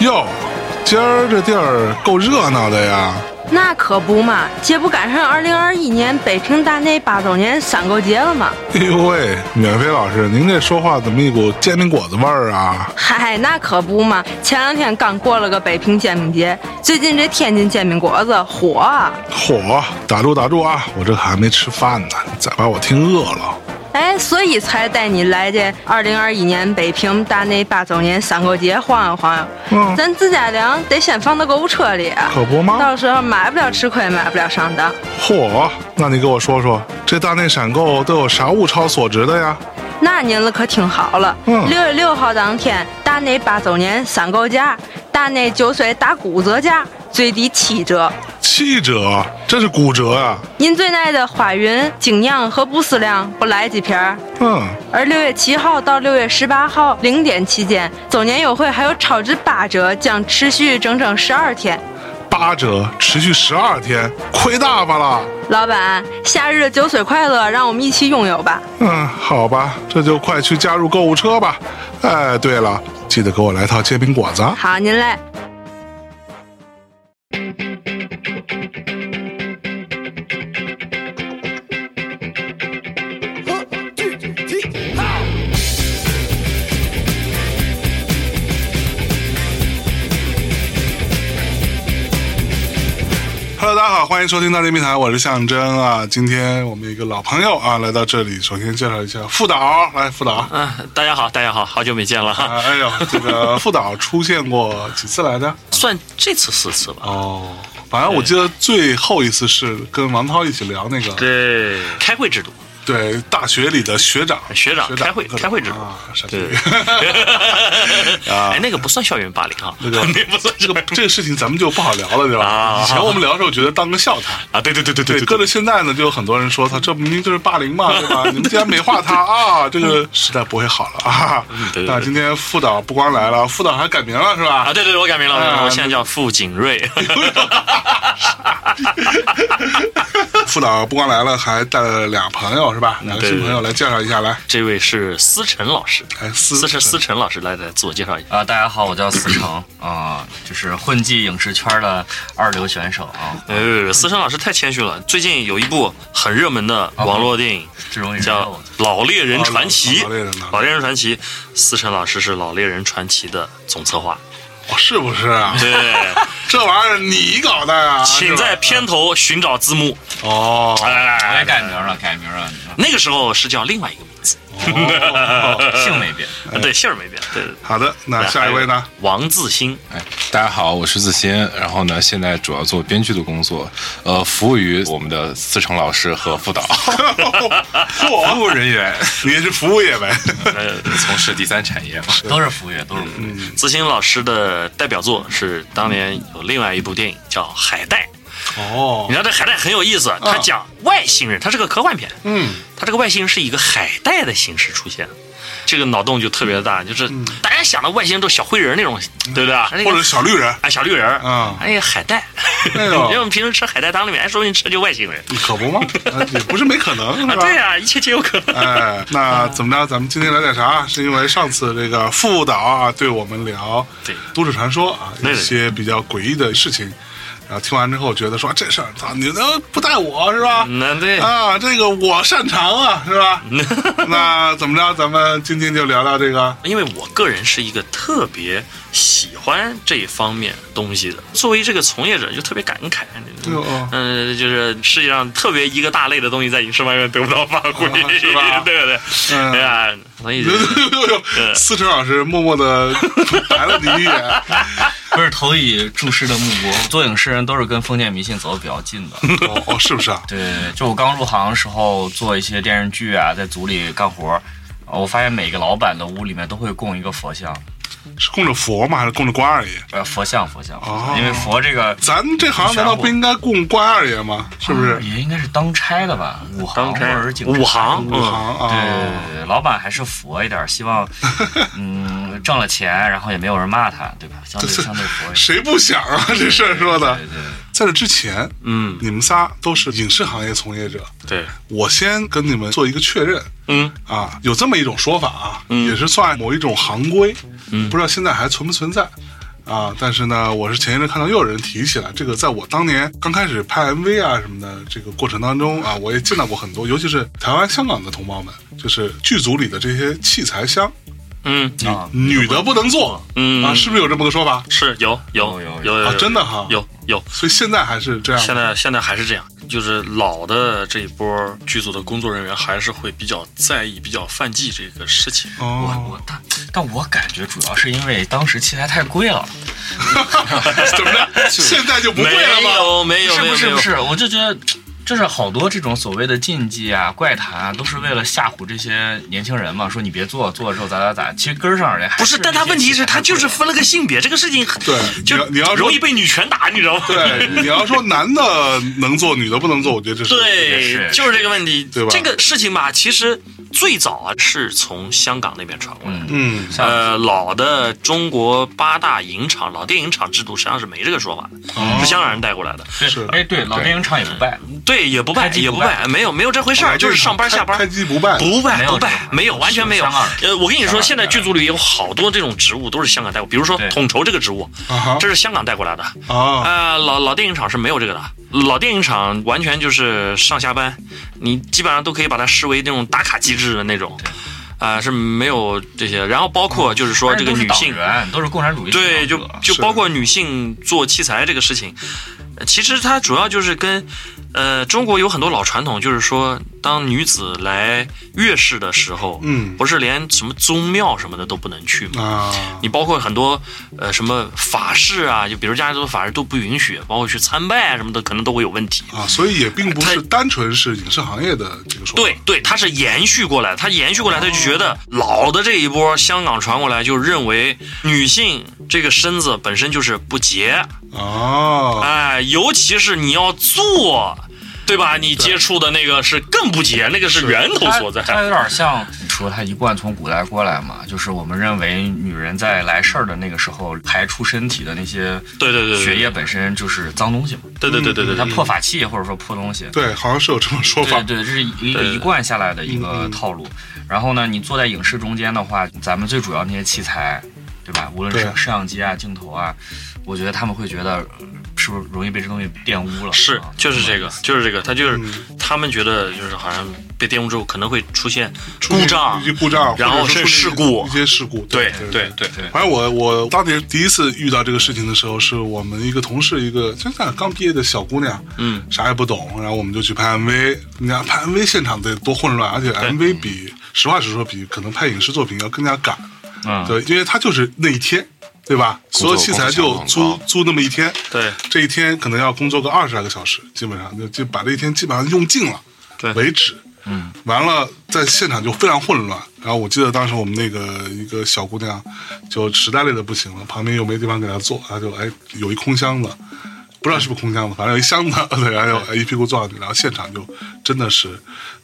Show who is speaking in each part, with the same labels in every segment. Speaker 1: 哟，今儿这地儿够热闹的呀！
Speaker 2: 那可不嘛，这不赶上二零二一年北平大内八周年三购节了吗？
Speaker 1: 哎呦喂，免费老师，您这说话怎么一股煎饼果子味儿啊？
Speaker 2: 嗨，那可不嘛，前两天刚过了个北平煎饼节，最近这天津煎饼果子火啊。
Speaker 1: 嚯，打住打住啊！我这可还没吃饭呢，再把我听饿了。
Speaker 2: 哎，所以才带你来这二零二一年北平大内八周年三购节晃悠晃悠。
Speaker 1: 嗯
Speaker 2: 咱自家粮得先放到购物车里啊，
Speaker 1: 可不吗？
Speaker 2: 到时候买不了吃亏，买不了上当。
Speaker 1: 嚯，那你给我说说，这大内闪购都有啥物超所值的呀？
Speaker 2: 那您了可听好了，
Speaker 1: 嗯
Speaker 2: 六月六号当天，大内八周年三购价，大内酒水打骨折价，最低七折。
Speaker 1: 七折，这是骨折啊！
Speaker 2: 您最爱的花云、精酿和不思量不来几瓶儿。
Speaker 1: 嗯，
Speaker 2: 而六月七号到六月十八号零点期间，周年优惠还有超值八折，将持续整整十二天。
Speaker 1: 八折，持续十二天，亏大发了。
Speaker 2: 老板，夏日的酒水快乐，让我们一起拥有吧！
Speaker 1: 嗯，好吧，这就快去加入购物车吧。哎，对了，记得给我来套煎饼果子啊。
Speaker 2: 好，您嘞。
Speaker 1: Hello，大家好，欢迎收听《大内密谈》，我是象征啊。今天我们有一个老朋友啊来到这里，首先介绍一下副导， 来副导。
Speaker 3: 嗯，大家好，大家好，好久没见了，哈，
Speaker 1: 啊，哎呦，这个副导出现过几次来着？
Speaker 3: 算这次四次吧。
Speaker 1: 哦，反正我记得最后一次是跟王涛一起聊那个
Speaker 3: 对，开会制度，
Speaker 1: 对大学里的学长
Speaker 3: 学长
Speaker 1: 学
Speaker 3: 开会
Speaker 1: 各种
Speaker 3: 开会制度
Speaker 1: 啊，傻逼，
Speaker 3: 对哎，那个不算校园霸凌啊，
Speaker 1: 啊 那个
Speaker 3: 不算
Speaker 1: 这个这个事情咱们就不好聊了，对吧？
Speaker 3: 啊
Speaker 1: 以前我们聊的时候觉得当个笑谈，
Speaker 3: 啊，对对对对
Speaker 1: 对，搁着
Speaker 3: 对，
Speaker 1: 现在呢，就有很多人说他这明明就是霸凌 嘛，对吧？你们竟然美化他啊，这个时代不会好了啊
Speaker 3: 嗯对对。对
Speaker 1: 那今天副导不光来了，副导还改名了是
Speaker 3: 啊，
Speaker 1: 吧？
Speaker 3: 对对对，我改名了，我改名
Speaker 1: 啊
Speaker 3: 了我现在叫付景瑞，
Speaker 1: 副导不光来了，还带了俩朋友是吧？两个
Speaker 3: 啊嗯对
Speaker 1: 新
Speaker 3: 对
Speaker 1: 朋友来介绍一下来。
Speaker 3: 这位是思辰老师，
Speaker 1: 哎，
Speaker 3: 思
Speaker 1: 思
Speaker 3: 辰思辰老师，来来自我介绍一下。
Speaker 4: 啊、大家好，我叫思成啊、就是混迹影视圈的二流选手啊，
Speaker 3: 呃，思辰老师太谦虚了，最近有一部很热门的
Speaker 1: 啊
Speaker 3: 网络电影。
Speaker 4: 这容易
Speaker 3: 叫《老猎人传奇
Speaker 1: 哦》，老猎人传奇
Speaker 3: 老猎人传奇，思辰老师是《老猎人传奇》的总策划。
Speaker 1: 哦是不是啊？
Speaker 3: 对，
Speaker 1: 这玩意儿你搞的啊？
Speaker 3: 嗯请在
Speaker 1: 是吧
Speaker 3: 片头寻找字幕。
Speaker 1: 哦，
Speaker 4: 我也
Speaker 3: 哎，
Speaker 4: 改名了，改名了，
Speaker 3: 那个时候是叫另外一个名 字，
Speaker 1: 哦
Speaker 3: 哦呃
Speaker 4: 姓没变。
Speaker 3: 对，姓儿没变。对，对
Speaker 1: 好的，那
Speaker 3: 对
Speaker 1: 啊下一位呢？？
Speaker 3: 还有王自新，
Speaker 5: 哎，大家好，我是自新，然后呢，现在主要做编剧的工作，呃，服务于我们的思成老师和副导，
Speaker 1: 服 务人员，你也是服务业呗？
Speaker 3: 呃，
Speaker 5: 从事第三产业嘛。
Speaker 4: 都是服务员，都是服务员。
Speaker 3: 自新老师的代表作是当年有另外一部电影叫《海带》。
Speaker 1: 哦啊
Speaker 3: 你，知道这海带很有意思，它讲外星人，它是个科幻片，
Speaker 1: 嗯，
Speaker 3: 它这个外星人是以一个海带的形式出现。这个脑洞就特别
Speaker 1: 嗯
Speaker 3: 大，就是大家想的外星人都是小灰人那种，对不对啊？
Speaker 1: 或者小绿人，
Speaker 3: 哎，小绿人儿
Speaker 1: 嗯
Speaker 3: 哎呀，海带，
Speaker 1: 哎
Speaker 3: 因
Speaker 1: 呦
Speaker 3: 为我们平时吃海带汤里面，哎，说不定吃的就外星人
Speaker 1: 你可不吗？呃也不是没可 能，是吧
Speaker 3: 啊，？对呀、一切皆有可能。
Speaker 1: 哎，那怎么着？咱们今天聊点啥？是因为上次这个副导啊，对我们聊
Speaker 3: 对
Speaker 1: 都市传说啊，
Speaker 3: 对
Speaker 1: 一
Speaker 3: 对
Speaker 1: 些比较诡异的事情，然后听完之后觉得说这事儿，操，你能不带我是吧？
Speaker 3: 那嗯对，
Speaker 1: 啊，这个我擅长啊，是 吧？那怎么着？咱们今天就聊聊这个
Speaker 3: 因为我个人是一个特别喜欢这一方面东西的，作为这个从业者就特别感慨。
Speaker 1: 哎呦哦
Speaker 3: 嗯、就是世界上特别一个大类的东西在影视方面得不到发挥，
Speaker 1: 啊是吧
Speaker 3: 对不对？
Speaker 1: 嗯
Speaker 3: 对啊，所以就
Speaker 1: 呦呦呦呦！思成老师默默的 白了你一眼，
Speaker 4: 不是投以注视的目光。做影视人都是跟封建迷信走的比较近的。
Speaker 1: 哦哦，是不是啊？
Speaker 4: 对，就我刚入行的时候做一些电视剧啊，在组里干活儿，呃我发现每个老板的屋里面都会供一个佛像，
Speaker 1: 是供着佛吗？还是供着关二爷？
Speaker 4: 呃，佛像佛像，佛
Speaker 1: 哦
Speaker 4: 像因为佛这个
Speaker 1: 咱这行难道不应该供关二爷吗？是不是？
Speaker 4: 也应该是当差的吧？武行
Speaker 3: 当
Speaker 4: 或
Speaker 3: 差
Speaker 4: 者是警察嗯
Speaker 3: 武行嗯哦
Speaker 1: 武行啊，
Speaker 4: 对对对，老板还是佛一点，希 望嗯挣了钱，然后也没有人骂他，对吧？相 对相对佛一点。
Speaker 1: 谁不想啊？这事儿说的
Speaker 4: 对。对对，
Speaker 1: 在这之前，
Speaker 3: 嗯，
Speaker 1: 你们仨都是影视行业从业者，
Speaker 3: 对，
Speaker 1: 我先跟你们做一个确认。
Speaker 3: 嗯，
Speaker 1: 啊，有这么一种说法啊，也是算某一种行规，不知道现在还存不存在。啊。但是呢，我是前一阵看到又有人提起来这个，在我当年刚开始拍 MV 啊什么的这个过程当中啊，我也见到过很多，尤其是台湾、香港的同胞们，就是剧组里的这些器材箱，
Speaker 3: 嗯
Speaker 4: 啊，
Speaker 1: 女的不能做
Speaker 3: 嗯
Speaker 1: 啊，是不是有这么个说法？
Speaker 3: 是有有
Speaker 4: 有有
Speaker 3: 有
Speaker 1: 啊
Speaker 3: 有，
Speaker 1: 真的哈
Speaker 3: 有有。
Speaker 1: 所以现在还是这样
Speaker 3: 现在现在还是这样，就是老的这一波剧组的工作人员还是会比较在意、比较犯忌这个事情。嗯
Speaker 1: 哦，
Speaker 4: 我但但我感觉主要是因为当时器材太贵了，
Speaker 1: 怎么着？现在就不
Speaker 3: 没
Speaker 1: 会了吗？
Speaker 3: 有没有
Speaker 4: 是
Speaker 3: 没有
Speaker 4: 不是
Speaker 3: 没
Speaker 4: 不
Speaker 3: 有，
Speaker 4: 是？我就觉得。就是好多这种所谓的禁忌啊、怪谈啊，都是为了吓唬这些年轻人嘛，说你别做，做了之后咋咋咋。其实根儿上而言还
Speaker 3: 不是，但他
Speaker 4: 这些
Speaker 3: 问题是，
Speaker 4: 器材
Speaker 3: 他
Speaker 4: 太贵
Speaker 3: 就是
Speaker 4: 了
Speaker 3: 分了个性别，这个事情
Speaker 1: 对
Speaker 3: 就
Speaker 1: 你要你要说
Speaker 3: 容易被女权打，你知道吗？
Speaker 1: 对，你要说男的能做，女的不能做，我觉得这是
Speaker 3: 对，
Speaker 4: 也是
Speaker 3: 就是这个问题，
Speaker 1: 对吧
Speaker 3: 这个事情吧，其实最早啊是从香港那边传过来的。
Speaker 4: 嗯
Speaker 1: 嗯
Speaker 3: 呃，老的中国八大影厂、老电影厂制度实际上是没这个说法的，
Speaker 1: 哦
Speaker 3: 是香港人带过来的。
Speaker 1: 是
Speaker 4: 对，哎对，老电影厂也不败，
Speaker 3: 对，也不拜，
Speaker 4: 开机
Speaker 3: 也
Speaker 4: 不
Speaker 3: 不
Speaker 4: 拜嗯
Speaker 3: 拜，没有没有这回事儿，就是上班下班
Speaker 1: 开开机不败，
Speaker 3: 不
Speaker 4: 没
Speaker 3: 拜
Speaker 4: 有
Speaker 3: 不
Speaker 4: 这
Speaker 3: 拜
Speaker 4: 样，
Speaker 3: 没有完全没有
Speaker 4: 香港。
Speaker 3: 呃，我跟你说，
Speaker 4: 香港
Speaker 3: 现在
Speaker 4: 人
Speaker 3: 剧组里有好多这种职务都是香港带过，比如说
Speaker 4: 对
Speaker 3: 统筹这个职务
Speaker 1: 啊哈，
Speaker 3: 这是香港带过来的。
Speaker 1: 啊，
Speaker 3: 啊、老老电影厂是没有这个的，老电影厂完全就是上下班，你基本上都可以把它视为那种打卡机制的那种，啊、是没有这些。然后包括就是说这个女性，
Speaker 4: 人都是共产主义思想者，
Speaker 3: 对，就啊就是包括女性做器材这个事情，呃其实它主要就是跟，呃，中国有很多老传统，就是说，当女子来月事的时候，
Speaker 1: 嗯
Speaker 3: 不是连什么宗庙什么的都不能去吗？
Speaker 1: 啊，
Speaker 3: 你包括很多呃什么法事啊，就比如家里做法事都不允许，包括去参拜啊什么的，可能都会有问题。
Speaker 1: 啊，所以也并不是
Speaker 3: 他
Speaker 1: 单纯是影视行业的这个说法，
Speaker 3: 对哦对，它是延续过来的，它延续过来，他就觉得老的这一波香港传过来，就认为女性这个身子本身就是不洁，
Speaker 1: 哦，
Speaker 3: 哎，尤其是你要做，对吧？
Speaker 1: 嗯
Speaker 3: 你接触的那个是更不洁，那个是源头所在。
Speaker 4: 它有点像，说它一贯从古代过来嘛，就是我们认为女人在来事儿的那个时候排出身体的那些
Speaker 3: 对对对，
Speaker 4: 血液本身就是脏东西嘛，
Speaker 3: 对对对对对
Speaker 1: 嗯
Speaker 4: 它
Speaker 3: 对，
Speaker 4: 破法器或者说破东西。
Speaker 1: 对，好像是有这么说法
Speaker 4: 对，对，这是一个
Speaker 3: 对
Speaker 4: 一贯下来的一个套路。然后呢，你坐在影视中间的话，咱们最主要那些器材，对吧？无论是
Speaker 1: 对
Speaker 4: 摄像机啊、镜头啊，我觉得他们会觉得呃是不是容易被这东西玷污了？
Speaker 3: 是
Speaker 4: 啊
Speaker 3: 就是这个，就是这个，他就是
Speaker 1: 嗯
Speaker 3: 他们觉得就是好像被玷污之后可能会出现
Speaker 1: 出
Speaker 3: 故障
Speaker 1: 一些，故障，
Speaker 3: 然后
Speaker 1: 或者说
Speaker 3: 是事故
Speaker 1: 一些事故，
Speaker 3: 对
Speaker 1: 对
Speaker 3: 对对。
Speaker 4: 对。
Speaker 1: 反正我我当年第一次遇到这个事情的时候，是我们一个同事，一个真的刚毕业的小姑娘，
Speaker 3: 嗯，
Speaker 1: 啥也不懂，然后我们就去拍 MV。你看拍 MV 现场得多混乱，而且 MV 比实话实说比可能拍影视作品要更加赶，
Speaker 4: 嗯
Speaker 1: 对，因为它就是那一天，对吧？所有器材就
Speaker 5: 工作
Speaker 1: 租租那么一天，
Speaker 3: 对，
Speaker 1: 这一天可能要工作个二十来个小时，基本上就就把这一天基本上用尽了，
Speaker 3: 对
Speaker 1: 为止。
Speaker 4: 嗯，
Speaker 1: 完了，在现场就非常混乱。然后我记得当时我们那个一个小姑娘，就实在累的不行了，旁边又没地方给她坐，她就哎有一空箱子，不知道是不是空箱子，反正有一箱子，对，然后就哎一屁股坐上去，然后现场就真的是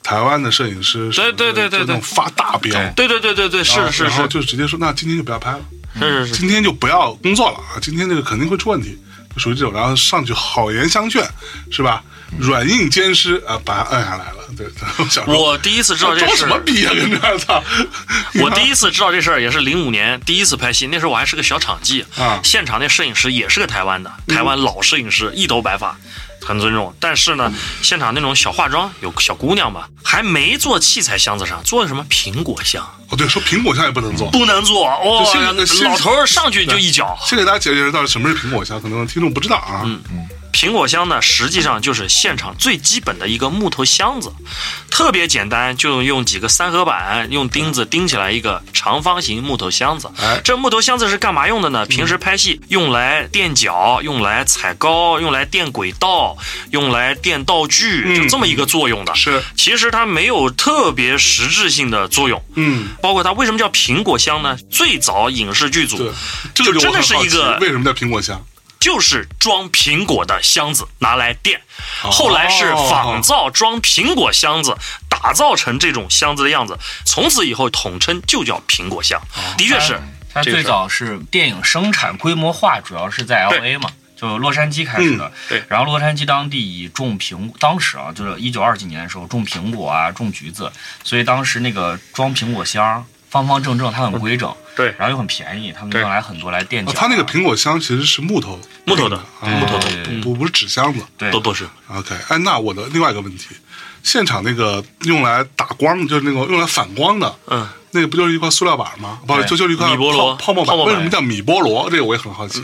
Speaker 1: 台湾的摄影师什么的，
Speaker 3: 对对对对
Speaker 1: 就那种
Speaker 3: 对
Speaker 1: 发大飙，
Speaker 4: 对
Speaker 3: 对对对对对，是
Speaker 1: 啊然后
Speaker 3: 是
Speaker 1: 然后
Speaker 3: 是
Speaker 1: 就嗯直接说那今天就不要拍了。
Speaker 3: 是是是，
Speaker 1: 今天就不要工作了啊，今天这个肯定会出问题，就属于这种，然后上去好言相劝，是吧？软硬兼施啊，把他摁下来了。对， 我想说，
Speaker 3: 我第一次知道这
Speaker 1: 装
Speaker 3: 事
Speaker 1: 什么
Speaker 3: 儿。
Speaker 1: 逼呀、啊跟这儿操！
Speaker 3: 我第一次知道这事儿也是零五年第一次拍戏，那时候我还是个小场记
Speaker 1: 啊
Speaker 3: 现场那摄影师也是个台湾的，台湾老摄影师，一头白发，很尊重。但是呢，现场那种小化妆有小姑娘嘛，还没坐器材箱子上，坐的什么苹果箱，
Speaker 1: 哦，对，说苹果箱也不能做。
Speaker 3: 不能坐。
Speaker 1: 就
Speaker 3: 哦
Speaker 1: 现在现，在
Speaker 3: 老头儿上去就一脚。
Speaker 1: 先给大家解释到底什么是苹果箱，可能听众不知道啊。
Speaker 3: 嗯苹果箱呢，实际上就是现场最基本的一个木头箱子，特别简单，就用几个三合板，用钉子钉起来一个长方形木头箱子。
Speaker 1: 哎
Speaker 3: 这木头箱子是干嘛用的呢？平时拍戏用来垫脚，用来踩高，用来垫轨道，用来垫道具，就这么一个作用的。
Speaker 1: 是，
Speaker 3: 其实它没有特别实质性的作用。
Speaker 1: 嗯，
Speaker 3: 包括它为什么叫苹果箱呢？最早影视剧
Speaker 1: 对
Speaker 3: 组，
Speaker 1: 这个就
Speaker 3: 就
Speaker 1: 我
Speaker 3: 真的
Speaker 1: 很
Speaker 3: 是
Speaker 1: 好
Speaker 3: 一
Speaker 1: 奇
Speaker 3: 个
Speaker 1: 为什么叫苹果箱？
Speaker 3: 就是装苹果的箱子拿来垫， 后来是仿
Speaker 1: 哦
Speaker 3: 造装苹果箱子，打造成这种箱子的样子，从此以后统称就叫苹果箱。的确是，
Speaker 4: 它
Speaker 3: 这个
Speaker 4: 最
Speaker 3: 是
Speaker 4: 早是电影生产规模化，主要是在 L
Speaker 3: 对嗯
Speaker 4: A 嘛，就洛杉矶开始的。
Speaker 3: 对
Speaker 4: 然后洛杉矶当地以种苹，当时啊，就是一九二几年的时候种苹果啊，种橘子，所以当时那个装苹果箱。方方正正，它很规整，
Speaker 3: 嗯对
Speaker 4: 然后又很便宜，他们
Speaker 3: 对
Speaker 4: 用来很多来垫脚
Speaker 1: 啊，
Speaker 4: 啊。
Speaker 1: 它那个苹果箱其实是木头
Speaker 3: 木头的
Speaker 1: 啊
Speaker 4: 木头的
Speaker 1: 不不不是纸箱子。
Speaker 4: 对
Speaker 3: 都都是
Speaker 1: OK，哎，那我的另外一个问题，现场那个用来打光，就是那个用来反光的，
Speaker 3: 嗯，
Speaker 1: 那个不就是一块塑料板吗？不，
Speaker 4: 对
Speaker 1: 就就是一块
Speaker 3: 米菠萝
Speaker 1: 泡泡沫
Speaker 3: 泡沫
Speaker 1: 为
Speaker 3: 板
Speaker 1: 什
Speaker 3: 嗯
Speaker 1: 么叫米菠萝？这个我也很好奇。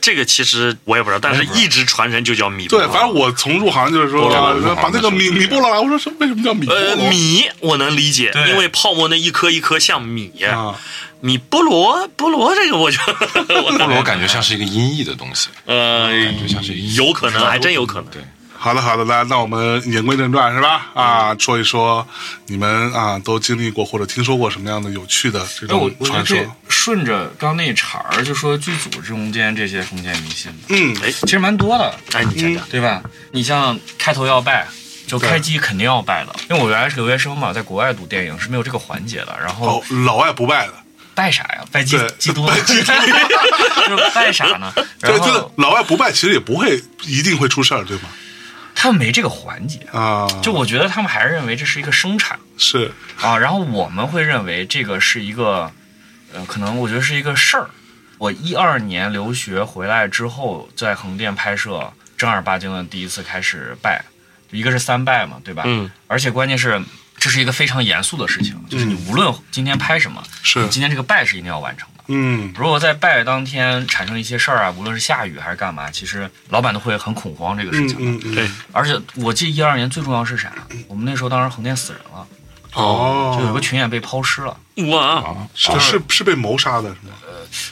Speaker 3: 这个其实我也不知道，但是一直传人就叫米菠
Speaker 1: 对
Speaker 3: 萝。，
Speaker 1: 反正我从入行就是说，
Speaker 5: 菠萝
Speaker 1: 啊说把那个米
Speaker 5: 入行的时候
Speaker 1: 米菠萝来，我说是为什么叫米菠
Speaker 3: 呃，
Speaker 1: 萝？
Speaker 3: 米我能理解，
Speaker 4: 对
Speaker 3: 因为泡沫那一颗一颗像米。
Speaker 1: 啊，
Speaker 3: 米菠萝，菠萝这个我觉得，我
Speaker 5: 菠萝感觉像是一个音译的东西，
Speaker 3: 呃
Speaker 5: 就像是一，
Speaker 3: 有可能，还真有可能。
Speaker 5: 对，
Speaker 1: 好的，好的，来，那我们言归正传是吧？啊，说一说你们啊都经历过或者听说过什么样的有趣的这
Speaker 4: 哎，我
Speaker 1: 种
Speaker 4: 我觉得
Speaker 1: 传说
Speaker 4: 这？顺着刚那茬儿，就说剧组中间这些封建迷信的，
Speaker 1: 嗯，
Speaker 3: 哎，
Speaker 4: 其实蛮多的。
Speaker 3: 哎，你讲讲，
Speaker 4: 对吧？你像开头要拜，就
Speaker 1: 对
Speaker 4: 开机肯定要拜的，因为我原来是留学生嘛，在国外读电影是没有这个环节的。然后
Speaker 1: 哦，老外不败的，
Speaker 4: 拜啥呀？拜基
Speaker 1: 对
Speaker 4: 基督， 就是拜啥呢？然
Speaker 1: 对，真的
Speaker 4: 后，
Speaker 1: 老外不败其实也不会一定会出事儿，对吗？
Speaker 4: 他们没这个环节，
Speaker 1: 啊，
Speaker 4: 就我觉得他们还是认为这是一个生产
Speaker 1: 是
Speaker 4: 啊，然后我们会认为这个是一个，呃，可能我觉得是一个事儿。我一二年留学回来之后，在横店拍摄，正儿八经的第一次开始拜，一个是三拜嘛，对吧？
Speaker 3: 嗯，
Speaker 4: 而且关键是，这是一个非常严肃的事情，
Speaker 1: 嗯
Speaker 4: 就是你无论今天拍什么，
Speaker 1: 是
Speaker 4: 你，今天这个拜是一定要完成的。
Speaker 1: 嗯，
Speaker 4: 如果在拜当天产生一些事儿啊，无论是下雨还是干嘛，其实老板都会很恐慌这个事
Speaker 1: 嗯
Speaker 4: 情的。
Speaker 1: 嗯嗯，
Speaker 3: 对，
Speaker 4: 而且我记一二年最重要是啥？我们那时候当时横店死人了，就有个
Speaker 1: 哦，
Speaker 4: 群演被抛尸了。
Speaker 3: 哇，
Speaker 1: 是是是被谋杀的是吗？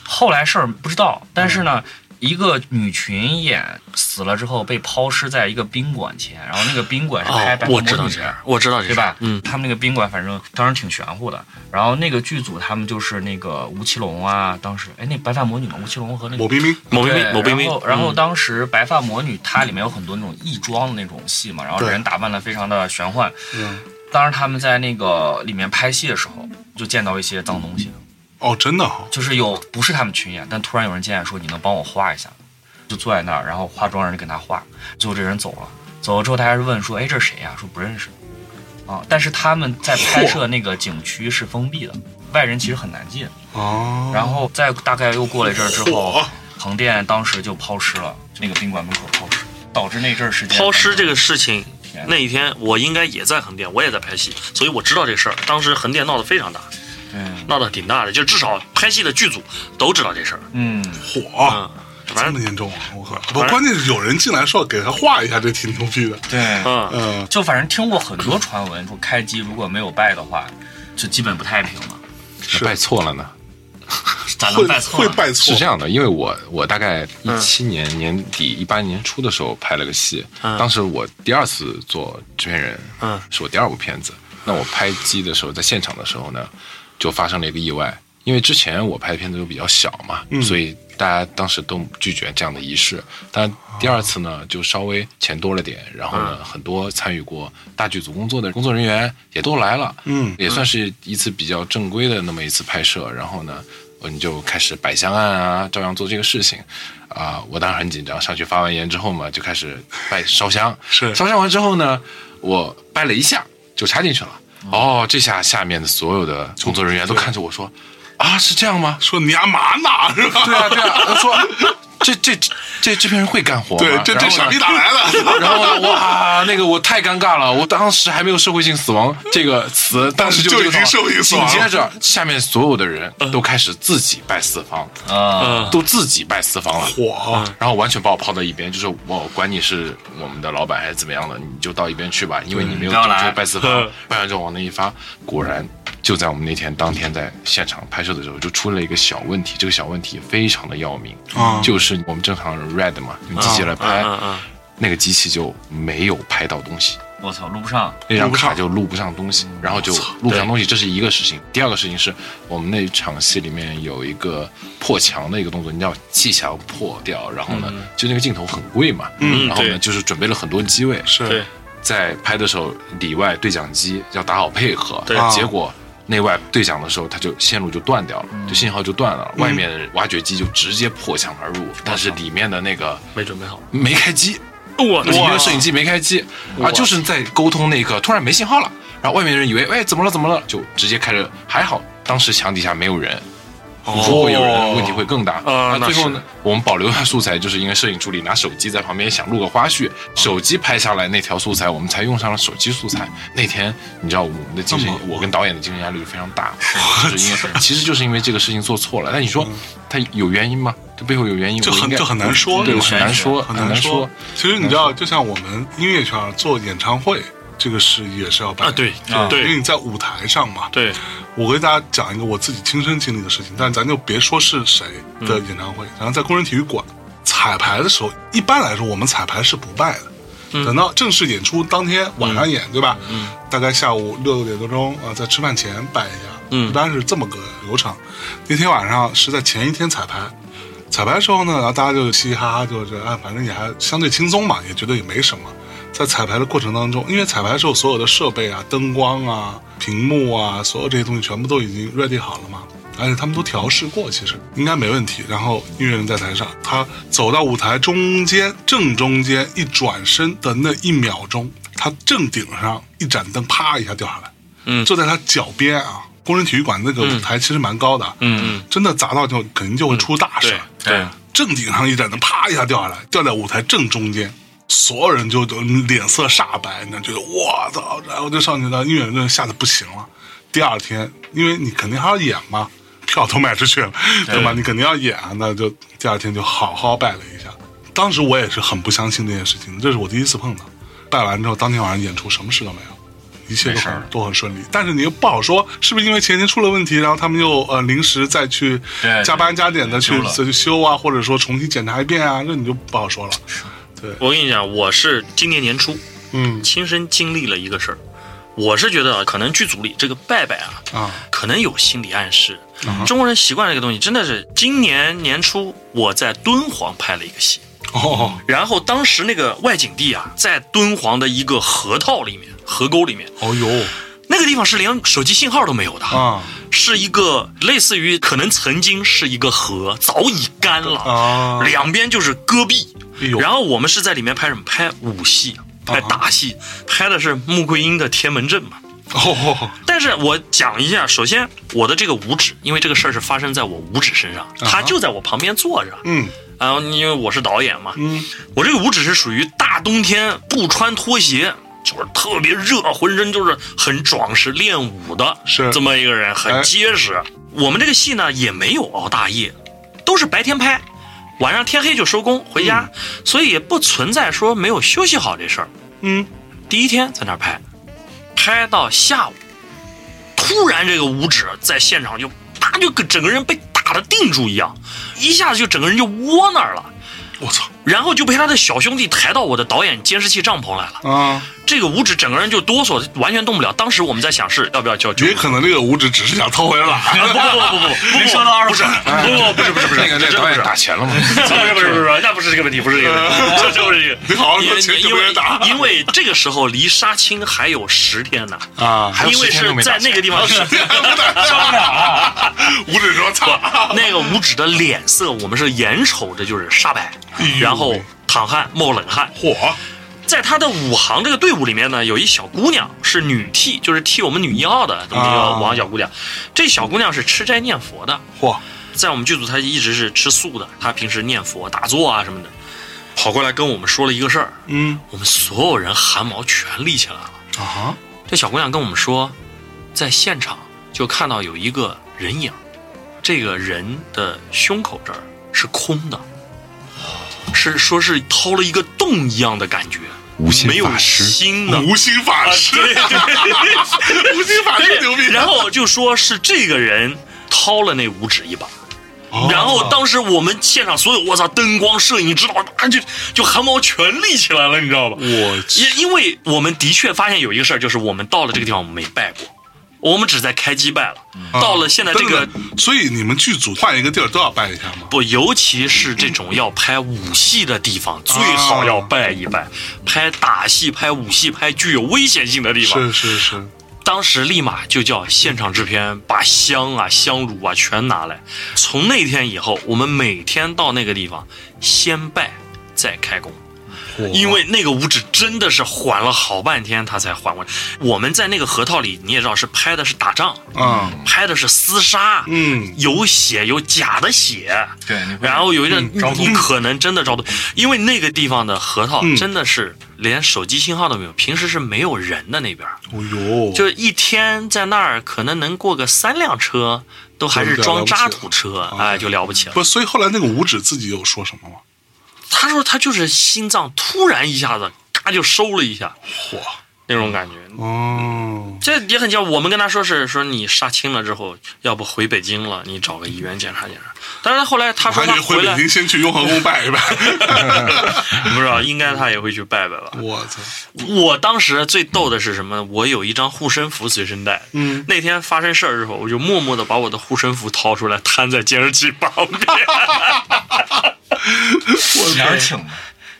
Speaker 4: 后来事儿不知道，但是
Speaker 3: 嗯
Speaker 4: 呢，一个女群演死了之后被抛尸在一个宾馆前，然后那个宾馆是拍
Speaker 3: 哦
Speaker 4: 白，
Speaker 3: 我
Speaker 4: 魔
Speaker 3: 知道
Speaker 4: 女
Speaker 3: 这
Speaker 4: 的
Speaker 3: 样，，我知道这
Speaker 4: 对吧？
Speaker 3: 嗯，
Speaker 4: 他们那个宾馆反正当时挺玄乎的。然后那个剧组他们就是那个吴奇隆啊，当时哎那白发魔女嘛，吴奇隆和那个
Speaker 1: 某。冰冰，
Speaker 3: 某冰
Speaker 4: 对
Speaker 3: 冰，某冰冰
Speaker 4: 然，后，然后
Speaker 3: 嗯
Speaker 4: 当时《白发魔女》它里面有很多那种异装的那种戏嘛，然后
Speaker 1: 对
Speaker 4: 人打扮的非常的玄幻。
Speaker 1: 嗯，
Speaker 4: 当时他们在那个里面拍戏的时候，就见到一些脏东西，
Speaker 1: 哦，真的哈，
Speaker 4: 就是有不是他们群演，但突然有人进来说：“你能帮我画一下吗？”就坐在那儿，然后化妆人就给他画，最后这人走了，走了之后他还是问说：“哎，这是谁呀、说不认识。啊，但是他们在拍摄那个景区是封闭的，外人其实很难进。
Speaker 3: 嗯
Speaker 1: 哦，啊
Speaker 4: 然后在大概又过了一阵儿之后
Speaker 1: 嚯，
Speaker 4: 横店当时就抛尸了，那个宾馆门口抛尸，导致那阵儿时间
Speaker 3: 抛尸这个事情
Speaker 4: 天。
Speaker 3: 那一天我应该也在横店，我也在拍戏，所以我知道这事儿。当时横店闹得非常大，
Speaker 4: 嗯
Speaker 3: 闹得挺大的，就至少拍戏的剧组都知道这事儿。
Speaker 4: 嗯
Speaker 1: 火，啊
Speaker 3: 嗯，
Speaker 1: 这
Speaker 3: 反
Speaker 1: 么
Speaker 3: 正
Speaker 1: 严重啊！我靠，不
Speaker 3: 反，正
Speaker 1: 关键是有人进来说给他画一下，这挺牛逼的，
Speaker 4: 对，
Speaker 3: 嗯，
Speaker 1: 嗯，
Speaker 4: 就反正听过很多传闻，说开机如果没有拜的话，就基本不太平了，
Speaker 1: 是
Speaker 5: 拜错了呢。
Speaker 4: 咋能
Speaker 1: 会
Speaker 4: 拜错
Speaker 1: 会
Speaker 4: 呢？
Speaker 1: 拜错，
Speaker 5: 是这样的，因为我我大概一七年年底一八年初的时候拍了个戏，
Speaker 3: 嗯
Speaker 5: 当时我第二次做制片人，
Speaker 3: 嗯，
Speaker 5: 是我第二部片子。那我拍机的时候，在现场的时候呢，就发生了一个意外，因为之前我拍的片子都比较小嘛，
Speaker 1: 嗯
Speaker 5: 所以大家当时都拒绝这样的仪式。但第二次呢，就稍微钱多了点，然后
Speaker 1: 啊
Speaker 5: 呢，很多参与过大剧组工作的工作人员也都来了，
Speaker 1: 嗯
Speaker 5: 也算是一次比较正规的那么一次拍摄。然后呢，我们就开始摆香案啊，照样做这个事情。啊、我当时很紧张，上去发完言之后嘛，就开始拜烧香。
Speaker 1: 是
Speaker 5: 烧香完之后呢，我拜了一下就插进去了。哦，这下下面的所有的工作人员都看着我说：“啊，是这样吗？”
Speaker 1: 说你干嘛呢？是吧？
Speaker 5: 对啊，对啊， 他说这这这这这片人会干活吗？
Speaker 1: 对，这这傻逼打来 了，
Speaker 5: 然后呢。然后呢，哇，那个我太尴尬了，我当时还没有“社会性死亡”这个词，当时
Speaker 1: 就
Speaker 5: 就
Speaker 1: 已经社会性死亡了嗯
Speaker 5: 紧接着，下面所有的人都开始自己拜四方，
Speaker 4: 啊，
Speaker 3: 嗯，
Speaker 5: 都自己拜四方了。
Speaker 1: 火，啊
Speaker 5: 然后完全把我抛到一边，就是我管你是我们的老板还是怎么样的，你就到一边去吧，因为你没有
Speaker 4: 不要
Speaker 5: 组
Speaker 4: 来
Speaker 5: 织拜四方
Speaker 3: 嗯，
Speaker 5: 拜完之后往那一发，果然就在我们那天当天在现场拍摄的时候，就出了一个小问题，这个小问题非常的要命，
Speaker 1: 啊
Speaker 5: 就是我们正常 red 嘛，用机器来拍，
Speaker 3: 嗯嗯嗯
Speaker 5: 那个机器就没有拍到东西，
Speaker 4: 我操，录不上，
Speaker 5: 那
Speaker 1: 录
Speaker 5: 张
Speaker 1: 不上
Speaker 5: 卡就录不上东西，然后就录不上东西，这是一个事情。第二个事情是我们那场戏里面有一个破墙的一个动作，你要砌墙破掉，然后呢，就那个镜头很贵嘛，
Speaker 1: 嗯
Speaker 5: 然后呢
Speaker 3: 对
Speaker 5: 就是准备了很多机位，
Speaker 3: 对
Speaker 1: 是，
Speaker 5: 在拍的时候里外对讲机要打好配合，
Speaker 3: 对
Speaker 5: 啊结果。内外对讲的时候，它就线路就断掉了，
Speaker 1: 嗯
Speaker 5: 就信号就断了。外面的挖掘机就直接破墙而入，但是里面的那个
Speaker 3: 没准备好。
Speaker 5: 没开机，
Speaker 3: 我
Speaker 5: 里面的摄影机没开机啊，就是在沟通那一刻突然没信号了，然后外面人以为哎怎么了怎么了，就直接开着，还好当时墙底下没有人，
Speaker 1: 哦
Speaker 5: 如果有人，问题会更大。
Speaker 1: 啊
Speaker 3: 呃那
Speaker 5: 那最后
Speaker 3: 是
Speaker 5: 呢，我们保留下素材，就是因为摄影助理拿手机在旁边想录个花絮，手机拍下来那条素材，我们才用上了手机素材。那天你知道我们的精神
Speaker 1: 这么，
Speaker 5: 我跟导演的精神压力就非常大，就是因为其实就是因为这个事情做错了。但你说他有原因吗？这背后有原因，
Speaker 1: 这
Speaker 5: 我
Speaker 1: 嗯很
Speaker 5: 应该
Speaker 1: 这很难说
Speaker 5: 对，
Speaker 1: 这
Speaker 5: 我
Speaker 1: 个
Speaker 5: 很难说，
Speaker 1: 很
Speaker 5: 难
Speaker 1: 难说。其实你知道，就像我们音乐圈做演唱会这个事也是要办
Speaker 3: 啊，对
Speaker 4: 啊
Speaker 1: 因为
Speaker 3: 对
Speaker 1: 你在舞台上嘛。
Speaker 3: 对，
Speaker 1: 我跟大家讲一个我自己亲身经历的事情，但咱就别说是谁的演唱会。然后在工人体育馆彩排的时候，一般来说我们彩排是不拜的。等到正式演出当天晚上演，对吧？嗯，大概下午六点多钟啊、呃在吃饭前拜一下，
Speaker 3: 嗯
Speaker 1: 一般是这么个流程。那天晚上是在前一天彩排，彩排的时候呢，然后大家就嘻嘻哈哈，就是哎，反正也还相对轻松嘛，也觉得也没什么。在彩排的过程当中，因为彩排的时候所有的设备啊、灯光啊、屏幕啊，所有这些东西全部都已经 ready 好了嘛，而且他们都调试过，其实应该没问题。然后音乐人在台上，他走到舞台中间正中间一转身的那一秒钟，他正顶上一盏灯啪一下掉下来，
Speaker 3: 嗯
Speaker 1: 就在他脚边啊。工人体育馆那个舞台其实蛮高的，啊
Speaker 3: 嗯嗯，
Speaker 1: 真的砸到就肯定就会出大事儿。
Speaker 3: 对对，
Speaker 1: 正顶上一盏灯啪一下掉下来，掉在舞台正中间，所有人就就脸色煞白，你知道，觉得我操，然后就上去了，音乐人就吓得不行了。第二天，因为你肯定还要演嘛，票都卖出去了，对吧？你肯定要演啊，那就第二天就好好拜了一下。当时我也是很不相信这件事情，这是我第一次碰到。拜完之后，当天晚上演出什么事都没有。一切都
Speaker 4: 没事
Speaker 1: 很
Speaker 4: 儿
Speaker 1: 都很顺利，但是你又不好说是不是因为前天出了问题，然后他们又呃临时再去
Speaker 4: 对
Speaker 1: 加班加点的去
Speaker 4: 修了
Speaker 1: 再去修啊，或者说重新检查一遍啊，那你就不好说了。
Speaker 3: 我跟你讲，我是今年年初
Speaker 1: 嗯
Speaker 3: 亲身经历了一个事儿，我是觉得啊，可能剧组里这个拜拜啊，
Speaker 1: 啊，
Speaker 3: 可能有心理暗示。
Speaker 1: 嗯
Speaker 3: 中国人习惯这个东西，真的是今年年初我在敦煌拍了一个戏，
Speaker 1: 哦
Speaker 3: 然后当时那个外景地啊，在敦煌的一个河套里面、河沟里面，
Speaker 1: 哦哟
Speaker 3: 那个地方是连手机信号都没有的，
Speaker 1: 啊
Speaker 3: 是一个类似于可能曾经是一个河，早已干了，
Speaker 1: 啊
Speaker 3: 两边就是戈壁。
Speaker 1: 哎呦啊
Speaker 3: 然后我们是在里面拍什么？拍武戏，拍打戏，拍的是穆桂英的《天门阵》嘛。
Speaker 1: 哦
Speaker 3: 但是我讲一下，首先我的这个五指，因为这个事儿是发生在我五指身上，
Speaker 1: 啊
Speaker 3: 他就在我旁边坐着。
Speaker 1: 嗯
Speaker 3: 然后因为我是导演嘛，
Speaker 1: 嗯
Speaker 3: 我这个五指是属于大冬天不穿拖鞋，就是特别热，浑身就是很壮实练武的，
Speaker 1: 是
Speaker 3: 这么一个人，
Speaker 1: 哎
Speaker 3: 很结实。我们这个戏呢也没有熬大夜，都是白天拍，晚上天黑就收工回家，所以也不存在说没有休息好这事儿。
Speaker 1: 嗯
Speaker 3: 第一天在那儿拍，拍到下午，突然这个五指在现场就啪就跟整个人被打的定住一样，一下子就整个人就窝那儿了。
Speaker 1: 我操
Speaker 3: 然后就被他的小兄弟抬到我的导演监视器帐篷来了。
Speaker 1: 啊！
Speaker 3: 这个五指整个人就哆嗦，完全动不了。当时我们在想是要不要叫救
Speaker 1: 也
Speaker 3: 护车？
Speaker 1: 可能这个五指只是想偷回来，
Speaker 3: 不不不不不，没说到二不是不不不是不是不是
Speaker 5: 那个那个导演打钱 了吗？
Speaker 3: 不是不是不是，那不是这个问题，不是这个问题，这这不是这个。
Speaker 1: 你好好
Speaker 3: 因
Speaker 1: 说
Speaker 3: 为
Speaker 1: 钱就
Speaker 3: 因
Speaker 1: 没人
Speaker 3: 为
Speaker 1: 打
Speaker 3: 因为这个时候离杀青还有十天呢，
Speaker 1: 啊！
Speaker 5: 还有
Speaker 3: 因为
Speaker 5: 十天
Speaker 3: 是
Speaker 5: 都没
Speaker 3: 在
Speaker 5: 打
Speaker 3: 那个
Speaker 5: 钱。哦
Speaker 3: 地方是啊
Speaker 1: 五指说操，
Speaker 3: 那个五指的脸色，我们是眼瞅着就是煞白，
Speaker 5: 哎
Speaker 3: 然后淌汗冒冷汗，
Speaker 1: 火
Speaker 3: 在他的武行这个队伍里面呢，有一小姑娘是女替，就是替我们女一号的这么一个
Speaker 1: 啊
Speaker 3: 武行小姑娘。这小姑娘是吃斋念佛的，
Speaker 1: 火
Speaker 3: 在我们剧组她一直是吃素的，她平时念佛打坐啊什么的，跑过来跟我们说了一个事儿，
Speaker 1: 嗯
Speaker 3: 我们所有人汗毛全立起来了。
Speaker 1: 啊哈
Speaker 3: 这小姑娘跟我们说，在现场就看到有一个人影，这个人的胸口这儿是空的，是说是掏了一个洞一样的感觉，
Speaker 5: 无心
Speaker 3: 没有
Speaker 5: 法师
Speaker 3: 心的。
Speaker 1: 无心法师，
Speaker 3: 对对
Speaker 1: 无心法师牛逼。
Speaker 3: 然后就说是这个人掏了那五指一把，
Speaker 1: 哦
Speaker 3: 然后当时我们现场所有，我操，灯光、摄影指导，啊，就就汗毛全立起来了，你知道吧？
Speaker 1: 我去
Speaker 3: 因因为我们的确发现有一个事儿，就是我们到了这个地方我们没拜过，我们只在开机拜了。
Speaker 1: 啊嗯
Speaker 3: 到了现在这个
Speaker 1: 等等所以你们剧组换一个地儿都要拜一下吗？
Speaker 3: 不，尤其是这种要拍武戏的地方，最好要拜一拜。拍打戏、拍武戏、拍具有危险性的地方，
Speaker 1: 是是是，
Speaker 3: 当时立马就叫现场制片把香啊、香炉啊全拿来。从那天以后，我们每天到那个地方先拜再开工。因为那个五指真的是缓了好半天，他才缓过来。我们在那个核桃里，你也知道是拍的是打仗，
Speaker 1: 啊，
Speaker 3: 拍的是厮杀，
Speaker 1: 嗯
Speaker 3: 有血有假的血，
Speaker 4: 对，你会
Speaker 3: 然后有一阵
Speaker 1: 嗯着
Speaker 3: 你
Speaker 1: 毒
Speaker 3: 可能真的着毒，因为那个地方的核桃
Speaker 1: 嗯
Speaker 3: 真的是连手机信号都没有，平时是没有人的那边儿，
Speaker 1: 哦呦，
Speaker 3: 就是一天在那儿可能能过个三辆车，都还是
Speaker 1: 就了
Speaker 3: 装
Speaker 1: 不起
Speaker 3: 渣
Speaker 1: 了
Speaker 3: 土车，
Speaker 1: 啊
Speaker 3: 哎，就了不起了。
Speaker 1: 不，所以后来那个五指自己有说什么吗？
Speaker 3: 他说他就是心脏突然一下子嘎就收了一下，
Speaker 1: 嚯，
Speaker 3: 那种感觉。
Speaker 1: 哦，
Speaker 3: 这也很像我们跟他说是说你杀青了之后，要不回北京了，你找个医院检查检查。但是他后来他
Speaker 1: 我
Speaker 3: 说
Speaker 1: 还以
Speaker 3: 他
Speaker 1: 为回
Speaker 3: 回
Speaker 1: 北
Speaker 3: 来，
Speaker 1: 京先去雍和宫拜一 拜。
Speaker 3: 不知道应该他也会去拜拜吧。
Speaker 1: 我操，
Speaker 3: 我当时最逗的是什么？我有一张护身符随身带。
Speaker 1: 嗯，
Speaker 3: 那天发生事儿之后，我就默默的把我的护身符掏出来，摊在监视器旁边。
Speaker 4: 哪儿挺的？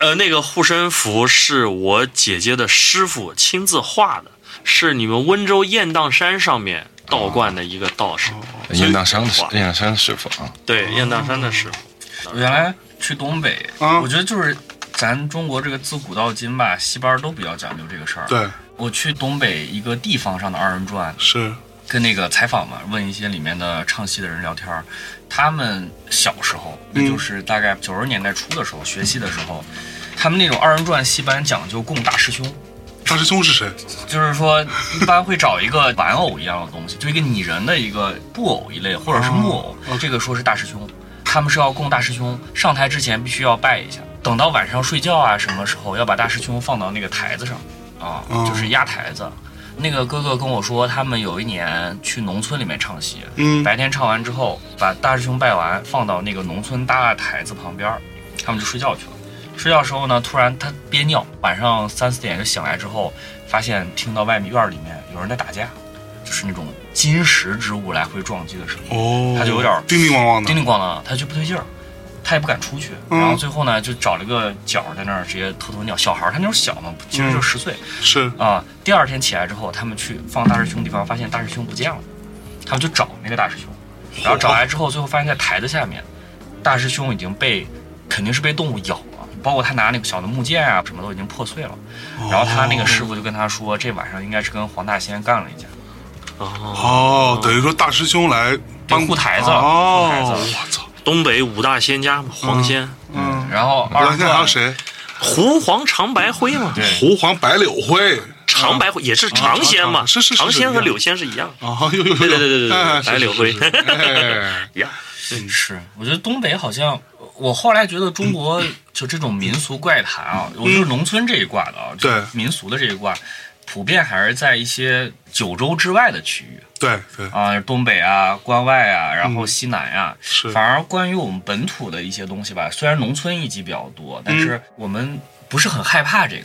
Speaker 3: 呃，那个护身符是我姐姐的师傅亲自画的，是你们温州雁荡山上面
Speaker 1: 哦
Speaker 3: 道观的一个道士，
Speaker 5: 雁荡山的师雁荡山的师傅啊，
Speaker 3: 对，雁荡山的师傅。
Speaker 4: 原来去东北，
Speaker 1: 啊
Speaker 4: 我觉得就是咱中国这个自古到今吧，西班牙都比较讲究这个事儿。，
Speaker 1: 对，
Speaker 4: 我去东北一个地方上的二人转，
Speaker 1: 是，
Speaker 4: 跟那个采访嘛，问一些里面的唱戏的人聊天儿，他们小时候，那
Speaker 1: 嗯
Speaker 4: 就是大概九十年代初的时候学戏的时候，他们那种二人转戏班讲究供大师兄。
Speaker 1: 大师兄是谁？
Speaker 4: 就是说，一般会找一个玩偶一样的东西，就一个拟人的一个布偶一类，或者是木偶。这个说是大师兄，他们是要供大师兄，上台之前必须要拜一下，等到晚上睡觉啊什么时候要把大师兄放到那个台子上，啊，
Speaker 1: 哦
Speaker 4: 就是压台子。那个哥哥跟我说，他们有一年去农村里面唱戏，
Speaker 1: 嗯，
Speaker 4: 白天唱完之后，把大师兄拜完，放到那个农村搭的台子旁边儿，他们就睡觉去了。睡觉的时候呢，突然他憋尿，晚上三四点就醒来之后，发现听到外面院儿里面有人在打架，就是那种金石之物来回撞击的声音，
Speaker 1: 哦，
Speaker 4: 他就有点儿
Speaker 1: 叮叮咣咣
Speaker 4: 叮
Speaker 1: 的。
Speaker 4: 叮咣啷，他就不对劲儿。他也不敢出去，
Speaker 1: 嗯
Speaker 4: 然后最后呢，就找了个角儿在那儿直接偷偷尿。小孩儿他那种小嘛，其实就十岁，
Speaker 1: 是，
Speaker 4: 啊、第二天起来之后，他们去放大师兄的地方，发现大师兄不见了，他们就找那个大师兄，然后找来之后，最后发现在台子下面，大师兄已经被肯定是被动物咬了，包括他拿那个小的木剑啊什么都已经破碎了。然后他那个师傅就跟他说，这晚上应该是跟黄大仙干了一架，
Speaker 3: 哦，
Speaker 1: 哦，等于说大师兄来帮
Speaker 4: 对护台子护台
Speaker 1: 哦，
Speaker 4: 子
Speaker 1: 我操，
Speaker 3: 东北五大仙家嘛黄仙，
Speaker 1: 嗯，
Speaker 4: 然后
Speaker 1: 我
Speaker 4: 二
Speaker 1: 现在还有谁？
Speaker 3: 狐黄长白灰嘛，
Speaker 4: 对
Speaker 1: 狐黄白柳灰。
Speaker 3: 长白灰也是长仙嘛，
Speaker 1: 啊是是是
Speaker 3: 长仙
Speaker 1: 是
Speaker 3: 和
Speaker 1: 一样
Speaker 3: 柳仙是一样，
Speaker 1: 啊，有有有，
Speaker 3: 对对对对对对
Speaker 1: 哎是
Speaker 3: 白柳灰
Speaker 1: 是是是哎
Speaker 3: 一样。
Speaker 4: 是，我觉得东北好像，我后来觉得中国就这种民俗怪谈啊，我就是农村这一挂的啊，就
Speaker 1: 对
Speaker 4: 民俗的这一挂，普遍还是在一些九州之外的区域
Speaker 1: 对对，
Speaker 4: 啊，东北啊、关外啊，然后西南呀、
Speaker 1: 嗯是
Speaker 4: 反而关于我们本土的一些东西吧，虽然农村一级比较多，但
Speaker 1: 嗯
Speaker 4: 是我们不是很害怕这个。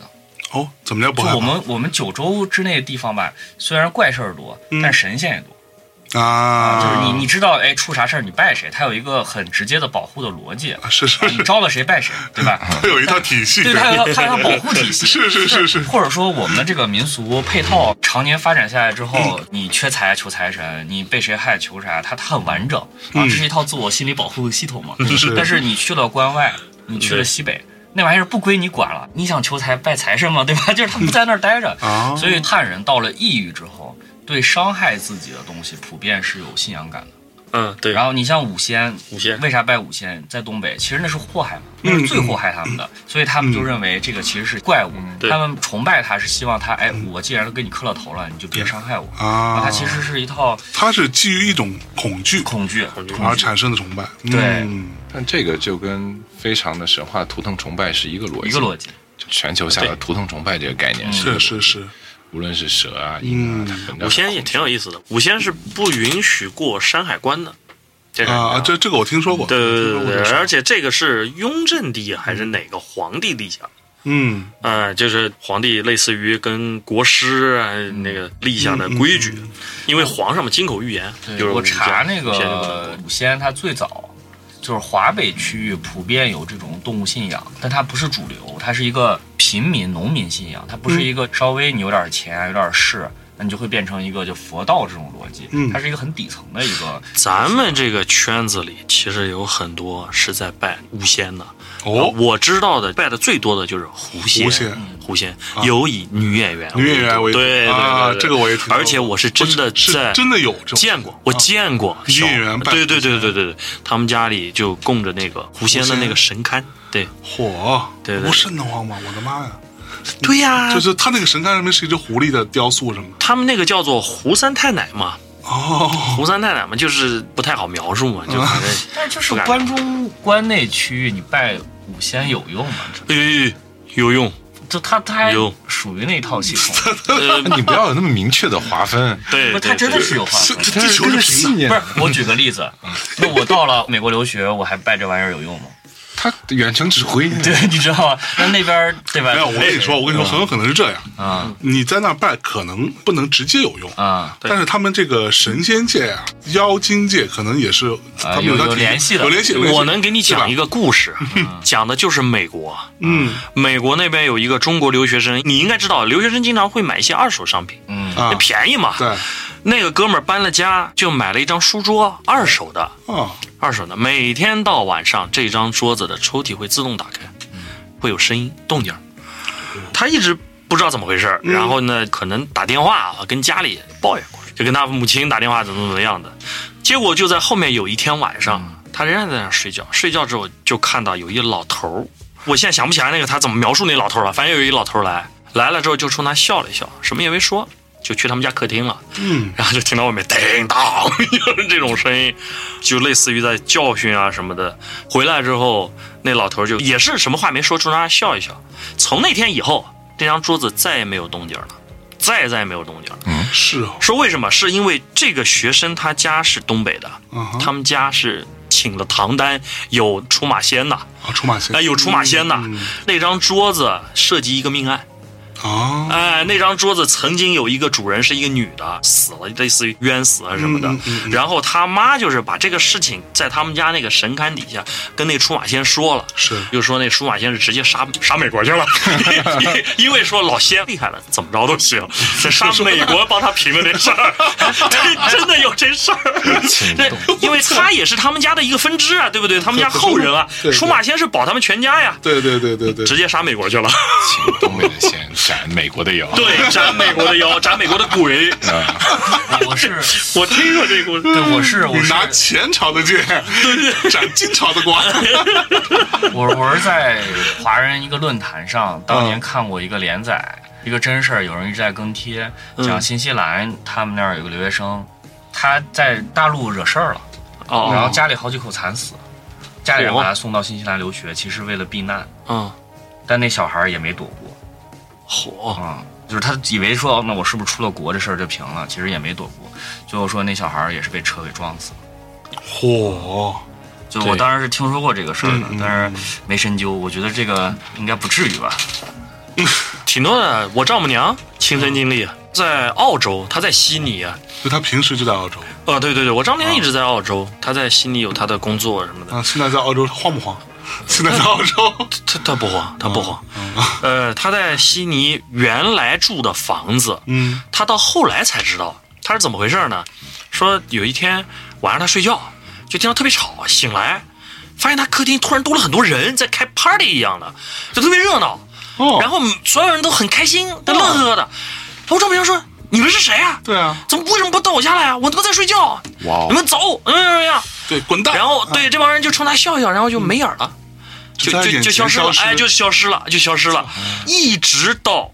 Speaker 1: 哦，怎么叫不
Speaker 4: 就
Speaker 1: 害
Speaker 4: 我们我们九州之内的地方吧，虽然怪事儿多，
Speaker 1: 嗯
Speaker 4: 但神仙也多。
Speaker 1: 怕啊？
Speaker 4: 就是你你知道，哎，出啥事儿你拜谁，它有一个很直接的保护的逻辑。
Speaker 1: 啊是是
Speaker 4: 你
Speaker 1: 是，
Speaker 4: 招了谁拜谁，对吧？
Speaker 1: 它有一套体系，
Speaker 4: 对，它有它有保护体 系。
Speaker 1: 是是是是，
Speaker 4: 或者说，我们的这个民俗配套常年发展下来之
Speaker 1: 嗯
Speaker 4: 后，你缺财求财神，你被谁害求啥，它它很完整啊，这是一套自我心理保护的系统嘛。
Speaker 1: 嗯是
Speaker 4: 但是你去了关外，你去了西北，那玩意儿不归你管了，你想求财拜财神嘛，对吧？ 就是他不在那儿待着
Speaker 1: 啊，
Speaker 4: 所以汉人到了异域之后，对伤害自己的东西普遍是有信仰感的。
Speaker 3: 嗯，对，
Speaker 4: 然后你像五仙，
Speaker 3: 五仙嗯
Speaker 4: 为啥拜五仙？在东北，其实那是祸害嘛，那是最祸害他们的，所以他们就认为这个其实是怪物，
Speaker 3: 嗯对嗯
Speaker 4: 他们崇拜他是希望他，哎，我既然都给你磕了头了，你就别伤害我。
Speaker 1: 啊，
Speaker 4: 它其实是一套
Speaker 1: 它是基于一种恐惧
Speaker 4: 恐惧，恐
Speaker 3: 惧
Speaker 1: 而产生的崇拜，
Speaker 4: 对
Speaker 1: 嗯
Speaker 5: 但这个就跟非常的神话图腾崇拜是一个逻辑，
Speaker 4: 一个逻辑。
Speaker 5: 就全球下的图腾崇拜这个概念是一个
Speaker 1: 嗯是
Speaker 5: 逻
Speaker 1: 是
Speaker 5: 辑，
Speaker 1: 是，
Speaker 5: 无论是蛇啊、鹰啊，它本质
Speaker 3: 五 仙也挺有意思的，五仙是不允许过山海关的，这个
Speaker 1: 啊，这这个我听说过，
Speaker 3: 对对
Speaker 1: 听
Speaker 3: 对
Speaker 1: 说过
Speaker 3: 对
Speaker 1: 这
Speaker 3: 对，
Speaker 1: 事儿
Speaker 3: 而且这个是雍正帝还是哪个皇帝立下？
Speaker 1: 嗯，
Speaker 3: 嗯，就是皇帝类似于跟国师啊那个立下
Speaker 1: 嗯
Speaker 3: 的规矩，因为皇上嘛，金口玉言，就是
Speaker 4: 我
Speaker 3: 五仙
Speaker 4: 查那
Speaker 3: 五仙就不能过
Speaker 4: 个五仙，它最早就是华北区域普遍有这种动物信仰，但它不是主流，它是一个平民农民信仰，它不是一个稍微你有点钱、有点势，那你就会变成一个就佛道这种逻辑，
Speaker 1: 嗯
Speaker 4: 它是一个很底层的一
Speaker 3: 嗯
Speaker 4: 个
Speaker 3: 咱们这个圈子里其实有很多是在拜狐仙的。啊
Speaker 1: 哦，
Speaker 3: 我知道的拜的最多的就是狐仙，嗯
Speaker 1: 狐仙啊
Speaker 3: 狐仙尤以女演员
Speaker 1: 女演员为主
Speaker 3: 对对对
Speaker 1: 啊
Speaker 3: 对
Speaker 1: 这个我也听说过
Speaker 3: 而且我是真的
Speaker 1: 是
Speaker 3: 在
Speaker 1: 真的有这种啊
Speaker 3: 见过，我见过
Speaker 1: 女
Speaker 3: 小
Speaker 1: 演员拜
Speaker 3: 对对
Speaker 1: 狐
Speaker 3: 对
Speaker 1: 仙
Speaker 3: 对对对，他们家里就供着那个狐仙的那个神龛，对
Speaker 1: 嗯火，
Speaker 3: 对对对
Speaker 1: 不瘆得慌吗？我的妈呀！
Speaker 3: 对呀
Speaker 1: 就是他那个神龛上面是一只狐狸的雕塑 什么的。
Speaker 3: 他们那个叫做胡三太奶嘛，
Speaker 1: 哦，
Speaker 3: 胡三太奶嘛，就是不太好描述嘛，就反正。
Speaker 4: 但是就是
Speaker 3: 不敢
Speaker 4: 关中关内区域，你拜五仙有用吗？这
Speaker 3: 哎，有用，
Speaker 4: 就它它还
Speaker 3: 有
Speaker 4: 属于那一套系统，
Speaker 3: 呃，
Speaker 5: 你不要有那么明确的划分，
Speaker 3: 对，
Speaker 4: 不是它
Speaker 3: 对
Speaker 4: 真的是有划
Speaker 1: 这
Speaker 4: 分的。
Speaker 1: 这地球
Speaker 5: 跟着
Speaker 1: 是平
Speaker 5: 信
Speaker 1: 的，
Speaker 5: 念
Speaker 4: 不，是，我举个例子，那我到了美国留学，我还拜这玩意儿有用吗？
Speaker 5: 他远程指挥，
Speaker 4: 对，你知道吗？那那边儿对吧？
Speaker 1: 没有，哎我跟你说，我跟你说，很有可能是这样。
Speaker 4: 啊
Speaker 1: 嗯你在那儿拜，可能不能直接有用，
Speaker 4: 啊，
Speaker 3: 对
Speaker 1: 但是他们这个神仙界啊、妖精界，可能也
Speaker 3: 啊
Speaker 1: 是他们
Speaker 4: 有
Speaker 1: 它
Speaker 4: 有联系的
Speaker 1: 有联系。有联系
Speaker 3: 我能给你讲一，个故事，啊讲的就是美国。啊
Speaker 1: 嗯
Speaker 3: 美国那边有一个中国留学生，你应该知道，留学生经常会买一些二手商品，
Speaker 4: 嗯，
Speaker 1: 啊
Speaker 3: 那，便宜嘛。
Speaker 1: 对
Speaker 3: 那个哥们儿搬了家，就买了一张书桌，二手的，
Speaker 1: 啊，
Speaker 3: 二手的。每天到晚上，这张桌子的抽屉会自动打开，会有声音动静儿。他一直不知道怎么回事儿，然后呢，可能打电话啊跟家里抱怨过，就跟他母亲打电话怎么怎么样的。结果就在后面有一天晚上，他仍然在那儿睡觉，睡觉之后就看到有一老头儿，我现在想不起来那个他怎么描述那老头儿了，反正有一老头儿来来了之后就冲他笑了一笑，什么也没说，就去他们家客厅了。
Speaker 1: 嗯，
Speaker 3: 然后就听到外面叮当，就是这种声音，就类似于在教训啊什么的。回来之后，那老头就也是什么话没说出，让他笑一笑。从那天以后，这张桌子再也没有动静了，再也再也没有动静了。
Speaker 1: 是哦，
Speaker 3: 说为什么？是因为这个学生他家是东北的，
Speaker 1: 啊哈
Speaker 3: 他们家是请了唐丹，有出马仙呐，
Speaker 1: 啊，出马仙
Speaker 3: 哎，有出马仙呐。那张桌子涉及一个命案。
Speaker 1: 啊，
Speaker 3: 哎，那张桌子曾经有一个主人是一个女的，死了，类似于冤死啊什么的。
Speaker 1: 嗯嗯嗯嗯
Speaker 3: 然后他妈就是把这个事情在他们家那个神龛底下跟那出马仙说了。
Speaker 1: 是
Speaker 3: 就说那出马仙是直接杀杀美国 去了，因为说老仙厉害了，怎么着都行，这杀美国帮他平了这事儿，对，真的有这事儿。
Speaker 5: 请
Speaker 3: 对，因为他也是他们家的一个分支啊，对不对？他们家后人啊
Speaker 1: 对，对
Speaker 3: 出马仙是保他们全家呀，
Speaker 1: 对对对对对，
Speaker 3: 直接杀美国 去了。
Speaker 5: 请东北的先斩美国的腰，
Speaker 3: 对，斩美国的腰，斩美国的鬼。
Speaker 4: 我是
Speaker 3: 我听过这故
Speaker 4: 对
Speaker 3: 事，
Speaker 4: 我是我
Speaker 1: 你
Speaker 4: 是
Speaker 1: 拿前朝的 剑斩金朝的瓜，
Speaker 4: 我我是在华人一个论坛上，当年看过一个连载，一个真事儿，有人一直在跟帖，
Speaker 1: 嗯
Speaker 4: 讲新西兰他们那儿有个留学生，他在大陆惹事儿了，然后
Speaker 3: 哦，
Speaker 4: 家里好几口惨死，家里人把他送到新西兰留学，其实为了避难，
Speaker 3: 嗯，
Speaker 4: 但那小孩儿也没躲过，
Speaker 3: 火，
Speaker 4: 啊、就是他以为说，哦那我是不是出了国这事儿就平了？其实也没躲过。最后说那小孩儿也是被车给撞死了。
Speaker 1: 嚯，
Speaker 4: 就我
Speaker 5: 对
Speaker 4: 当然是听说过这个事儿的
Speaker 1: 嗯嗯，
Speaker 4: 但是没深究。我觉得这个应该不至于吧？
Speaker 1: 啊
Speaker 3: 挺多的。我丈母娘亲身经历，啊在澳洲，她在悉尼啊。
Speaker 1: 就他平时就在澳洲
Speaker 3: 啊，对对对，我丈母娘一直在澳洲，她在悉尼有她的工作什么的。
Speaker 1: 啊，现在在澳洲慌不慌？ 现在在澳 洲，
Speaker 3: 她她不慌，她不慌。呃，她在悉尼原来住的房子，
Speaker 1: 嗯
Speaker 3: 她到后来才知道，她是怎么回事呢？说有一天晚上她睡觉，就听到特别吵，醒来发现她客厅突然多了很多人，在开 party 一样的，就特别热闹。
Speaker 1: 哦，
Speaker 3: 然后所有人都很开心，都乐呵呵的。我丈母娘说：“你们是谁啊？
Speaker 1: 对啊，
Speaker 3: 怎么为什么不到我家来啊？我他妈在睡觉，
Speaker 5: 哇哦
Speaker 3: 你们走，嗯嗯呀。
Speaker 1: 对，滚”蛋，
Speaker 3: 然后对这帮人就冲他笑笑，然后就没影儿了，就
Speaker 1: 在
Speaker 3: 就
Speaker 1: 眼
Speaker 3: 就
Speaker 1: 前
Speaker 3: 消失
Speaker 1: 消，
Speaker 3: 了
Speaker 1: 失
Speaker 3: 哎，就消失了，就消失了，一直到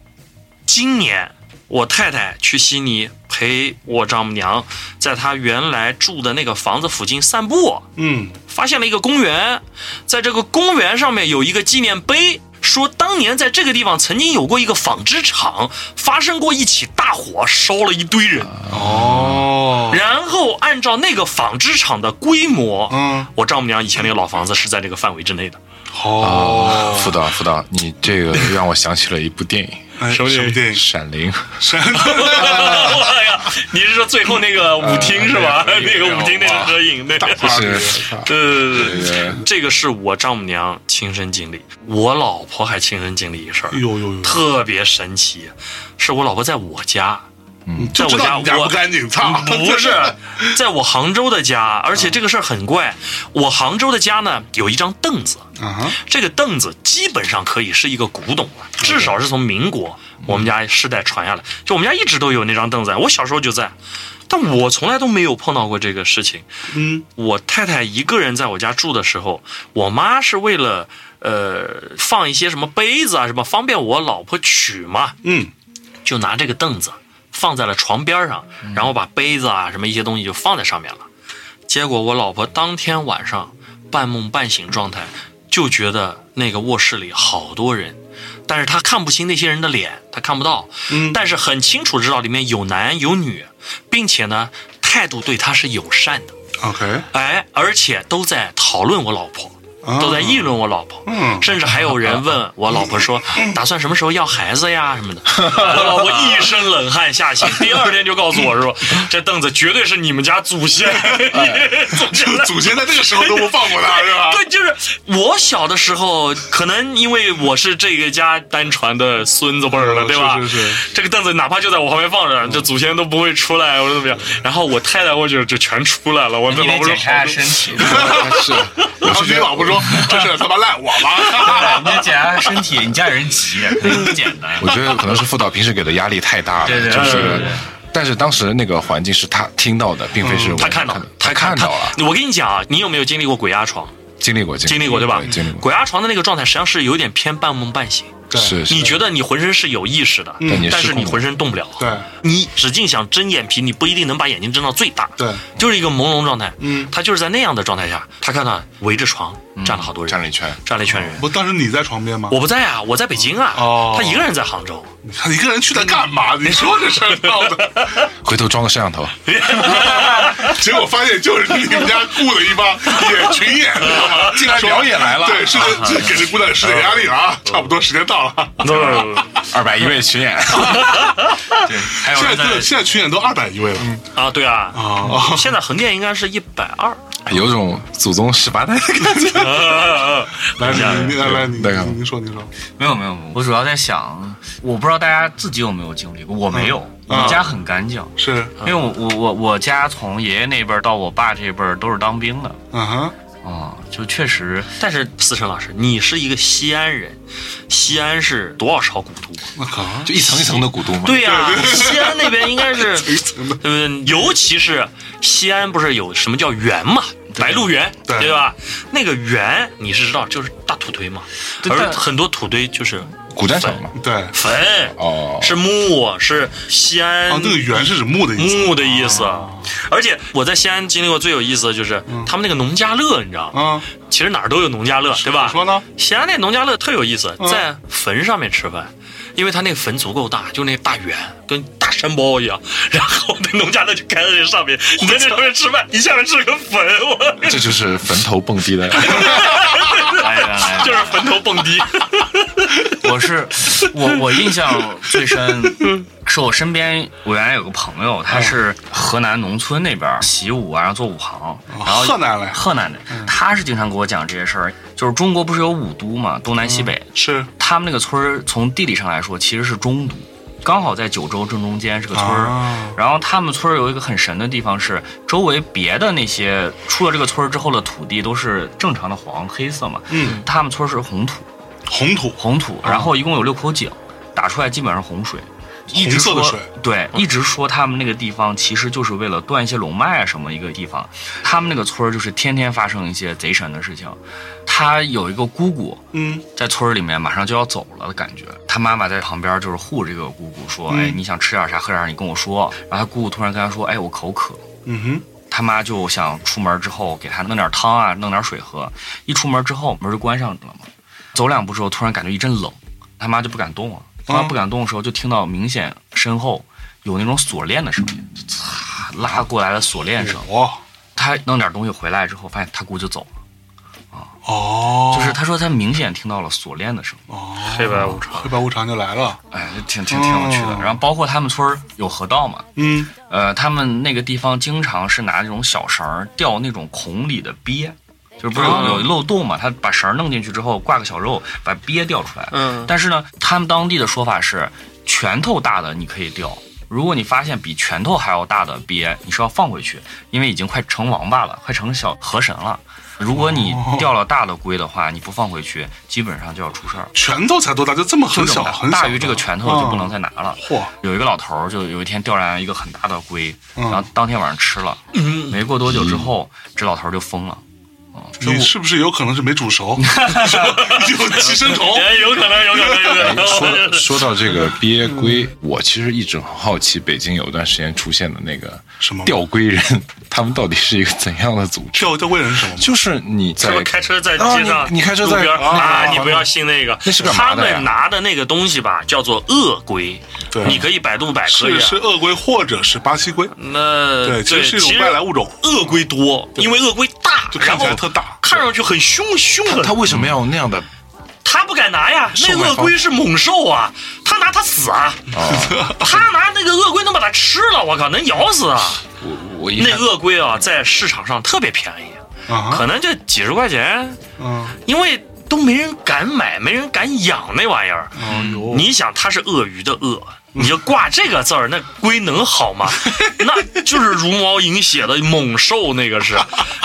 Speaker 3: 今年。我太太去悉尼陪我丈母娘，在她原来住的那个房子附近散步，
Speaker 1: 嗯，
Speaker 3: 发现了一个公园，在这个公园上面有一个纪念碑，说当年在这个地方曾经有过一个纺织厂，发生过一起大火，烧了一堆人。
Speaker 1: 哦，
Speaker 3: 然后按照那个纺织厂的规模，
Speaker 1: 嗯，
Speaker 3: 我丈母娘以前那个老房子是在这个范围之内的。
Speaker 1: 好
Speaker 3: 啊
Speaker 5: 哦，，辅导辅导，你这个让我想起了一部电影
Speaker 1: 哎什么电影
Speaker 5: 《闪灵》，
Speaker 1: 神，
Speaker 3: 哎呀，你是说最后那个舞厅是 吧？
Speaker 5: 呃
Speaker 3: 那个舞厅那个合影，那个
Speaker 5: 就是
Speaker 3: 对对对
Speaker 5: 这个
Speaker 3: 对，啊这个是我丈母娘亲身经历，我老婆还亲身经历一事儿。
Speaker 1: 有有有，
Speaker 3: 特别神奇，是我老婆在我家，
Speaker 1: 嗯
Speaker 3: 在
Speaker 1: 就知
Speaker 3: 我
Speaker 1: 道
Speaker 3: 家
Speaker 1: 你家
Speaker 3: 我
Speaker 1: 不干净，操，
Speaker 3: 不是，在我杭州的家，而且这个事儿很怪。我杭州的家呢，有一张凳子，
Speaker 1: 啊哈，
Speaker 3: 这个凳子基本上可以是一个古董了，至少是从民国我们家世代传下来。就我们家一直都有那张凳子，啊我小时候就在，但我从来都没有碰到过这个事情。
Speaker 1: 嗯，
Speaker 3: 我太太一个人在我家住的时候，我妈是为了呃放一些什么杯子啊什么，方便我老婆取嘛，
Speaker 1: 嗯，
Speaker 3: 就拿这个凳子放在了床边上，然后把杯子啊什么一些东西就放在上面了。结果我老婆当天晚上半梦半醒状态，就觉得那个卧室里好多人，但是她看不清那些人的脸，她看不到，
Speaker 1: 嗯
Speaker 3: 但是很清楚知道里面有男有女，并且呢态度对她是友善的，
Speaker 1: ，OK，
Speaker 3: 哎，而且都在讨论我老婆，
Speaker 1: 啊
Speaker 3: 都在议论我老婆，
Speaker 1: 嗯
Speaker 3: 甚至还有人问我老婆说，打算什么时候要孩子呀 什么的。我老婆一身冷汗下醒，第二天就告诉我说，这凳子绝对是你们家祖先
Speaker 1: 哎
Speaker 3: 祖先的。
Speaker 1: 祖先在这个时候都不放过他，是吧？
Speaker 3: 对，就是我小的时候，可能因为我是这个家单传的孙子辈儿了，
Speaker 1: 嗯
Speaker 3: 对吧？
Speaker 1: 是是是
Speaker 3: 这个凳子哪怕就在我旁边放着，这祖先都不会出来，我说怎么样？然后我太太我就就全出来了，我这
Speaker 4: 你
Speaker 3: 老
Speaker 4: 得
Speaker 3: 婆说
Speaker 4: 检查
Speaker 3: 好
Speaker 4: 一下身体，
Speaker 5: 是， 我
Speaker 1: 然后
Speaker 5: 是
Speaker 1: 你
Speaker 5: 觉得
Speaker 1: 老婆说：“这事儿他妈赖我吧。
Speaker 4: 你得检查一下身体，你家有人急，很简单
Speaker 5: 我。觉得可能是副导平时给的压力太大了，
Speaker 4: 对对
Speaker 5: 就
Speaker 4: 对对
Speaker 5: 是
Speaker 4: 对。
Speaker 5: 但是当时那个环境是他听到的，并非是
Speaker 3: 嗯
Speaker 5: 我
Speaker 3: 他看到
Speaker 5: 的
Speaker 3: 了，
Speaker 5: 他看到了，。
Speaker 3: 他我跟你讲啊，你有没有经历过鬼压床？
Speaker 5: 经历过
Speaker 3: 经历过对吧？
Speaker 5: 经历过，
Speaker 3: 鬼压床的那个状态，实际上是有点偏半梦半醒。
Speaker 1: 对
Speaker 5: 是
Speaker 3: 你
Speaker 5: 是，
Speaker 3: 觉得你浑身是有意识的，
Speaker 5: 但你
Speaker 3: 但是
Speaker 5: 失控
Speaker 3: 你
Speaker 5: 了
Speaker 3: 浑身动不了”。
Speaker 1: 对，
Speaker 3: 你使劲想睁眼皮，你不一定能把眼睛睁到最大。
Speaker 1: 对，
Speaker 3: 就是一个朦胧状态。
Speaker 1: 嗯
Speaker 3: 他就是在那样的状态下，他看到围着床站了好多人，
Speaker 5: 嗯站了一圈，哦
Speaker 3: 站了一圈人。
Speaker 1: 不，当时你在床边吗？
Speaker 3: 我不在啊，我在北京啊。
Speaker 1: 哦
Speaker 3: 他一个人在杭州。
Speaker 1: 他一个人去那干嘛？你说这事儿闹的，
Speaker 5: 回头装个摄像头，
Speaker 1: 结果发现就是你们家雇了一帮演群演，知道吗？进来
Speaker 5: 表演来了
Speaker 1: 对，是这给这姑娘施点压力了啊！差不多时间到了，
Speaker 5: 二百一位群演，
Speaker 4: 对，还有
Speaker 1: 现在
Speaker 4: 人在
Speaker 1: 对现在群演都二百一位了
Speaker 3: 啊，对啊。
Speaker 1: 啊！
Speaker 3: 现在横店应该是一百二。
Speaker 5: 有种祖宗十八代的感觉。
Speaker 1: 来，你你来来，你
Speaker 5: 那个
Speaker 1: 您说您说，
Speaker 4: 没有没有，没有我主要在想，我不知道大家自己有没有经历过，我没有，
Speaker 1: 嗯
Speaker 4: 我家很干净，
Speaker 1: 是
Speaker 4: 因为我我我我家从爷爷那辈儿到我爸这辈儿都是当兵的，
Speaker 1: 嗯哼，
Speaker 4: 啊、就确实
Speaker 3: 但是思成老师，你是一个西安人，西安是多少少古都？
Speaker 1: 我靠，
Speaker 5: 就一层一层的古都嘛。
Speaker 3: 对呀、 西安那边应该是，对不对？尤其是西安，不是有什么叫园嘛，白鹿原，
Speaker 1: 对
Speaker 3: 对吧？那个园你是知道，就是大土堆嘛，
Speaker 4: 对
Speaker 3: 而
Speaker 4: 但
Speaker 3: 很多土堆就是
Speaker 5: 古战场嘛。
Speaker 1: 对，
Speaker 3: 坟，
Speaker 5: 哦，
Speaker 3: 是墓，是西安
Speaker 1: 哦，那个圆是指木的意思
Speaker 3: 墓的意思。而且我在西安经历过最有意思的就是他们那个农家乐，你知道吗？
Speaker 4: 嗯
Speaker 1: 啊，
Speaker 3: 其实哪儿都有农家乐，对
Speaker 1: 怎
Speaker 3: 吧？
Speaker 1: 么说呢？
Speaker 3: 西安那农家乐特有意思，在坟上面吃饭，因为他那个坟足够大，就那大圆，跟大山包一样。然后那农家乐就开在那上面，你在那上面吃饭，一下面是个坟， 我
Speaker 5: 这就是坟头蹦迪的。
Speaker 4: 来来来，
Speaker 3: 就是坟头蹦迪。
Speaker 4: 我是我我印象 最深，是我身边我原来有个朋友，
Speaker 1: 嗯
Speaker 4: 他是河南农村那边儿习武啊，然后做武行，然后
Speaker 1: 哦河南嘞嗯
Speaker 4: 河南的，他是经常给我讲这些事儿。就是中国不是有五都嘛，东南西北，
Speaker 1: 是
Speaker 4: 他们那个村儿从地理上来说其实是中都，刚好在九州正中间是个村儿。
Speaker 1: 啊
Speaker 4: 然后他们村儿有一个很神的地方是，周围别的那些出了这个村儿之后的土地都是正常的黄黑色嘛，
Speaker 1: 嗯，
Speaker 4: 他们村儿是红土，
Speaker 1: 红土，
Speaker 4: 红土，然
Speaker 1: 啊
Speaker 4: 后一共有六口井，打出来基本上是洪水。一直
Speaker 1: 红色
Speaker 4: 说
Speaker 1: 的水嗯
Speaker 4: 对，一直说他们那个地方其实就是为了断一些龙脉啊什么一个地方，他们那个村儿就是天天发生一些贼神的事情。他有一个姑姑，
Speaker 1: 嗯，
Speaker 4: 在村儿里面马上就要走了的感觉。他妈妈在旁边就是护着这个姑姑，说：“
Speaker 1: 嗯
Speaker 4: 哎，你想吃点啥喝点啥，你跟我说。”然后他姑姑突然跟他说：“哎，我口渴。”
Speaker 1: 嗯哼，
Speaker 4: 他妈就想出门之后给他弄点汤啊，弄点水喝。一出门之后门就关上了嘛，走两步之后突然感觉一阵冷，他妈就不敢动了。
Speaker 1: 嗯
Speaker 4: 他妈不敢动的时候，就听到明显身后有那种锁链的声音，就嚓拉过来的锁链声。
Speaker 1: 哇，
Speaker 4: 他弄点东西回来之后，发现他姑就走了。
Speaker 1: 哦，
Speaker 4: 就是他说他明显听到了锁链的声音。
Speaker 3: 黑白无常，
Speaker 1: 黑白无常就来了，
Speaker 4: 哎，这挺挺挺有趣的。
Speaker 1: 哦
Speaker 4: 然后包括他们村儿有河道嘛，
Speaker 1: 嗯，
Speaker 4: 呃，他们那个地方经常是拿那种小绳儿吊那种孔里的鳖，就是不是有有漏洞嘛？他把绳儿弄进去之后挂个小肉，把鳖吊出来。
Speaker 3: 嗯
Speaker 4: 但是呢，他们当地的说法是，拳头大的你可以吊，如果你发现比拳头还要大的鳖，你是要放回去，因为已经快成王八了，快成小河神了。如果你钓了大的龟的话，你不放回去，基本上就要出事儿。
Speaker 1: 拳头才多大？就这么
Speaker 4: 就
Speaker 1: 很
Speaker 4: 这
Speaker 1: 小
Speaker 4: 么大，
Speaker 1: 很小的，
Speaker 4: 大于这个拳头就不能再
Speaker 1: 啊
Speaker 4: 拿了。
Speaker 1: 嚯、
Speaker 4: 有一个老头儿，就有一天钓上一个很大的龟，
Speaker 1: 嗯
Speaker 4: 然后当天晚上吃了，没过多久之后，这老头儿就疯
Speaker 1: 嗯
Speaker 4: 了。
Speaker 1: 你是不是有可能是没煮 熟？ 有寄生虫？
Speaker 3: 哎，有可能，有可能，有可能。
Speaker 5: 哎说 到说到这个鳖龟，我其实一直很好奇，北京有段时间出现的那个
Speaker 1: 什么
Speaker 5: 钓龟人，他们到底是一个怎样的组织？
Speaker 1: 钓钓贵 人是什么吗？
Speaker 5: 就是你
Speaker 3: 他
Speaker 5: 在
Speaker 3: 们开车在街上
Speaker 5: 啊，你你开车在
Speaker 3: 路边儿
Speaker 5: 啊
Speaker 3: 啊，
Speaker 5: 啊
Speaker 3: 你不要信那个，
Speaker 5: 那是干
Speaker 3: 他
Speaker 5: 嘛的呀
Speaker 3: 们拿的那个东西吧，叫做鳄龟，
Speaker 1: 对
Speaker 3: 你可以百度百科
Speaker 1: 是
Speaker 4: 啊
Speaker 3: 一
Speaker 1: 是
Speaker 3: 下。
Speaker 1: 鳄龟或者是巴西龟？
Speaker 4: 呃
Speaker 3: 那
Speaker 1: 对，其
Speaker 3: 其
Speaker 1: 实是一种外来物种。
Speaker 3: 鳄龟多，因为鳄龟大，
Speaker 1: 就看起来
Speaker 3: 然后
Speaker 1: 特大
Speaker 3: 看上去很凶凶狠。
Speaker 5: 他为什么要有那样的？
Speaker 3: 他不敢拿呀，那
Speaker 5: 售卖
Speaker 3: 鳄
Speaker 5: 方
Speaker 3: 龟是猛兽啊，他拿他死啊， 他拿那个鳄龟能把它吃了，我靠，能咬死啊！
Speaker 5: 我我一
Speaker 3: 那
Speaker 5: 看
Speaker 3: 鳄龟啊，在市场上特别便宜，可
Speaker 1: 啊，
Speaker 3: 能就几十块钱，
Speaker 1: 嗯，
Speaker 3: 因为都没人敢买，没人敢养那玩意儿。
Speaker 1: 哎呦，
Speaker 3: 你想，它是鳄鱼的鳄。你就挂这个字儿，那龟能好吗？那就是茹毛饮血的猛兽，那个是。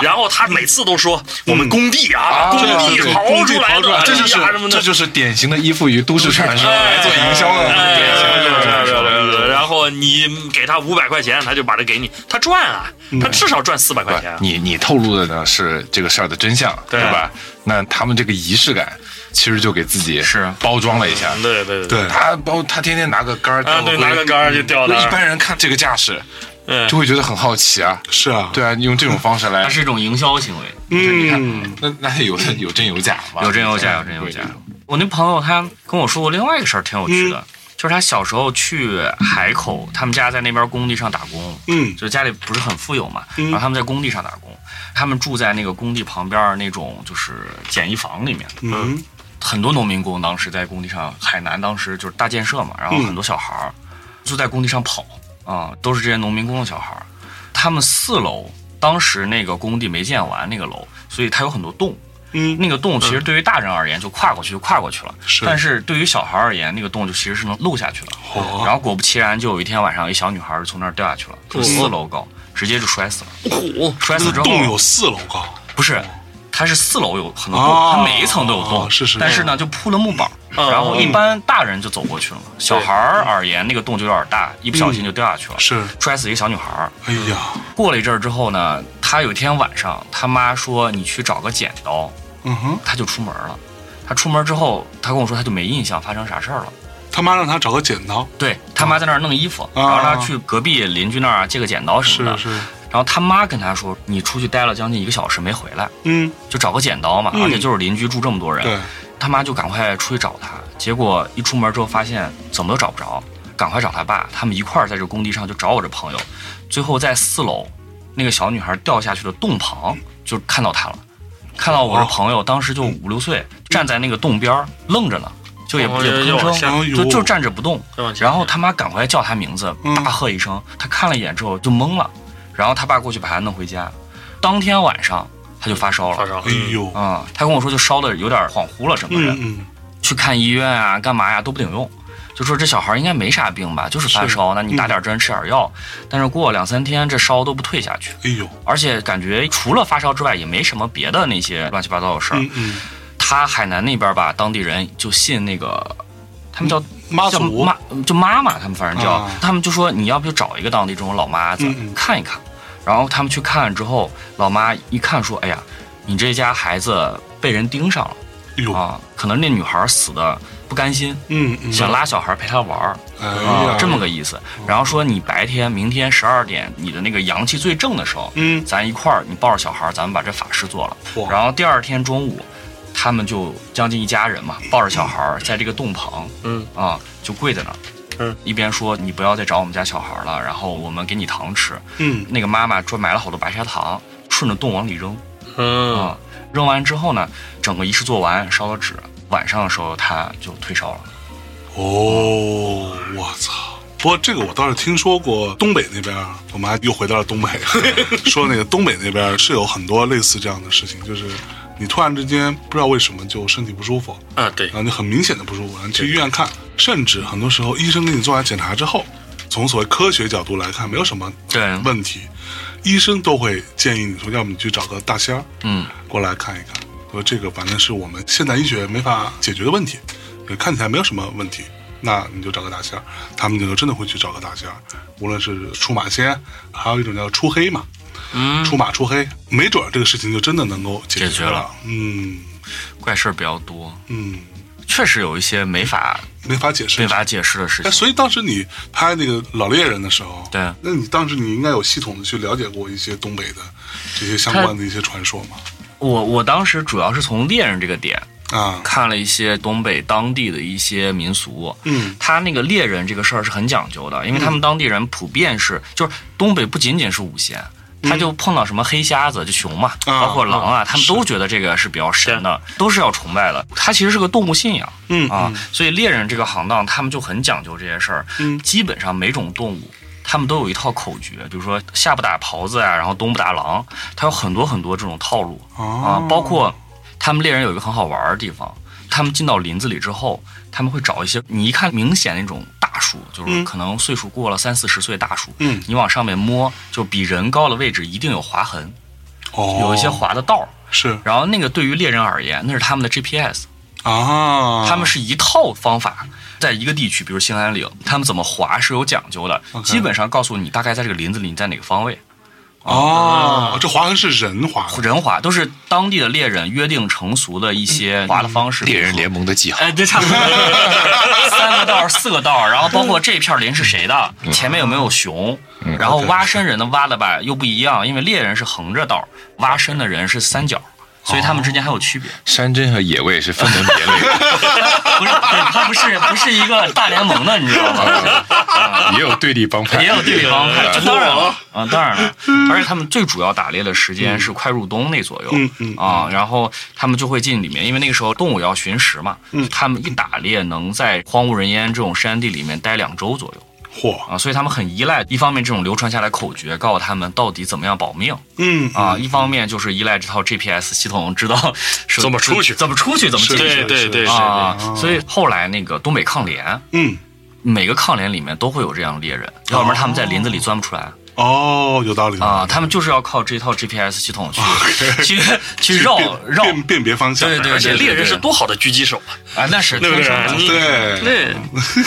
Speaker 3: 然后他每次都说我们工地啊，
Speaker 5: 啊
Speaker 3: 工
Speaker 1: 对
Speaker 3: 地
Speaker 1: 对
Speaker 3: 刨
Speaker 1: 工地
Speaker 3: 出来
Speaker 1: 刨出
Speaker 3: 的，
Speaker 1: 来
Speaker 5: 这就是
Speaker 3: 哎呀什么的
Speaker 5: 这就是典型的依附于都市传说来 做营销的
Speaker 3: 哎
Speaker 5: 典型的都市传
Speaker 3: 对
Speaker 5: 说。
Speaker 3: 对对对然后你给他五百块钱，他就把它给你，他赚啊，他至少赚四百块钱啊
Speaker 5: 不，。你你透露的呢是这个事儿的真相，
Speaker 3: 对
Speaker 5: 对吧？那他们这个仪式感，其实就给自己
Speaker 4: 是
Speaker 5: 包装了一下。
Speaker 3: 对对
Speaker 1: 对
Speaker 5: 他包他天天拿个杆儿
Speaker 3: 嗯啊，
Speaker 5: 钓
Speaker 3: 对，
Speaker 5: 个龟
Speaker 3: 拿个杆儿就掉那
Speaker 5: 那一
Speaker 3: 儿，
Speaker 5: 般人看这个架势，
Speaker 3: 嗯
Speaker 5: 就会觉得很好奇啊。
Speaker 1: 是啊，
Speaker 5: 对啊，用这种方式来
Speaker 4: 它，是一种营销行为，
Speaker 1: 嗯，
Speaker 5: 那那有有真有假吧？
Speaker 4: 有真有假，有真有假。我那朋友他跟我说过另外一个事儿，挺有趣的，
Speaker 1: 嗯
Speaker 4: 就是他小时候去海口，他们家在那边工地上打工，
Speaker 1: 嗯
Speaker 4: 就家里不是很富有嘛，然后他们在工地上打工，他们住在那个工地旁边儿那种就是简易房里面，
Speaker 1: 嗯，
Speaker 4: 很多农民工当时在工地上，海南当时就是大建设嘛，
Speaker 1: 嗯
Speaker 4: 然后很多小孩儿就在工地上跑啊、都是这些农民工的小孩儿。他们四楼当时那个工地没建完那个楼，所以它有很多洞。
Speaker 1: 嗯
Speaker 4: 那个洞其实对于大人而言就跨过去就跨过去了，
Speaker 1: 是
Speaker 4: 但是对于小孩而言，那个洞就其实是能漏下去了。
Speaker 1: 哦
Speaker 4: 然后果不其然，就有一天晚上，一小女孩儿就从那儿掉下去了，就四楼高，直接就摔死了。
Speaker 3: 虎
Speaker 4: 摔死之后，
Speaker 1: 洞有四楼高，
Speaker 4: 不是，它是四楼有很多
Speaker 1: 哦
Speaker 4: 洞，它每一层都有洞，
Speaker 1: 哦是是
Speaker 4: 但是呢，就铺了木板儿，
Speaker 3: 嗯
Speaker 4: 然后一般大人就走过去了嘛，小孩儿而言，那个洞就有点大，一不小心就掉下去了，
Speaker 1: 是
Speaker 4: 摔死一个小女孩儿。
Speaker 1: 哎呀，
Speaker 4: 过了一阵儿之后呢，他有一天晚上，他妈说你去找个剪刀，
Speaker 1: 嗯哼，
Speaker 4: 他就出门了。他出门之后，他跟我说他就没印象发生啥事儿了。
Speaker 1: 他妈让他找个剪刀，
Speaker 4: 对他妈在那儿弄衣服，然后让他去隔壁邻居那儿借个剪刀什么
Speaker 1: 哦是
Speaker 4: 的。
Speaker 1: 是，
Speaker 4: 然后他妈跟他说，你出去待了将近一个小时没回来，
Speaker 1: 嗯，
Speaker 4: 就找个剪刀嘛，
Speaker 1: 嗯
Speaker 4: 而且就是邻居住这么多人，
Speaker 1: 对，
Speaker 4: 他妈就赶快出去找他，结果一出门之后发现怎么都找不着，赶快找他爸，他们一块儿在这工地上就找我这朋友，最后在四楼那个小女孩掉下去的洞旁就看到他了，看到我这朋友当时就五六岁，站在那个洞边儿愣着呢，就也不
Speaker 3: 哦
Speaker 4: 也
Speaker 3: 要
Speaker 4: 不
Speaker 3: 往
Speaker 4: 吭
Speaker 3: 下
Speaker 1: 哎
Speaker 4: 声，
Speaker 1: 呦
Speaker 4: 就就站着不动
Speaker 3: 再往，前
Speaker 4: 然后他妈赶快叫他名字
Speaker 1: 嗯，
Speaker 4: 大喝一声，他看了一眼之后就懵了，然后他爸过去把他弄回家，当天晚上他就发烧了，
Speaker 3: 发烧，
Speaker 1: 哎呦，
Speaker 4: 啊、他跟我说就烧的有点恍惚了，整个人、
Speaker 1: 嗯嗯，
Speaker 4: 去看医院啊，干嘛呀都不顶用，就说这小孩应该没啥病吧，就是发烧，那你打点针吃点药，但是过两三天这烧都不退下去，
Speaker 1: 哎呦，
Speaker 4: 而且感觉除了发烧之外也没什么别的那些乱七八糟的事儿。
Speaker 1: 嗯嗯，
Speaker 4: 他海南那边吧，当地人就信那个，他们叫。
Speaker 1: 妈
Speaker 4: 叫
Speaker 1: 祖
Speaker 4: 妈，就妈妈，他们反正叫，
Speaker 1: 啊
Speaker 4: 他们就说你要不就找一个当地这种老妈子、
Speaker 1: 嗯嗯
Speaker 4: 看一看，然后他们去看之后，老妈一看说，哎呀，你这家孩子被人盯上了
Speaker 1: 哎呦，
Speaker 4: 啊，可能那女孩死的不甘心，
Speaker 1: 嗯嗯，
Speaker 4: 想，拉小孩陪她玩儿、
Speaker 1: 哎
Speaker 4: 啊
Speaker 1: 呀，，嗯
Speaker 4: 这么，个意思，然后说你白天明天十二点你的那个阳气最正的时候，
Speaker 1: 嗯，
Speaker 4: 咱一块儿，你抱着小孩儿，咱们把这法事做了
Speaker 1: 哇。
Speaker 4: 然后第二天中午，他们就将近一家人嘛，
Speaker 1: 嗯
Speaker 4: 抱着小孩儿在这个洞旁，
Speaker 3: 嗯
Speaker 4: 啊，就跪在那儿，
Speaker 3: 嗯，
Speaker 4: 一边说你不要再找我们家小孩儿了，然后我们给你糖吃。
Speaker 1: 嗯
Speaker 4: 那个妈妈说买了好多白砂糖，顺着洞往里扔，
Speaker 3: 嗯，
Speaker 4: 啊，扔完之后呢，整个仪式做完，烧了纸，晚上的时候他就退烧了。
Speaker 1: 哦，我操！不过这个我倒是听说过，东北那边儿，我们还又回到了东北， 说那个东北那边儿是有很多类似这样的事情，就是你突然之间不知道为什么就身体不舒服，
Speaker 3: 啊对
Speaker 1: 然，后你很明显的不舒服，然后去医院看，甚至很多时候医生给你做完检查之后，从所谓科学角度来看，没有什么
Speaker 4: 对
Speaker 1: 问题。医生都会建议你说，要么你去找个大仙儿，
Speaker 4: 嗯，
Speaker 1: 过来看一看。说这个反正是我们现代医学没法解决的问题，也看起来没有什么问题。那你就找个大仙儿，他们就真的会去找个大仙儿，无论是出马仙，还有一种叫出黑嘛，
Speaker 4: 嗯，
Speaker 1: 出马出黑，没准儿这个事情就真的能够解
Speaker 4: 解决
Speaker 1: 了。
Speaker 4: 了
Speaker 1: 嗯
Speaker 4: 怪事儿比较多，
Speaker 1: 嗯，
Speaker 4: 确实有一些没法
Speaker 1: 没法解释
Speaker 4: 没。法解释的事
Speaker 1: 哎，
Speaker 4: 情。
Speaker 1: 所以当时你拍那个老猎人的时候，
Speaker 4: 对
Speaker 1: 那你当时你应该有系统的去了解过一些东北的这些相关的一些传说嘛？
Speaker 4: 我我当时主要是从猎人这个点
Speaker 1: 啊，
Speaker 4: 看了一些东北当地的一些民俗。
Speaker 1: 嗯
Speaker 4: 他那个猎人这个事儿是很讲究的，因为他们当地人普遍是，就是东北不仅仅是五仙，他就碰到什么黑瞎子、就熊嘛，
Speaker 1: 啊
Speaker 4: 包括狼嗯啊，他们都觉得这个是比较神的，都是要崇拜的。它其实是个动物信仰
Speaker 1: 嗯
Speaker 4: 啊
Speaker 1: 嗯，
Speaker 4: 所以猎人这个行当他们就很讲究这些事儿
Speaker 1: 嗯，
Speaker 4: 基本上每种动物。他们都有一套口诀，比如说下不打狍子呀、然后东不打狼，它有很多很多这种套路。啊
Speaker 1: 哦，
Speaker 4: 包括他们猎人有一个很好玩儿的地方，他们进到林子里之后，他们会找一些你一看明显那种大树，就是
Speaker 1: 嗯
Speaker 4: 可能岁数过了三四十岁大树，
Speaker 1: 嗯
Speaker 4: 你往上面摸，就比人高的位置一定有划痕，
Speaker 1: 哦，
Speaker 4: 有一些划的道儿。
Speaker 1: 是
Speaker 4: 然后那个对于猎人而言，那是他们的 GPS，
Speaker 1: 啊，
Speaker 4: 他们是一套方法。在一个地区，比如兴安岭，他们怎么划是有讲究的
Speaker 1: OK
Speaker 4: 基本上告诉你大概在这个林子里你在哪个方位。啊
Speaker 1: 哦，这划痕是人划的，
Speaker 4: 人划都是当地的猎人约定成熟的一
Speaker 1: 嗯
Speaker 4: 些划的方式。
Speaker 5: 猎人联盟的记号，
Speaker 4: 哎，对，差不多， 三个道儿四个道儿，然后包括这片林是谁的，
Speaker 5: 嗯
Speaker 4: 前面有没有熊，然后挖深人的挖的吧又不一样，因为猎人是横着道儿，挖深的人是三角。所以他们之间还有区别，
Speaker 5: 山珍和野味是分门别类的，
Speaker 4: 不是，对它不是不是一个大联盟的，你知道 吗？
Speaker 5: 啊也有对立帮派，
Speaker 4: 也有地理帮 派，这
Speaker 5: 对
Speaker 4: 当然了啊，当然了。而且他们最主要打猎的时间是快入冬那左右，
Speaker 1: 嗯嗯
Speaker 4: 啊，然后他们就会进里面，因为那个时候动物要寻食嘛，他们一打猎能在荒无人烟这种山地里面待两周左右。
Speaker 1: 嚯，
Speaker 4: 啊，所以他们很依赖，一方面这种流传下来口诀告诉他们到底怎么样保命
Speaker 1: 嗯
Speaker 4: 啊，一方面就是依赖这套 GPS 系统知道是
Speaker 3: 怎么出去
Speaker 4: 怎么出去，怎么进
Speaker 1: 是
Speaker 4: 去
Speaker 3: 对对对，是
Speaker 4: 啊。所以后来那个东北抗联，
Speaker 1: 嗯，
Speaker 4: 每个抗联里面都会有这样的猎人，要不然他们在林子里钻不出来
Speaker 1: 哦，有道理
Speaker 4: 啊，他们就是要靠这套 GPS 系统去去去绕
Speaker 1: 辨
Speaker 4: 绕
Speaker 1: 辨辨别方向，啊
Speaker 4: 对对
Speaker 3: 而且
Speaker 4: 对对
Speaker 3: 猎人
Speaker 4: 对
Speaker 3: 是多好的狙击手啊！
Speaker 4: 啊，那是
Speaker 3: 对不
Speaker 4: 天
Speaker 3: 对
Speaker 4: 生的
Speaker 1: 嗯
Speaker 3: 你
Speaker 1: 对，
Speaker 3: 对，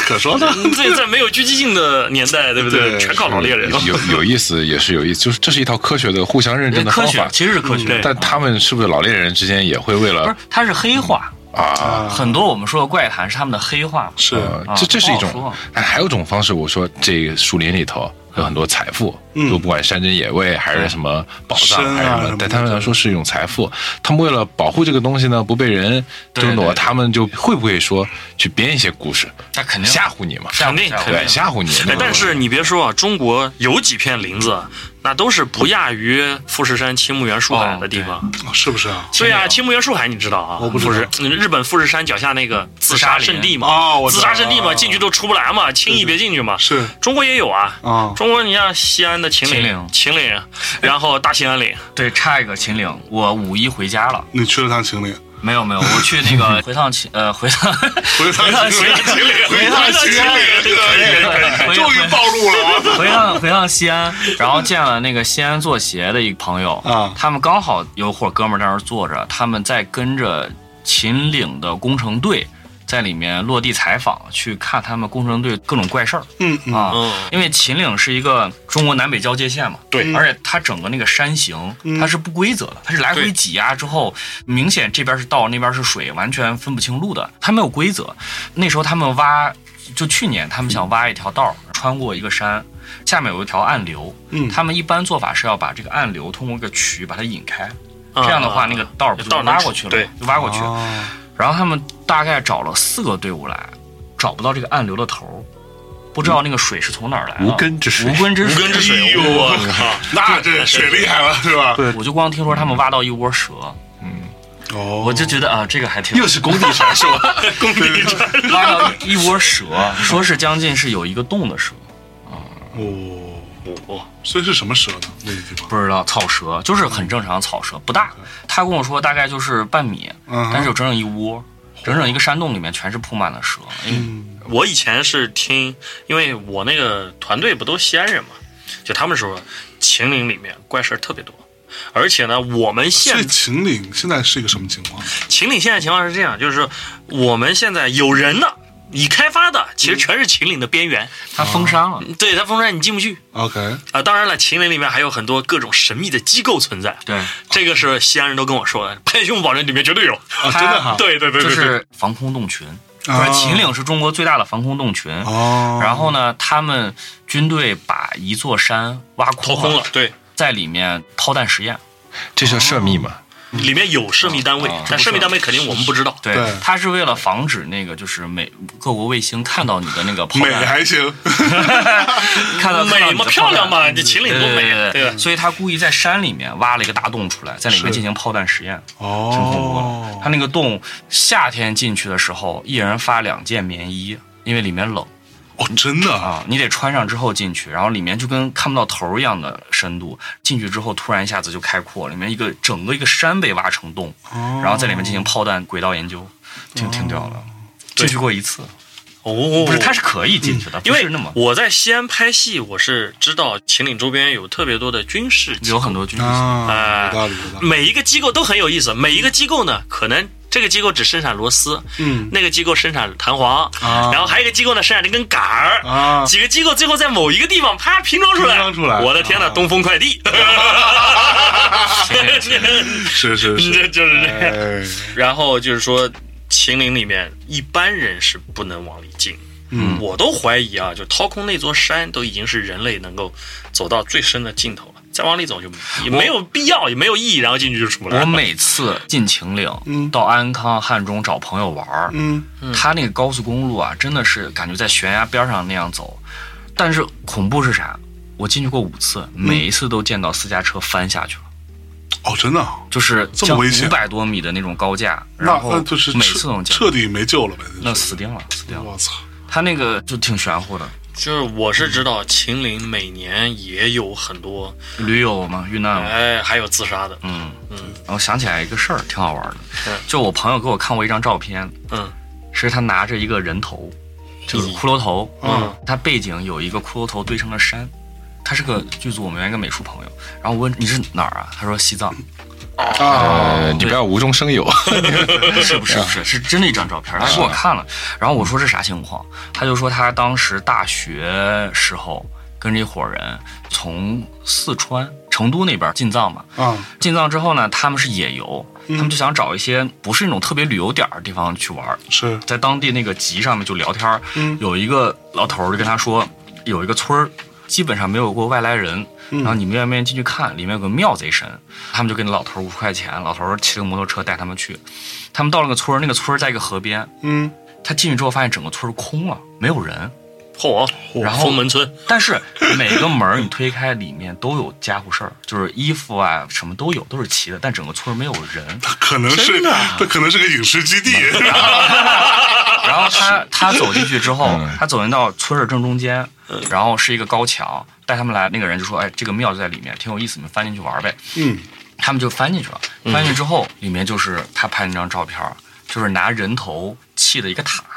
Speaker 1: 可说呢，
Speaker 4: 嗯
Speaker 3: 这嗯在没有狙击镜的年代，对不对？
Speaker 1: 对
Speaker 3: 全靠老猎人了。
Speaker 5: 有有意思，也是有意思，就是这是一套科学的互相认证的
Speaker 4: 科
Speaker 5: 方
Speaker 4: 学
Speaker 5: 法。
Speaker 4: 其实是科学
Speaker 3: 对，
Speaker 5: 但他们是不是老猎人之间也会为
Speaker 4: 不是
Speaker 5: 了
Speaker 4: 它是黑化，
Speaker 5: 啊？
Speaker 1: 啊
Speaker 4: 很多我们说的怪谈是他们的黑化嘛。
Speaker 1: 是
Speaker 5: 呃
Speaker 4: 啊
Speaker 5: 这这是
Speaker 4: 不
Speaker 5: 一
Speaker 4: 好
Speaker 5: 种
Speaker 4: 说，
Speaker 5: 哎，还有一种方式，我说这个树林里头有很多财富，
Speaker 1: 嗯
Speaker 5: 就不管山珍野味还是什么宝藏
Speaker 1: 参啊
Speaker 5: 还是什
Speaker 1: 什么
Speaker 5: 么
Speaker 1: 的，
Speaker 5: 对他们来说是一种财富。他们为了保护这个东西呢，不被人
Speaker 4: 对
Speaker 5: 争夺，
Speaker 4: 对对
Speaker 5: 他们就会不会说去编一些故事
Speaker 4: 那肯定
Speaker 5: 吓唬你嘛？
Speaker 3: 肯定肯定
Speaker 5: 对，吓唬你。那
Speaker 3: 哎
Speaker 5: 种，
Speaker 3: 但是你别说啊，中国有几片林子，啊那都是不亚于富士山、青木原、树海的地方。
Speaker 4: 嗯
Speaker 1: 是不是啊？
Speaker 3: 对啊，青木原树海你知道啊？
Speaker 1: 我不知道
Speaker 3: 富士嗯日本富士山脚下那个自杀
Speaker 4: 自杀林
Speaker 3: 圣地嘛，
Speaker 1: 哦，我知
Speaker 3: 自
Speaker 1: 道
Speaker 3: 杀圣地嘛，进去都出不来嘛，轻易别进去嘛。
Speaker 1: 是
Speaker 3: 中国也有啊，
Speaker 1: 啊，
Speaker 3: 中国你像西安的秦
Speaker 4: 秦
Speaker 3: 岭
Speaker 4: 岭、
Speaker 3: 秦岭，然后大兴安岭，
Speaker 4: 对，差一个秦岭，我五一回家了，
Speaker 1: 你去了趟秦岭，
Speaker 4: 没有没有，我去那个回趟秦呃回趟
Speaker 1: 回趟
Speaker 4: 回
Speaker 1: 岭
Speaker 4: 趟，秦岭
Speaker 1: 回趟
Speaker 4: 回趟
Speaker 1: 秦
Speaker 4: 秦
Speaker 1: 岭
Speaker 4: 岭
Speaker 1: 可以，可以可 以，终于暴露了
Speaker 4: 回趟 回趟西安，然后见了那个西安做鞋的一个朋友
Speaker 1: 啊
Speaker 4: 他们刚好有伙哥们儿在那儿坐着，他们在跟着秦岭的工程队在里面落地采访，去看他们工程队各种怪事儿。
Speaker 1: 嗯嗯
Speaker 4: 啊，
Speaker 3: 嗯
Speaker 4: 因为秦岭是一个中国南北交界线嘛，
Speaker 1: 嗯
Speaker 3: 对
Speaker 4: 而且它整个那个山形它是不规则的，它是来回
Speaker 3: 对
Speaker 4: 挤压之后，明显这边是道，那边是水，完全分不清路的，它没有规则。那时候他们挖，就去年他们想挖一条道儿，穿过一个山，下面有一条暗流，
Speaker 1: 嗯
Speaker 4: 他们一般做法是要把这个暗流通过一个渠把它引开，
Speaker 3: 啊
Speaker 4: 这样的话那个道儿不
Speaker 3: 道
Speaker 4: 就
Speaker 3: 儿能
Speaker 4: 挖
Speaker 3: 出
Speaker 4: 过去了，
Speaker 3: 对，
Speaker 4: 就挖过去。
Speaker 1: 哦
Speaker 4: 然后他们大概找了四个队伍来，找不到这个暗流的头儿，不知道那个水是从哪儿来的。
Speaker 5: 无根之水
Speaker 4: 无根之
Speaker 3: 无
Speaker 4: 水，
Speaker 3: 根之
Speaker 1: 哎
Speaker 3: 水，
Speaker 1: 呦
Speaker 3: 我靠！
Speaker 1: 那这水厉害了是吧？
Speaker 4: 我就光听说他们挖到一窝蛇，
Speaker 1: 哦，
Speaker 4: 我就觉得啊，这个还挺
Speaker 5: 是工地 传说，
Speaker 1: 工地上
Speaker 4: 挖到一窝蛇，说是将近是有一个洞的蛇，
Speaker 1: 哦，
Speaker 3: 我
Speaker 1: 所以是什么蛇呢？那个地方
Speaker 4: 不知道草蛇，就是很正常的草蛇，不大。他跟我说大概就是半米，
Speaker 1: 嗯哼
Speaker 5: 啊
Speaker 1: 嗯
Speaker 4: 但是有整整一窝，整整一个山洞里面全是铺满了蛇，因为
Speaker 3: 我以前是听，因为我那个团队不都西安人嘛，就他们说秦岭里面怪事儿特别多，而且呢，我们现
Speaker 1: 所以秦岭现在是一个什么情况？
Speaker 3: 秦岭现在情况是这样，就是我们现在有人的已开发的，其实全是秦岭的边缘，
Speaker 5: 啊
Speaker 4: 它封山
Speaker 5: 嗯
Speaker 4: 了，
Speaker 3: 对它封山你进不去
Speaker 1: OK，
Speaker 3: 啊、当然了，秦岭里面还有很多各种神秘的机构存在，
Speaker 4: 对，
Speaker 3: 这个是西安人都跟我说的， 拍胸保证里面绝对有。
Speaker 1: 啊，真的哈，
Speaker 3: 对对对
Speaker 4: 就
Speaker 3: 对对，
Speaker 4: 是防空洞群。
Speaker 1: 啊
Speaker 4: 说秦岭是中国最大的防空洞群，
Speaker 1: 哦，
Speaker 4: 然后呢，他们军队把一座山挖空
Speaker 3: 掏空了，，对，
Speaker 4: 在里面炮弹实验。
Speaker 5: 这是涉密嘛？
Speaker 3: 里面有涉密单位，但涉密单位肯定我们不知道。
Speaker 4: 对
Speaker 1: 对，
Speaker 4: 它是为了防止那个就是美各国卫星看到你的那个炮
Speaker 1: 美
Speaker 4: 弹，
Speaker 1: 还行，
Speaker 4: 看到看到
Speaker 3: 美
Speaker 4: 你
Speaker 3: 嘛，
Speaker 4: 的
Speaker 3: 漂
Speaker 4: 炮
Speaker 3: 亮
Speaker 4: 弹。
Speaker 3: 嘛，这秦岭
Speaker 4: 对
Speaker 3: 多美
Speaker 4: 对
Speaker 3: 啊，
Speaker 4: 对
Speaker 3: 吧？
Speaker 4: 所以他故意在山里面挖了一个大洞出来，在里面
Speaker 1: 是
Speaker 4: 进行炮弹实验，挺恐怖的。
Speaker 1: 哦
Speaker 4: 他，那个洞夏天进去的时候，一人发两件棉衣，因为里面冷
Speaker 1: 哦，真的啊，
Speaker 4: 啊，你得穿上之后进去，然后里面就跟看不到头儿一样的深度，进去之后突然一下子就开阔，里面一个整个一个山被挖成洞，然后在里面进行炮弹轨道研究，挺挺屌的。进去过一次，
Speaker 3: 哦，
Speaker 4: 不是，它是可以进去的，
Speaker 3: 因
Speaker 4: 不
Speaker 3: 为
Speaker 4: 是那么
Speaker 3: 我在西安拍戏，我是知道秦岭周边有特别多的军事机
Speaker 4: 有
Speaker 3: 构，
Speaker 4: 很多军事
Speaker 1: 啊，
Speaker 3: 哎
Speaker 1: 有道理，有道理，
Speaker 3: 每一个机构都很有意思。每一个机构呢，可能这个机构只生产螺丝，
Speaker 1: 嗯
Speaker 3: 那个机构生产弹簧，
Speaker 1: 啊
Speaker 3: 然后还有一个机构呢生产这根杆儿。
Speaker 1: 啊，
Speaker 3: 几个机构最后在某一个地方啪拼装出来，
Speaker 1: 拼装出来
Speaker 3: 我的天呐，
Speaker 1: 啊
Speaker 3: 东风快递，
Speaker 1: 是是
Speaker 3: 这
Speaker 1: 是，
Speaker 3: 就是这样。
Speaker 1: 哎，
Speaker 3: 然后就是说，秦岭里面一般人是不能往里进。
Speaker 1: 嗯，
Speaker 3: 我都怀疑啊，就掏空那座山都已经是人类能够走到最深的尽头了，再往里走就也没有必要，也没有意义，然后进去就出不来
Speaker 4: 我
Speaker 3: 了。
Speaker 4: 每次进秦岭，
Speaker 1: 嗯
Speaker 4: 到安康、汉中找朋友玩儿，
Speaker 1: 嗯，
Speaker 4: 它那个高速公路啊，真的是感觉在悬崖边上那样走。但是恐怖是啥？我进去过五次，每一次都见到私家车翻下去了，
Speaker 1: 哦，真的啊，
Speaker 4: 就是
Speaker 1: 这么
Speaker 4: 将
Speaker 1: 危险
Speaker 4: 五百多米的那种高架，
Speaker 1: 那
Speaker 4: 然后
Speaker 1: 那就是
Speaker 4: 每
Speaker 1: 彻
Speaker 4: 次都能见到，啊
Speaker 1: 彻底没救了呗，
Speaker 4: 那
Speaker 1: 就
Speaker 4: 死定了，死定
Speaker 1: 是，
Speaker 4: 了。
Speaker 1: 我操，
Speaker 4: 它那个就挺玄乎的，
Speaker 3: 就是我是知道秦岭每年也有很多，
Speaker 4: 驴友嘛，遇难嘛。
Speaker 3: 哎，还有自杀的，
Speaker 4: 嗯，然后想起来一个事儿，挺好玩的
Speaker 3: 嗯。
Speaker 4: 就我朋友给我看过一张照片，
Speaker 3: 嗯，
Speaker 4: 是他拿着一个人头，就是骷髅头，
Speaker 1: 嗯，
Speaker 4: 他背景有一个骷髅头堆成了山。他是个剧组我们原来一个美术朋友，然后我问你是哪儿啊？他说西藏，
Speaker 1: 啊
Speaker 5: 呃，你
Speaker 4: 对
Speaker 5: 不要无中生有。
Speaker 4: 是不是？不是，是啊真的一张照片。他给我看了，然后我说这啥情况？他就说他当时大学时候跟着一伙人从四川成都那边进藏嘛，
Speaker 1: 啊，
Speaker 4: 进藏之后呢，他们是野游，他们就想找一些不是那种特别旅游点儿的地方去玩儿，
Speaker 1: 是，
Speaker 4: 在当地那个集上面就聊天儿。
Speaker 1: 嗯
Speaker 4: 有一个老头儿就跟他说，有一个村儿基本上没有过外来人，然后你们愿不愿意进去看？里面有个庙贼神，他们就给那老头儿五十块钱，老头儿骑个摩托车带他们去。他们到了个村儿，那个村儿在一个河边，
Speaker 1: 嗯，
Speaker 4: 他进去之后发现整个村儿空了，没有人。
Speaker 3: 嚯，
Speaker 4: 然后
Speaker 3: 封门村，
Speaker 4: 但是每个门儿你推开，里面都有家伙事儿，就是衣服啊什么都有，都是齐的，但整个村儿没有人。
Speaker 1: 可能是，这可能是个影视基地，
Speaker 4: 然后他他走进去之后，他走进到村儿正中间，然后是一个高墙，带他们来那个人就说：“哎，这个庙就在里面，挺有意思，你们翻进去玩呗。
Speaker 1: 嗯，”
Speaker 4: 他们就翻进去了，翻进去之后，里面就是他拍那张照片儿，就是拿人头砌的一个塔。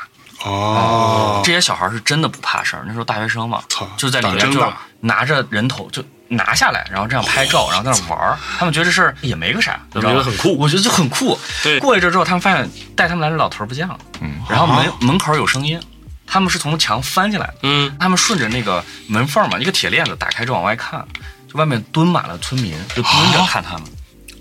Speaker 1: 哦，
Speaker 4: 这些小孩是真的不怕事儿，那时候大学生嘛
Speaker 1: 操，
Speaker 4: 就在里
Speaker 1: 胆
Speaker 4: 面
Speaker 1: 儿
Speaker 4: 就
Speaker 1: 真大
Speaker 4: 拿着人头就拿下来，然后这样拍照，然后在那 玩儿。他们觉得这事儿也没个啥，你知道
Speaker 3: 觉
Speaker 4: 吗
Speaker 3: 得很酷
Speaker 4: 我觉得就很酷。
Speaker 3: 对
Speaker 4: 过一阵之后，他们发现带他们来的老头儿不见了，嗯，然后门门口有声音，他们是从墙翻进来的，
Speaker 3: 嗯，
Speaker 4: 他们顺着那个门缝嘛，一个铁链子打开就往外看，就外面蹲满了村民，就蹲着看他们。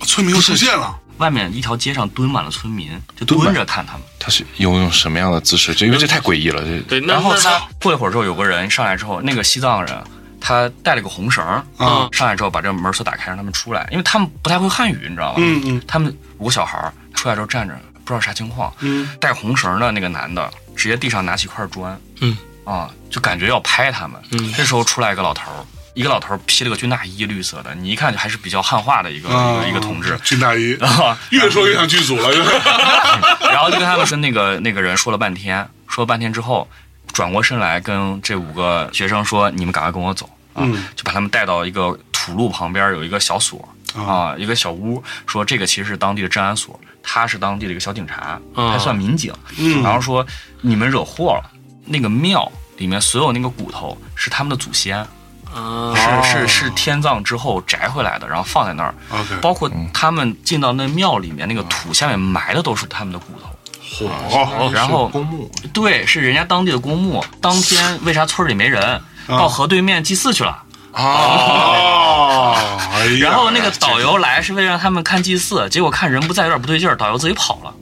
Speaker 1: 村民又出现了，
Speaker 4: 外面一条街上蹲满了村民，就蹲着看他们。
Speaker 5: 他是用用什么样的姿势？这因为这太诡异了。这
Speaker 3: 对，那
Speaker 4: 然后
Speaker 3: 那
Speaker 4: 他过一会儿之后，有个人上来之后，那个西藏人他带了个红绳儿，
Speaker 1: 啊
Speaker 4: 上来之后把这门锁打开，让他们出来，因为他们不太会汉语，你知道吧？
Speaker 1: 嗯嗯，
Speaker 4: 他们五个小孩儿出来之后站着，不知道啥情况。
Speaker 1: 嗯，
Speaker 4: 带红绳儿的那个男的直接地上拿起一块砖，
Speaker 3: 嗯，
Speaker 4: 啊，就感觉要拍他们。
Speaker 3: 嗯
Speaker 4: 这时候出来一个老头儿。一个老头儿披了个军大衣，绿色的，你一看就还是比较汉化的一个、一
Speaker 1: 啊，
Speaker 4: 个一个同志。
Speaker 1: 军大衣，
Speaker 4: 啊，
Speaker 1: 越说越像剧组了，
Speaker 4: 然后就跟他们跟那个那个人说了半天，说了半天之后，转过身来跟这五个学生说：“你们赶快跟我走。”啊，
Speaker 1: 嗯
Speaker 4: 就把他们带到一个土路旁边有一个小所
Speaker 1: 啊
Speaker 4: 啊，一个小屋，说这个其实是当地的治安所，他是当地的一个小警察，
Speaker 3: 啊
Speaker 4: 还算民警。
Speaker 1: 嗯
Speaker 4: 然后说你们惹祸了。那个庙里面所有那个骨头是他们的祖先，
Speaker 3: 嗯
Speaker 1: 哦
Speaker 4: 是是是天葬之后摘回来的，然后放在那儿。
Speaker 1: OK，
Speaker 4: 包括他们进到那庙里面，那个
Speaker 1: 嗯
Speaker 4: 土下面埋的都是他们的骨头。
Speaker 1: 火
Speaker 4: 哦然后
Speaker 5: 是公墓
Speaker 4: 对，是人家当地的公墓。当天为啥村里没人？到河对面祭祀去了。
Speaker 1: 哦，哎呀
Speaker 4: 然后那个导游来是为了让他们看祭祀，结果看人不在有点不对劲儿，导游自己跑了。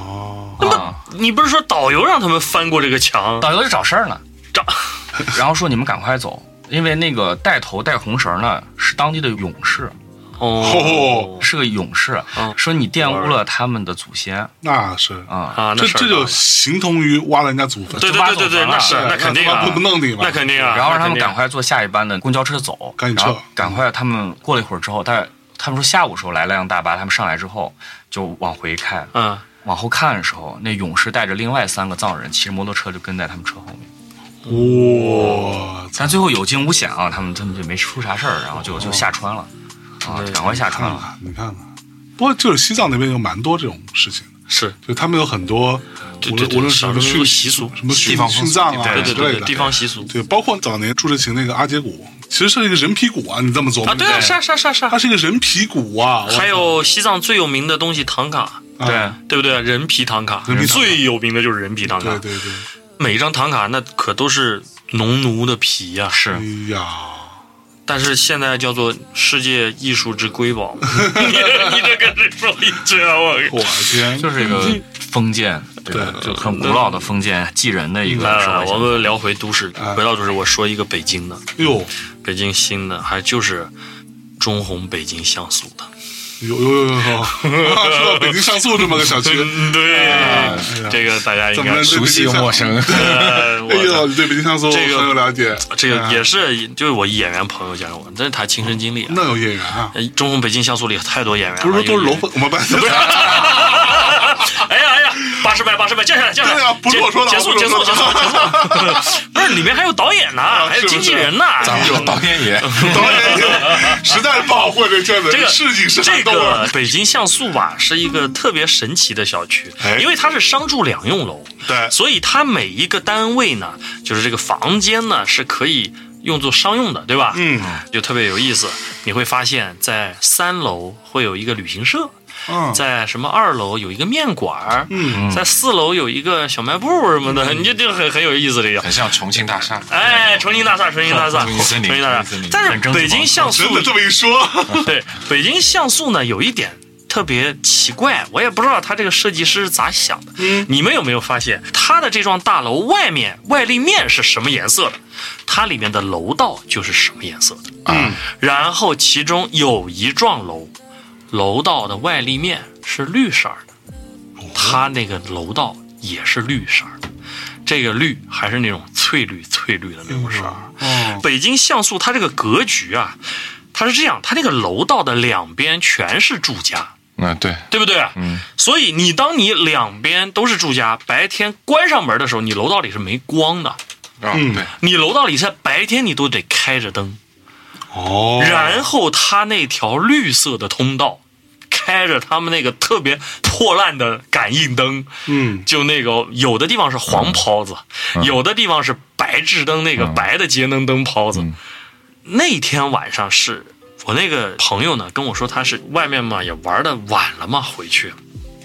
Speaker 1: 哦，
Speaker 3: 那
Speaker 4: 啊
Speaker 3: 么你不是说导游让他们翻过这个墙？
Speaker 4: 导游在找事儿呢，
Speaker 3: 找，
Speaker 4: 然后说你们赶快走，因为那个带头带红绳呢是当地的勇士，
Speaker 1: 哦
Speaker 4: 是个勇士，
Speaker 3: 嗯
Speaker 4: 说你玷污了他们的祖先
Speaker 1: 那是，
Speaker 4: 啊。
Speaker 3: 啊，那
Speaker 1: 这
Speaker 3: 事儿
Speaker 1: 这
Speaker 3: 大
Speaker 1: 就
Speaker 3: 了
Speaker 1: 形同于挖了人家祖坟，
Speaker 3: 对对对对对，那是
Speaker 1: 对
Speaker 3: 那肯定
Speaker 1: 他妈
Speaker 3: 啊，
Speaker 1: 不不弄你吗？
Speaker 3: 那肯定啊，
Speaker 4: 然后让他
Speaker 3: 那肯
Speaker 4: 们
Speaker 3: 定
Speaker 4: 赶快坐下一班的公交车走，
Speaker 1: 赶紧
Speaker 4: 然后
Speaker 1: 撤
Speaker 4: 赶快。他们过了一会儿之后，但他们说下午时候来了辆大巴，他们上来之后就往回开，
Speaker 3: 嗯，
Speaker 4: 往后看的时候，那勇士带着另外三个藏人骑着摩托车就跟在他们车后面。
Speaker 1: 哇，
Speaker 4: 但最后有惊无险啊，他们他们就没出啥事儿，然后就就下川了，啊，赶快下川
Speaker 1: 看
Speaker 4: 了。
Speaker 1: 看你看看，不过就是西藏那边有蛮多这种事情的，
Speaker 3: 是
Speaker 1: 就他们有很多，
Speaker 3: 对
Speaker 1: 无论
Speaker 3: 对
Speaker 1: 无论是
Speaker 3: 少
Speaker 1: 什么
Speaker 3: 数
Speaker 1: 殉
Speaker 3: 习俗
Speaker 1: 什么殉
Speaker 5: 地方
Speaker 1: 殉葬啊
Speaker 5: 风俗
Speaker 3: 对
Speaker 1: 之
Speaker 3: 对
Speaker 1: 类
Speaker 3: 对，
Speaker 1: 的
Speaker 3: 地方习俗
Speaker 1: 对，包括早年朱志勤那个阿杰古，其实是一个人皮骨啊，你这么琢磨
Speaker 3: 啊，对啊，是啊是啊是啊是啊
Speaker 1: 它，是一个人皮骨啊，
Speaker 3: 还有西藏最有名的东西唐卡，
Speaker 1: 啊
Speaker 4: 对，
Speaker 3: 对不对？人皮唐卡
Speaker 1: 人皮，唐卡
Speaker 3: 最有名的就是人皮唐
Speaker 1: 对
Speaker 3: 卡，
Speaker 1: 对对，
Speaker 3: 每一张唐卡那可都是农奴的皮呀。
Speaker 1: 哎
Speaker 4: 是，
Speaker 1: 呀，
Speaker 3: 但是现在叫做世界艺术之瑰 宝，你你这跟谁说一句啊？我
Speaker 1: 我天，
Speaker 4: 就是一个封建，对
Speaker 1: 对
Speaker 4: 就很古老的封建祭人的一个社
Speaker 3: 来
Speaker 4: 会
Speaker 3: 来，嗯呃我
Speaker 4: 形态。
Speaker 3: 们聊回都市，
Speaker 1: 啊
Speaker 3: 回到都市，我说一个北京的，
Speaker 1: 哟，
Speaker 3: 北京新的，还就是中红北京像素的。
Speaker 1: 有有有有 有，啊说到北京上塑这么个小区，
Speaker 3: 嗯，对，这个大家应该
Speaker 1: 啊怎
Speaker 3: 熟
Speaker 1: 么
Speaker 5: 熟悉又陌生，
Speaker 3: 呃 我
Speaker 1: 哎呦，你对北京上塑很
Speaker 3: 这个
Speaker 1: 有了解，
Speaker 3: 这个
Speaker 1: 哎
Speaker 3: 也是，就是我演员朋友讲给我，这是他亲身经历啊。
Speaker 1: 那有演员啊，
Speaker 3: 呃中红北京像素里有太多演员了，
Speaker 1: 不是说都是
Speaker 3: 有
Speaker 1: 楼。粉， 我们班的，
Speaker 3: 啊哎呀哎呀，八十迈八十迈，降下来降下来！
Speaker 1: 对哎呀不是我说的
Speaker 3: 结结束
Speaker 1: 不是
Speaker 3: 结
Speaker 1: 我
Speaker 3: 束
Speaker 1: 说
Speaker 3: 结束结束！ 不是，里面还有导演呢，还有
Speaker 1: 是不是
Speaker 3: 经纪人呢。
Speaker 5: 咱们导演也
Speaker 1: 导演也实在是不好混这圈子，
Speaker 3: 这个
Speaker 1: 市井是
Speaker 3: 这
Speaker 1: 寒冬啊
Speaker 3: 个北京像素吧，是一个特别神奇的小区
Speaker 1: 哎，
Speaker 3: 因为它是商住两用楼，
Speaker 1: 对
Speaker 3: 所以它每一个单位呢，就是这个房间呢是可以用作商用的，对吧？
Speaker 1: 嗯，
Speaker 3: 就特别有意思。你会发现在三楼会有一个旅行社，
Speaker 1: 嗯，
Speaker 3: 在什么二楼有一个面馆儿，
Speaker 1: 嗯，
Speaker 3: 在四楼有一个小卖部什么的，你这这个很很有意思这个。
Speaker 5: 很像重庆大厦。
Speaker 3: 哎，重庆大厦，重庆大厦，
Speaker 5: 重庆森林
Speaker 3: 重庆大
Speaker 5: 重庆森
Speaker 3: 厦
Speaker 5: 林。
Speaker 3: 但
Speaker 4: 很
Speaker 3: 是
Speaker 4: 蒸汽
Speaker 3: 北
Speaker 4: 朋
Speaker 3: 京
Speaker 4: 克
Speaker 3: 像素
Speaker 1: 真的这么一说，
Speaker 3: 对，北京像素呢有一点特别奇怪，我也不知道他这个设计师是咋想的。嗯，你们有没有发现它的这幢大楼外面外立面是什么颜色的？它里面的楼道就是什么颜色的？啊
Speaker 5: 嗯，
Speaker 3: 然后其中有一幢楼，楼道的外立面是绿色儿的，它那个楼道也是绿色儿的，这个绿还是那种翠绿翠绿的
Speaker 1: 嗯
Speaker 3: 那种色儿。
Speaker 1: 哦，
Speaker 3: 北京像素它这个格局啊，它是这样，它那个楼道的两边全是住家，
Speaker 5: 嗯，对，
Speaker 3: 对不对？嗯。所以你当你两边都是住家，白天关上门的时候，你楼道里是没光的，
Speaker 5: 啊，
Speaker 1: 嗯
Speaker 5: 对，
Speaker 3: 你楼道里在白天你都得开着灯，
Speaker 1: 哦，
Speaker 3: 然后它那条绿色的通道。开着他们那个特别破烂的感应灯，
Speaker 1: 嗯，
Speaker 3: 就那个有的地方是黄袍子，有的地方是白炽灯那个白的节能灯泡子。那天晚上是我那个朋友呢跟我说，他是外面嘛也玩的晚了嘛，回去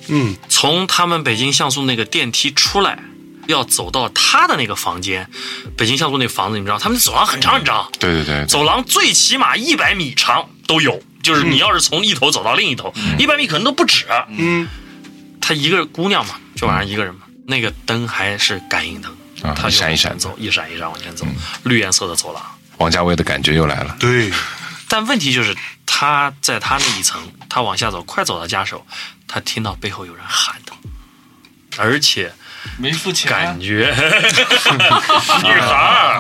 Speaker 1: 嗯，
Speaker 3: 从他们北京像素那个电梯出来。要走到他的那个房间，北京像素那房子，你知道，他们走廊很长很长，
Speaker 5: 对对对，
Speaker 3: 走廊最起码一百米长都有，就是
Speaker 5: 嗯
Speaker 3: 你要是从一头走到另一头，一百、米可能都不止。
Speaker 1: 嗯，
Speaker 3: 她一个姑娘嘛，就晚上一个人嘛，那个灯还是感应灯，
Speaker 5: 嗯啊
Speaker 3: 她就
Speaker 5: 一闪一闪嗯
Speaker 3: 往前走，一闪一闪往前走，绿颜色的走廊。
Speaker 5: 王家卫的感觉又来了。
Speaker 1: 对，
Speaker 3: 但问题就是，她在她那一层，她往下走，快走到家时候，她听到背后有人喊她，而且
Speaker 4: 没付钱
Speaker 3: 感觉女孩儿，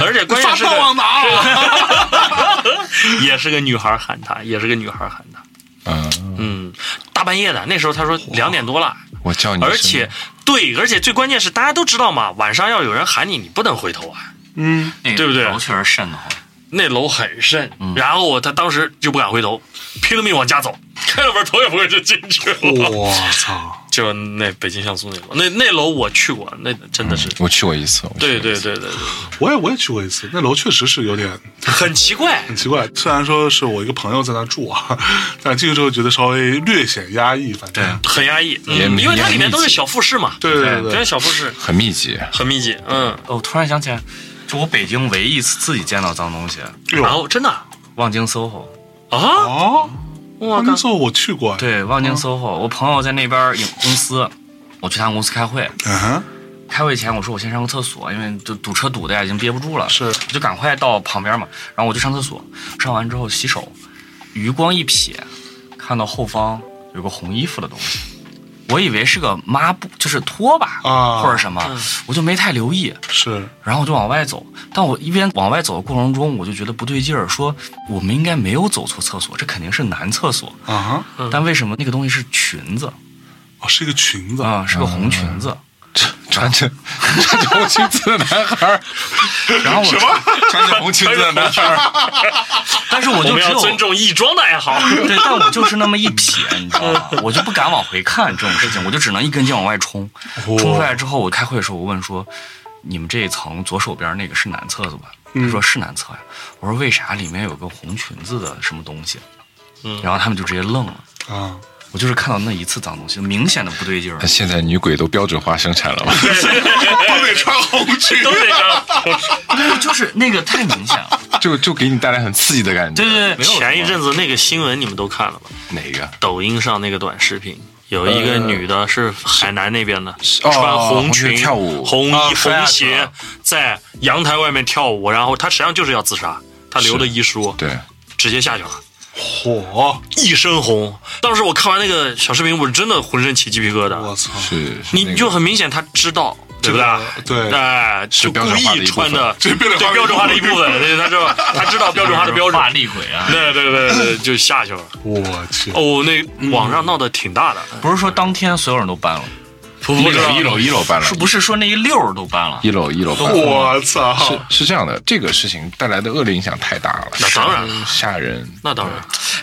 Speaker 3: 而且关键
Speaker 1: 发
Speaker 3: 是
Speaker 1: 票
Speaker 3: 个
Speaker 1: 往哪啊？
Speaker 3: 也是个女孩儿喊她，也是个女孩儿喊她。
Speaker 5: 嗯，
Speaker 3: 嗯，大半夜的，那时候她说两点多了，
Speaker 5: 我叫你一声，
Speaker 3: 而且对，而且最关键是大家都知道嘛，晚上要有人喊你，你不能回头啊。
Speaker 1: 嗯，
Speaker 4: 那个
Speaker 3: 对不对
Speaker 4: 楼确实瘆得慌。
Speaker 3: 那楼很深，然后我他当时就不敢回头，拼了命往家走， 开了门头也不回是进去了。
Speaker 1: 我操！
Speaker 3: 就那北京像素那楼，那那楼我去过，那真的是，
Speaker 5: 我去过一次，我去过
Speaker 3: 对
Speaker 5: 一
Speaker 3: 对
Speaker 5: 次，
Speaker 3: 对对对，
Speaker 1: 我也我也去过一次，那楼确实是有点
Speaker 3: 很奇怪，
Speaker 1: 很奇怪。虽然说是我一个朋友在那住啊，但进去之后觉得稍微略显压抑，反正
Speaker 3: 很压抑，
Speaker 5: 也
Speaker 3: 嗯，因为它里面都是小复式嘛，
Speaker 1: 对对
Speaker 3: 全是
Speaker 1: 对，
Speaker 3: 小复式，
Speaker 5: 很密集。
Speaker 3: 很密集，嗯，
Speaker 4: 哦，我突然想起来，就我北京唯一一次自己见到脏东西，
Speaker 1: 哎呦
Speaker 3: 然后真的啊
Speaker 4: 望京 SOHO。
Speaker 3: 啊，
Speaker 1: 哦，
Speaker 3: 我
Speaker 1: 那
Speaker 3: 靠
Speaker 1: 时，候我去过，，
Speaker 4: 对，望京 SOHO，、我朋友在那边有公司，我去他们公司开会，
Speaker 1: 嗯哼，
Speaker 4: 开会前我说我先上个厕所，因为就堵车堵的呀，已经憋不住了，
Speaker 1: 是
Speaker 4: 我就赶快到旁边嘛，然后我就上厕所，上完之后洗手，余光一瞥，看到后方有个红衣服的东西，我以为是个抹布，就是拖把
Speaker 1: 啊
Speaker 4: 或者什么，
Speaker 3: 嗯
Speaker 4: 我就没太留意，
Speaker 1: 是
Speaker 4: 然后我就往外走，但我一边往外走的过程中，我就觉得不对劲儿，说我们应该没有走错厕所，这肯定是男厕所，
Speaker 1: 啊哈，
Speaker 3: 嗯
Speaker 4: 但为什么那个东西是裙子
Speaker 1: 哦，是一个裙子，
Speaker 4: 啊、是个
Speaker 3: 嗯
Speaker 4: 红裙 子？
Speaker 5: 穿着 穿着红裙子的男孩儿，
Speaker 4: 然后我，
Speaker 5: 穿着红裙子的男孩儿，
Speaker 4: 但是我
Speaker 3: 我
Speaker 4: 就
Speaker 3: 们
Speaker 4: 只
Speaker 3: 要
Speaker 4: 有
Speaker 3: 尊重亦庄的爱好，
Speaker 4: 对，但我就是那么一瞥，你知道吗？我就不敢往回看这种事情，我就只能一根筋往外冲。
Speaker 3: 哦
Speaker 4: 冲出来之后，我开会的时候，我问说：“你们这一层左手边那个是男厕所吧？”他
Speaker 3: 嗯
Speaker 4: 说：“是男厕呀。”我说：“为啥里面有个红裙子的什么东西？”啊
Speaker 3: 嗯
Speaker 4: 然后他们就直接愣了。
Speaker 1: 啊，
Speaker 4: 我就是看到那一次脏东西，明显的不对劲儿
Speaker 3: 哎
Speaker 5: 那。现在女鬼都标准化生产了吧？
Speaker 1: 都得穿红裙
Speaker 3: 都得这 样。
Speaker 4: 对，就是那个太明显了。
Speaker 5: 就就给你带来很刺激的感觉。
Speaker 4: 对对对，
Speaker 3: 前一阵子那个新闻你们都看了吧？
Speaker 5: 哪个？
Speaker 3: 抖音上那个短视频，有一个女的是海南那边的，穿红
Speaker 5: 红
Speaker 3: 裙
Speaker 5: 裙跳舞
Speaker 3: 红衣、
Speaker 1: 啊
Speaker 3: 红
Speaker 1: flag
Speaker 3: 鞋
Speaker 1: 啊，
Speaker 3: 在阳台外面跳舞，然后她实际上就是要自杀，她留的遗书
Speaker 5: 对，
Speaker 3: 直接下去了。
Speaker 1: 火，
Speaker 3: 一身红，当时我看完那个小视频，我真的浑身起鸡皮疙
Speaker 1: 我
Speaker 3: 瘩。
Speaker 1: 操，
Speaker 5: 是是那
Speaker 3: 你
Speaker 5: 个
Speaker 3: 就很明显，她知道，对不对？
Speaker 1: 对
Speaker 3: 哎，就故意穿的，
Speaker 1: 是标准
Speaker 3: 对标准化
Speaker 1: 化
Speaker 3: 的
Speaker 1: 的
Speaker 3: 一
Speaker 1: 一
Speaker 3: 部分，对，她知道，她知 道标准化的标准
Speaker 4: 画。厉鬼啊！
Speaker 3: 对对对对，就下去了。
Speaker 1: 我去，
Speaker 3: 哦，那网上闹得挺大的，
Speaker 4: 不是说当天所有人都搬了，
Speaker 3: 不
Speaker 5: 一
Speaker 3: 不知道
Speaker 5: 楼一楼一楼搬了
Speaker 4: 是，不是说那一溜儿都搬了？
Speaker 5: 一楼一楼搬了。
Speaker 1: 我操，
Speaker 5: 是是这样的，这个事情带来的恶劣影响太大了，
Speaker 3: 那当然了
Speaker 5: 吓人。
Speaker 3: 那当然，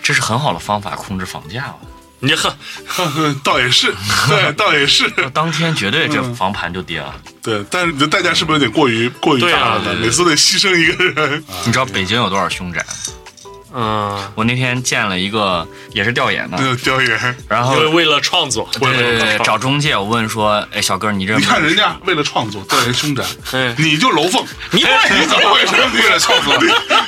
Speaker 4: 这是很好的方法控制房价了。
Speaker 3: 你呵，
Speaker 1: 倒也是，对，倒也是，
Speaker 4: 当天绝对这房盘就跌了。
Speaker 1: 对，但是你的代价是不是有点过于过于
Speaker 3: 对
Speaker 1: 大
Speaker 3: 啊
Speaker 1: 了呢？每次都得牺牲一个人，
Speaker 4: 你知道北京有多少凶宅？
Speaker 3: 嗯，
Speaker 4: 我那天见了一个也是调研的
Speaker 1: 那，个雕爷，
Speaker 4: 然后
Speaker 3: 因为为了创作，
Speaker 4: 对对对
Speaker 3: 了
Speaker 4: 找，中介，我问说，哎，小哥你这
Speaker 1: 你看人家为了创 作调研凶宅，
Speaker 3: 哎
Speaker 1: 你就 楼缝，
Speaker 3: 你
Speaker 1: 你怎么回事？你为了创 作，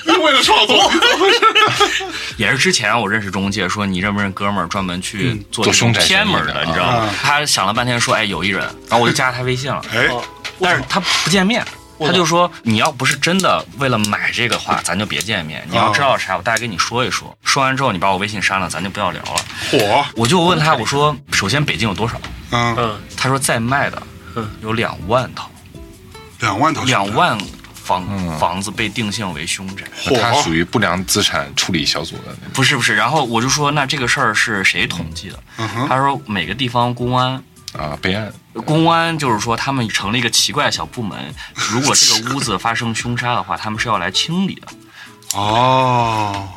Speaker 1: 你为了创作，你怎么回事？
Speaker 4: 也是之前我认识中介说你认不认哥们儿专门去做
Speaker 5: 做
Speaker 4: 这
Speaker 5: 凶
Speaker 4: 种
Speaker 5: 宅
Speaker 4: 偏门
Speaker 5: 生
Speaker 4: 的，
Speaker 5: 意的
Speaker 4: 你知道吗
Speaker 1: 啊？
Speaker 4: 他想了半天说，哎，有一人，然后我就加他微信了，
Speaker 1: 哎，
Speaker 4: 但是他不见面。他就说：“你要不是真的为了买这个话，咱就别见面。你要知道啥，我大概跟你说一说。说完之后，你把我微信删了，咱就不要聊了。
Speaker 1: 火，”
Speaker 4: 我就问他，我说：“首先北京有多少
Speaker 1: 嗯，
Speaker 3: 嗯，？”
Speaker 4: 他说：“在卖的
Speaker 3: 嗯
Speaker 4: 有两万套。”
Speaker 1: 两万套，
Speaker 4: 两，万房、
Speaker 5: 嗯
Speaker 4: 房子被定性为凶宅，
Speaker 1: 火，
Speaker 5: 它属于不良资产处理小组的那
Speaker 4: 不是不是。然后我就说，那这个事儿是谁统计的？
Speaker 1: 嗯哼，
Speaker 4: 他说每个地方公安。
Speaker 5: 个啊备案，
Speaker 4: 公安就是说，他们成立一个奇怪的小部门，如果这个屋子发生凶杀的话，他们是要来清理的，
Speaker 1: 哦，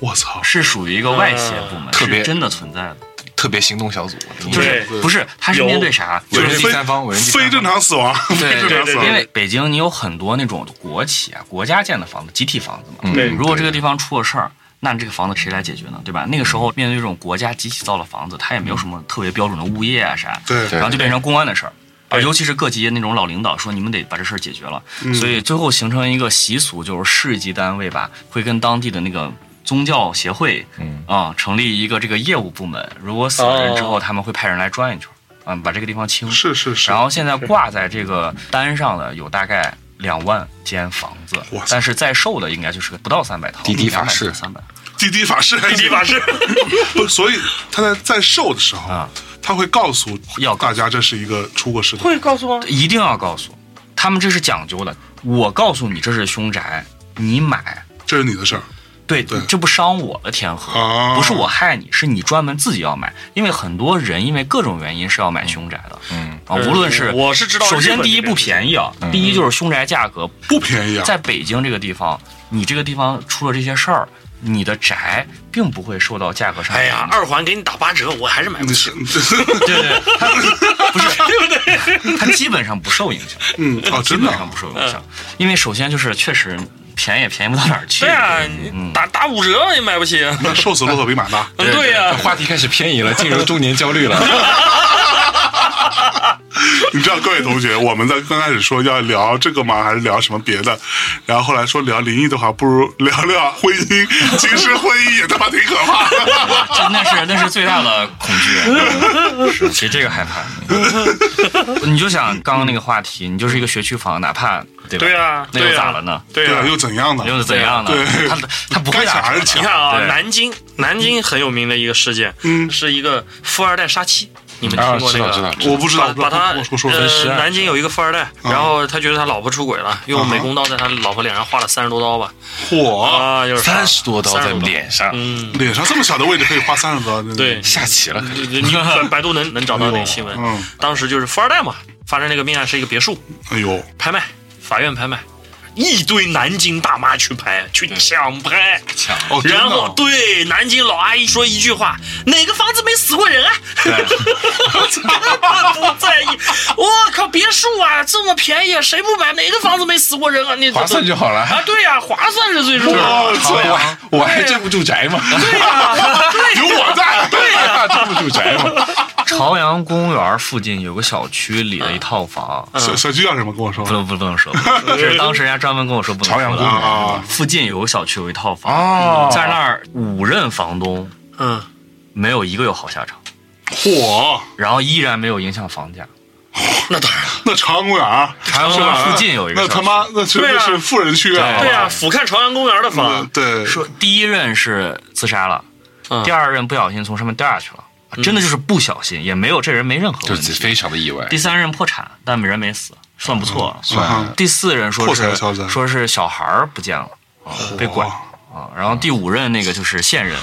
Speaker 1: 我操，
Speaker 4: 是属于一个外协部门，
Speaker 5: 嗯特别
Speaker 4: 是真的存在的，
Speaker 5: 特别行动小组，
Speaker 4: 就
Speaker 5: 就是
Speaker 4: 是不是他是
Speaker 3: 有
Speaker 4: 面对啥？
Speaker 5: 有
Speaker 1: 就是
Speaker 5: 人第
Speaker 1: 非
Speaker 5: 三方，有人第三
Speaker 1: 非
Speaker 5: 方
Speaker 1: 正常死亡，非正
Speaker 4: 对
Speaker 1: 常死
Speaker 4: 因
Speaker 1: 亡，
Speaker 4: 为北京你有很多那种国企啊、国家建的房子、集体房子嘛，
Speaker 5: 嗯
Speaker 3: 对
Speaker 4: 如果这个地方出了事儿，那这个房子谁来解决呢？对吧？那个时候面对这种国家集体造的房子，它也没有什么特别标准的物业啊啥，
Speaker 1: 对
Speaker 5: 对
Speaker 4: 然后就变成公安的事儿。啊，
Speaker 3: 对
Speaker 4: 尤其是各级那种老领导说你们得把这事儿解决了，所以最后形成一个习俗，就是市级单位吧会跟当地的那个宗教协会，
Speaker 5: 嗯
Speaker 4: 啊、成立一个这个业务部门，如果死了人之后，他们会派人来转一圈儿，嗯，把这个地方清。
Speaker 1: 是是是
Speaker 4: 然，后现在挂在这个单上的有大概两万间房子
Speaker 1: 哇塞，
Speaker 4: 但是在售的应该就是不到三百套。
Speaker 5: 滴滴法式
Speaker 4: 三百，
Speaker 1: 滴滴法 师，
Speaker 3: 地法师，
Speaker 1: 不，所以他在在售的时候，
Speaker 4: 啊
Speaker 1: 他会告诉
Speaker 4: 要告
Speaker 1: 大家这是一个出过事的，
Speaker 3: 会告诉吗？
Speaker 4: 一定要告诉他们这是讲究的。我告诉你这是凶宅，你买，
Speaker 1: 这是你的事儿。
Speaker 4: 对，
Speaker 1: 对
Speaker 4: 这不伤我的天和，
Speaker 1: 啊
Speaker 4: 不是我害你，是你专门自己要买，因为很多人因为各种原因是要买凶宅的。
Speaker 5: 嗯
Speaker 4: 啊，无论是
Speaker 3: 呃我是知道
Speaker 4: 首
Speaker 3: 日
Speaker 4: 先
Speaker 3: 本
Speaker 4: 第一
Speaker 3: 这边
Speaker 4: 不便宜啊，第一就是凶宅价格
Speaker 1: 不便宜啊！
Speaker 4: 在北京这个地方，你这个地方出了这些事儿，你的宅并不会受到价格上的
Speaker 3: 哎
Speaker 4: 影响。
Speaker 3: 呀，二环给你打八折，我还是买不
Speaker 1: 你
Speaker 3: 起
Speaker 1: 是。
Speaker 4: 对对，对它不是对不 对？它基本上不受影响，
Speaker 1: 嗯哦，
Speaker 4: 基
Speaker 1: 真的
Speaker 4: 本上
Speaker 1: 啊
Speaker 4: 不受影响，因为首先就是确实便宜也便宜不到哪儿去。嗯
Speaker 3: 对呀、你打打五折也买不起。
Speaker 1: 那瘦死骆驼比马大。
Speaker 3: 对呀、
Speaker 5: 话题开始偏移了，进入中年焦虑了。
Speaker 1: 你知道各位同学，我们在刚开始说要聊这个吗？还是聊什么别的？然后后来说聊灵异的话，不如聊聊婚姻。其实婚姻也他妈挺可怕啊的。
Speaker 4: 这那是那是最大的恐惧，是其实这个害怕。你就想刚刚那个话题，你就是一个学区房，哪怕对吧？
Speaker 3: 对呀
Speaker 4: 那
Speaker 3: 对
Speaker 4: 又
Speaker 3: 呀
Speaker 4: 咋了呢？
Speaker 3: 对呀、
Speaker 1: 啊，又怎样呢？
Speaker 4: 又是怎样呢
Speaker 1: 对？
Speaker 4: 他他不会
Speaker 1: 该抢
Speaker 4: 打
Speaker 1: 还是
Speaker 4: 折的
Speaker 1: 抢
Speaker 3: 你看啊，
Speaker 4: 对
Speaker 3: 南京，南京很有名的一个事件，
Speaker 1: 嗯
Speaker 3: 是一个富二代杀妻，你们听
Speaker 5: 啊，
Speaker 3: 过
Speaker 5: 知
Speaker 3: 那
Speaker 5: 道知
Speaker 3: 个
Speaker 5: 道？
Speaker 1: 我不知道，我
Speaker 3: 把
Speaker 1: 不知
Speaker 3: 把
Speaker 1: 道
Speaker 3: 他
Speaker 1: 我说说
Speaker 3: 呃
Speaker 1: 说，
Speaker 5: 十二
Speaker 3: 南京有一个富二代，然后他觉得他老婆出轨了，用美工刀在他老婆脸上划了三十多刀吧，
Speaker 1: 火
Speaker 3: 啊，就是
Speaker 5: 三十多刀在
Speaker 3: 30
Speaker 5: 脸上，
Speaker 3: 嗯，
Speaker 1: 脸上这么小的位置可以花三十多，
Speaker 3: 对，
Speaker 5: 下棋了，可
Speaker 3: 你你百百度能能找到那个新闻
Speaker 1: 哎呦嗯，
Speaker 3: 当时就是富二代嘛，发生那个命案是一个别墅
Speaker 1: 哎呦，
Speaker 3: 拍卖，法院拍卖。一堆南京大妈去拍，去抢拍，
Speaker 5: 抢。
Speaker 1: 哦，真的
Speaker 3: 然
Speaker 1: 啊
Speaker 3: 后对南京老阿姨说一句话：“哪个房子没死过人啊？”不在意，我靠，别墅啊，这么便宜，谁不买？哪个房子没死过人啊？你
Speaker 5: 划算就好了。
Speaker 3: 啊，对呀、划算是最重要
Speaker 1: 我
Speaker 5: 哦
Speaker 3: 的。
Speaker 1: 操，
Speaker 5: 我我还真不住宅吗？
Speaker 3: 对呀、对
Speaker 1: 有我在，
Speaker 3: 对呀、
Speaker 5: 真啊不住宅吗？
Speaker 4: 朝阳公园附近有个小区里的一套房，
Speaker 1: 小小区叫什么？跟我说
Speaker 4: 不能不能不 能说，这是当时人家专门跟我说不能
Speaker 5: 朝阳
Speaker 4: 说
Speaker 5: 公
Speaker 4: 的。
Speaker 5: 园
Speaker 1: 啊，
Speaker 4: 附近有个小区有一套房，
Speaker 5: 哦
Speaker 4: 嗯在那儿五任房东
Speaker 3: 嗯，
Speaker 4: 没有一个有好下场，
Speaker 1: 火，
Speaker 4: 然后依然没有影响房价。
Speaker 3: 那当然了。
Speaker 1: 那朝阳公园儿
Speaker 4: 朝阳
Speaker 1: 是
Speaker 4: 公园
Speaker 1: 吧？
Speaker 4: 附近有一个
Speaker 1: 那
Speaker 4: 小
Speaker 1: 他
Speaker 4: 区
Speaker 1: 妈那绝
Speaker 3: 对啊
Speaker 1: 是富人区啊！
Speaker 3: 对呀、俯瞰朝阳公园的
Speaker 1: 嗯
Speaker 3: 房，
Speaker 1: 对，
Speaker 4: 说第一任是自杀了，
Speaker 3: 嗯
Speaker 4: 第二任不小心从上面掉下去了，
Speaker 5: 嗯
Speaker 4: 真的就是不小心，也没有这人没任何
Speaker 5: 就
Speaker 4: 问
Speaker 5: 是
Speaker 4: 题。
Speaker 5: 非常的意外
Speaker 4: 第，三任破产，但人没死，算不错了。
Speaker 1: 嗯算
Speaker 4: 第四任说
Speaker 1: 破
Speaker 4: 是
Speaker 1: 产小子
Speaker 4: 说是小孩儿不见了，啊被拐
Speaker 1: 哇
Speaker 4: 啊。然后第五任那个就是现任，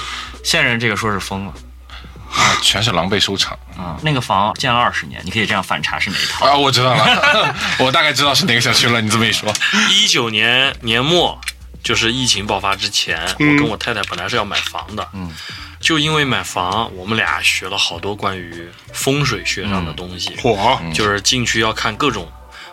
Speaker 4: 现任这个说是疯了
Speaker 5: 啊全是狼狈收场
Speaker 4: 啊。那个房建了二十年，你可以这样反查是哪一套。
Speaker 5: 啊！我知道了， 我大概知道是哪个小区了。你这么一说，
Speaker 3: 一九年年末，就是疫情爆发之前，我跟我太太本来是要买房的，嗯，就因为买房，我们俩学了好多关于风水学上的东西，
Speaker 1: 火，啊
Speaker 3: 就是进去要看各种，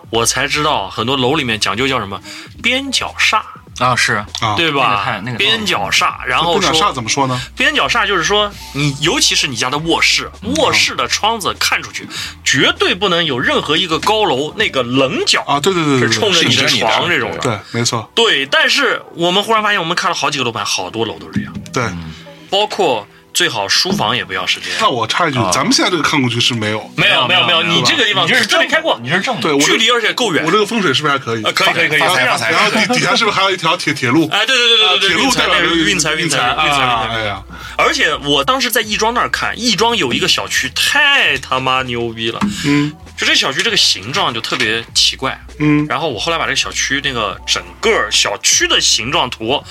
Speaker 3: 我才知道很多楼里面讲究叫什么边角煞，
Speaker 4: 啊，是
Speaker 1: 啊
Speaker 3: 对
Speaker 4: 那个
Speaker 3: 吧？
Speaker 4: 太那个太
Speaker 3: 边角煞，然后
Speaker 1: 不鸟煞
Speaker 3: 说
Speaker 1: 怎么说呢？
Speaker 3: 边角煞就是说你，尤其是你家的卧室，卧室的窗子看出去，绝对不能有任何一个高楼那个棱角
Speaker 1: 啊，对对对对对，
Speaker 3: 是冲着你的
Speaker 5: 是你的
Speaker 3: 床这种的。
Speaker 1: 对，没错，
Speaker 3: 对，但是我们忽然发现，我们看了好几个楼盘，好多楼都是这样，
Speaker 1: 对。
Speaker 3: 嗯包括最好书房也不要是这
Speaker 1: 那
Speaker 3: 样。
Speaker 1: 我插一句，
Speaker 3: 啊
Speaker 1: 咱们现在这个看过去是没有，
Speaker 3: 没有啊没有没有，你这个地方
Speaker 4: 你这是
Speaker 3: 这
Speaker 4: 正
Speaker 3: 没开过，
Speaker 4: 你这是正
Speaker 1: 对我
Speaker 3: 距
Speaker 1: 这
Speaker 3: 离而且够远
Speaker 1: 我。这个风水是不是还可以？
Speaker 3: 呃，可以可以可以，
Speaker 5: 发财
Speaker 3: 非常
Speaker 5: 发财
Speaker 1: 然后底底下是不是还有一条铁铁路？
Speaker 3: 哎，对对
Speaker 1: 啊
Speaker 3: 对对对，
Speaker 1: 铁
Speaker 3: 对
Speaker 1: 路代表着
Speaker 3: 运财
Speaker 1: 运
Speaker 3: 运财运财
Speaker 1: 财
Speaker 3: 运财
Speaker 1: 啊！
Speaker 3: 运财。
Speaker 1: 哎呀，
Speaker 3: 而且我当时在亦庄那儿看，亦庄有一个小区太他妈牛逼了，
Speaker 1: 嗯
Speaker 3: 就这小区这个形状就特别奇怪。
Speaker 1: 嗯，
Speaker 3: 然后我后来把这个小区那个整个小区的形状图，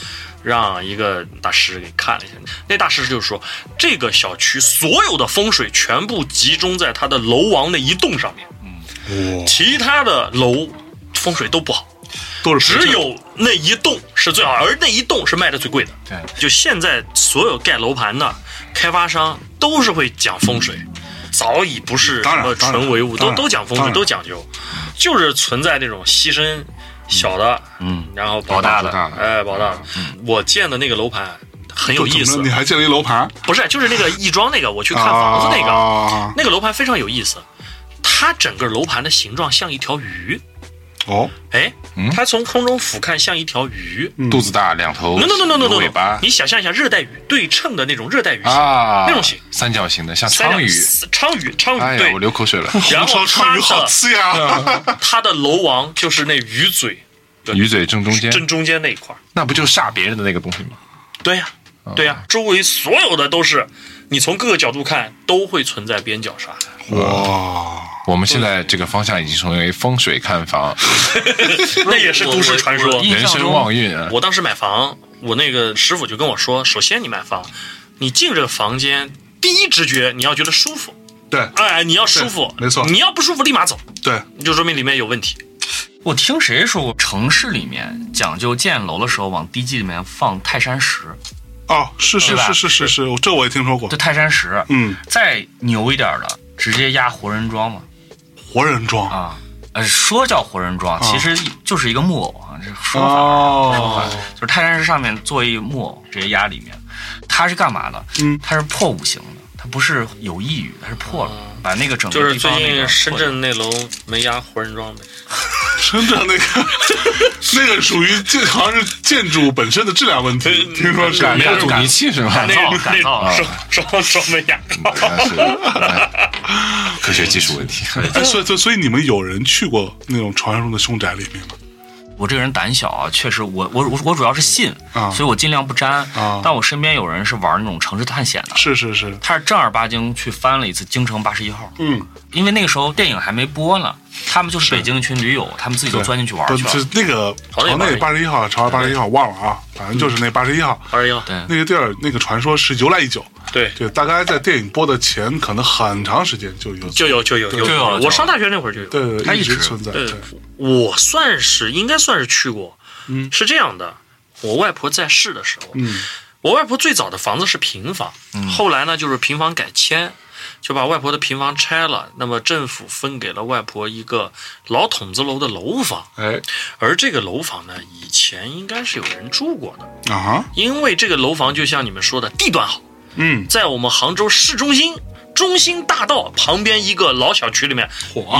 Speaker 3: 让一个大师给看了一下。那大师就说，这个小区所有的风水全部集中在它的楼王的一栋上面，
Speaker 1: 哇，
Speaker 3: 其他的楼风水都不好，
Speaker 1: 都是
Speaker 3: 只有那一栋是最好，而那一栋是卖的最贵的。
Speaker 4: 对，
Speaker 3: 就现在所有盖楼盘的开发商都是会讲风水，早已不是
Speaker 1: 当
Speaker 3: 什
Speaker 1: 然
Speaker 3: 么
Speaker 1: 当然
Speaker 3: 纯唯物，
Speaker 1: 当
Speaker 3: 都
Speaker 1: 然
Speaker 3: 都讲风
Speaker 1: 当
Speaker 3: 水，
Speaker 1: 然
Speaker 3: 都讲究，就是存在那种牺牲小的，
Speaker 4: 嗯，
Speaker 3: 然后保大的
Speaker 5: 保大
Speaker 1: 嗯
Speaker 5: 的，
Speaker 3: 哎，保大的。我建的那个楼盘很有
Speaker 1: 就
Speaker 3: 意
Speaker 1: 怎
Speaker 3: 思
Speaker 1: 么了你，还建了一楼盘，
Speaker 3: 不是，就是那个亦庄那个，我去看房子那个，
Speaker 1: 啊，
Speaker 3: 那个楼盘非常有意思，它整个楼盘的形状像一条鱼，
Speaker 1: 哦，
Speaker 3: 哎
Speaker 5: 嗯，
Speaker 3: 它从空中俯瞰像一条鱼。
Speaker 1: 嗯
Speaker 5: 肚子大，两头
Speaker 3: no no no no no
Speaker 5: 有
Speaker 3: no，
Speaker 5: 尾巴
Speaker 3: 你想象一下热带鱼对称的那种热带鱼形，
Speaker 5: 啊，
Speaker 3: 那种形
Speaker 5: 三角形的，像
Speaker 3: 三
Speaker 5: 鲳鱼。
Speaker 3: 鲳鱼，鲳
Speaker 5: 哎
Speaker 3: 鱼，
Speaker 5: 呀，
Speaker 3: 对。
Speaker 5: 我流口水了。
Speaker 3: 然
Speaker 1: 红烧
Speaker 3: 后
Speaker 1: 鲳
Speaker 3: 它
Speaker 1: 鱼好
Speaker 3: 的
Speaker 1: 吃呀！
Speaker 3: 它的楼王就是那鱼嘴
Speaker 5: 鱼嘴正中间，
Speaker 3: 正中间那一块儿。
Speaker 5: 那不就煞别人的那个东西吗？
Speaker 3: 对呀、对呀、周围所有的都是，你从各个角度看都会存在边角煞。
Speaker 1: 哇，
Speaker 5: 我们现在这个方向已经成为风水看房、
Speaker 3: 那也是都市传说
Speaker 4: 我我印
Speaker 5: 人
Speaker 4: 象
Speaker 5: 生
Speaker 4: 中
Speaker 5: 旺运啊。
Speaker 3: 我当时买房，我那个师傅就跟我说，首先你买房，你进这个房间，第一直觉你要觉得舒服，
Speaker 1: 对
Speaker 3: 哎，你要舒服，
Speaker 1: 对没错
Speaker 3: 你要不舒服立马走，
Speaker 1: 对，
Speaker 3: 就说明里面有问题。
Speaker 4: 我听谁说过，城市里面讲究建楼的时候往地基里面放泰山石，
Speaker 1: 哦，是是
Speaker 4: 对吧
Speaker 1: 是是是是，我这我也听说过
Speaker 4: 就。泰山石。
Speaker 1: 嗯，
Speaker 4: 再牛一点的，直接压活人桩嘛
Speaker 1: 活人装
Speaker 4: 啊。呃，说叫活人桩，其实就是一个木偶啊，这说法
Speaker 1: 哦
Speaker 4: 说法就是泰山石上面做一木偶，直接压里面。它是干嘛的？
Speaker 1: 嗯
Speaker 4: 它是破五行的，它不是有抑郁，它是破了，把那个整
Speaker 3: 啊就
Speaker 4: 个
Speaker 3: 是
Speaker 4: 地
Speaker 3: 最
Speaker 4: 方那个
Speaker 3: 近深
Speaker 4: 破掉
Speaker 3: 圳那楼没压活人桩呗，
Speaker 1: 真的那个那个属于建，好像是建筑本身的质量问题，听说是。
Speaker 5: 没有阻尼器是吗？
Speaker 4: 改造改造啊，
Speaker 3: 双双没压。
Speaker 5: 那是哎科学技术问题。
Speaker 3: 嗯
Speaker 1: 哎，所以所以所以你们有人去过那种传说中的凶宅里面吗？
Speaker 4: 我这个人胆小啊，确实我，我我我主要是信，
Speaker 1: 啊
Speaker 4: 所以我尽量不沾。
Speaker 1: 啊
Speaker 4: 但我身边有人是玩那种城市探险的，
Speaker 1: 是是是，
Speaker 4: 他是正儿八经去翻了一次京城八十一号，
Speaker 1: 嗯，
Speaker 4: 因为那个时候电影还没播呢，他们就是北京一群驴友，他们自己就
Speaker 1: 对
Speaker 4: 钻进去玩
Speaker 1: 不
Speaker 4: 去
Speaker 1: 是
Speaker 4: 了。
Speaker 1: 那个
Speaker 3: 朝
Speaker 1: 朝
Speaker 3: 内
Speaker 1: 内八十一号，朝八十一号忘了啊，反正就是那八十一号
Speaker 3: 二幺，
Speaker 4: 对
Speaker 1: 那个地儿，那个传说是由来已久，
Speaker 3: 对，
Speaker 1: 对，大概在电影播的前可能很长时间就有，
Speaker 3: 就有就有
Speaker 1: 对
Speaker 3: 有
Speaker 4: 就有
Speaker 3: 我上大学那会儿就有。
Speaker 1: 对对，
Speaker 4: 它
Speaker 1: 对一
Speaker 4: 一直
Speaker 1: 存在，
Speaker 3: 对
Speaker 1: 对，
Speaker 3: 我算是应该算是去过，
Speaker 1: 嗯
Speaker 3: 是这样的，我外婆在世的时候，
Speaker 1: 嗯
Speaker 3: 我外婆最早的房子是平房，
Speaker 4: 嗯
Speaker 3: 后来呢就是平房改迁，就把外婆的平房拆了，那么政府分给了外婆一个老筒子楼的楼房，
Speaker 1: 哎
Speaker 3: 而这个楼房呢以前应该是有人住过的，
Speaker 1: 啊哈，
Speaker 3: 因为这个楼房就像你们说的地段好，
Speaker 1: 嗯，
Speaker 3: 在我们杭州市中心。中心大道旁边一个老小区里面，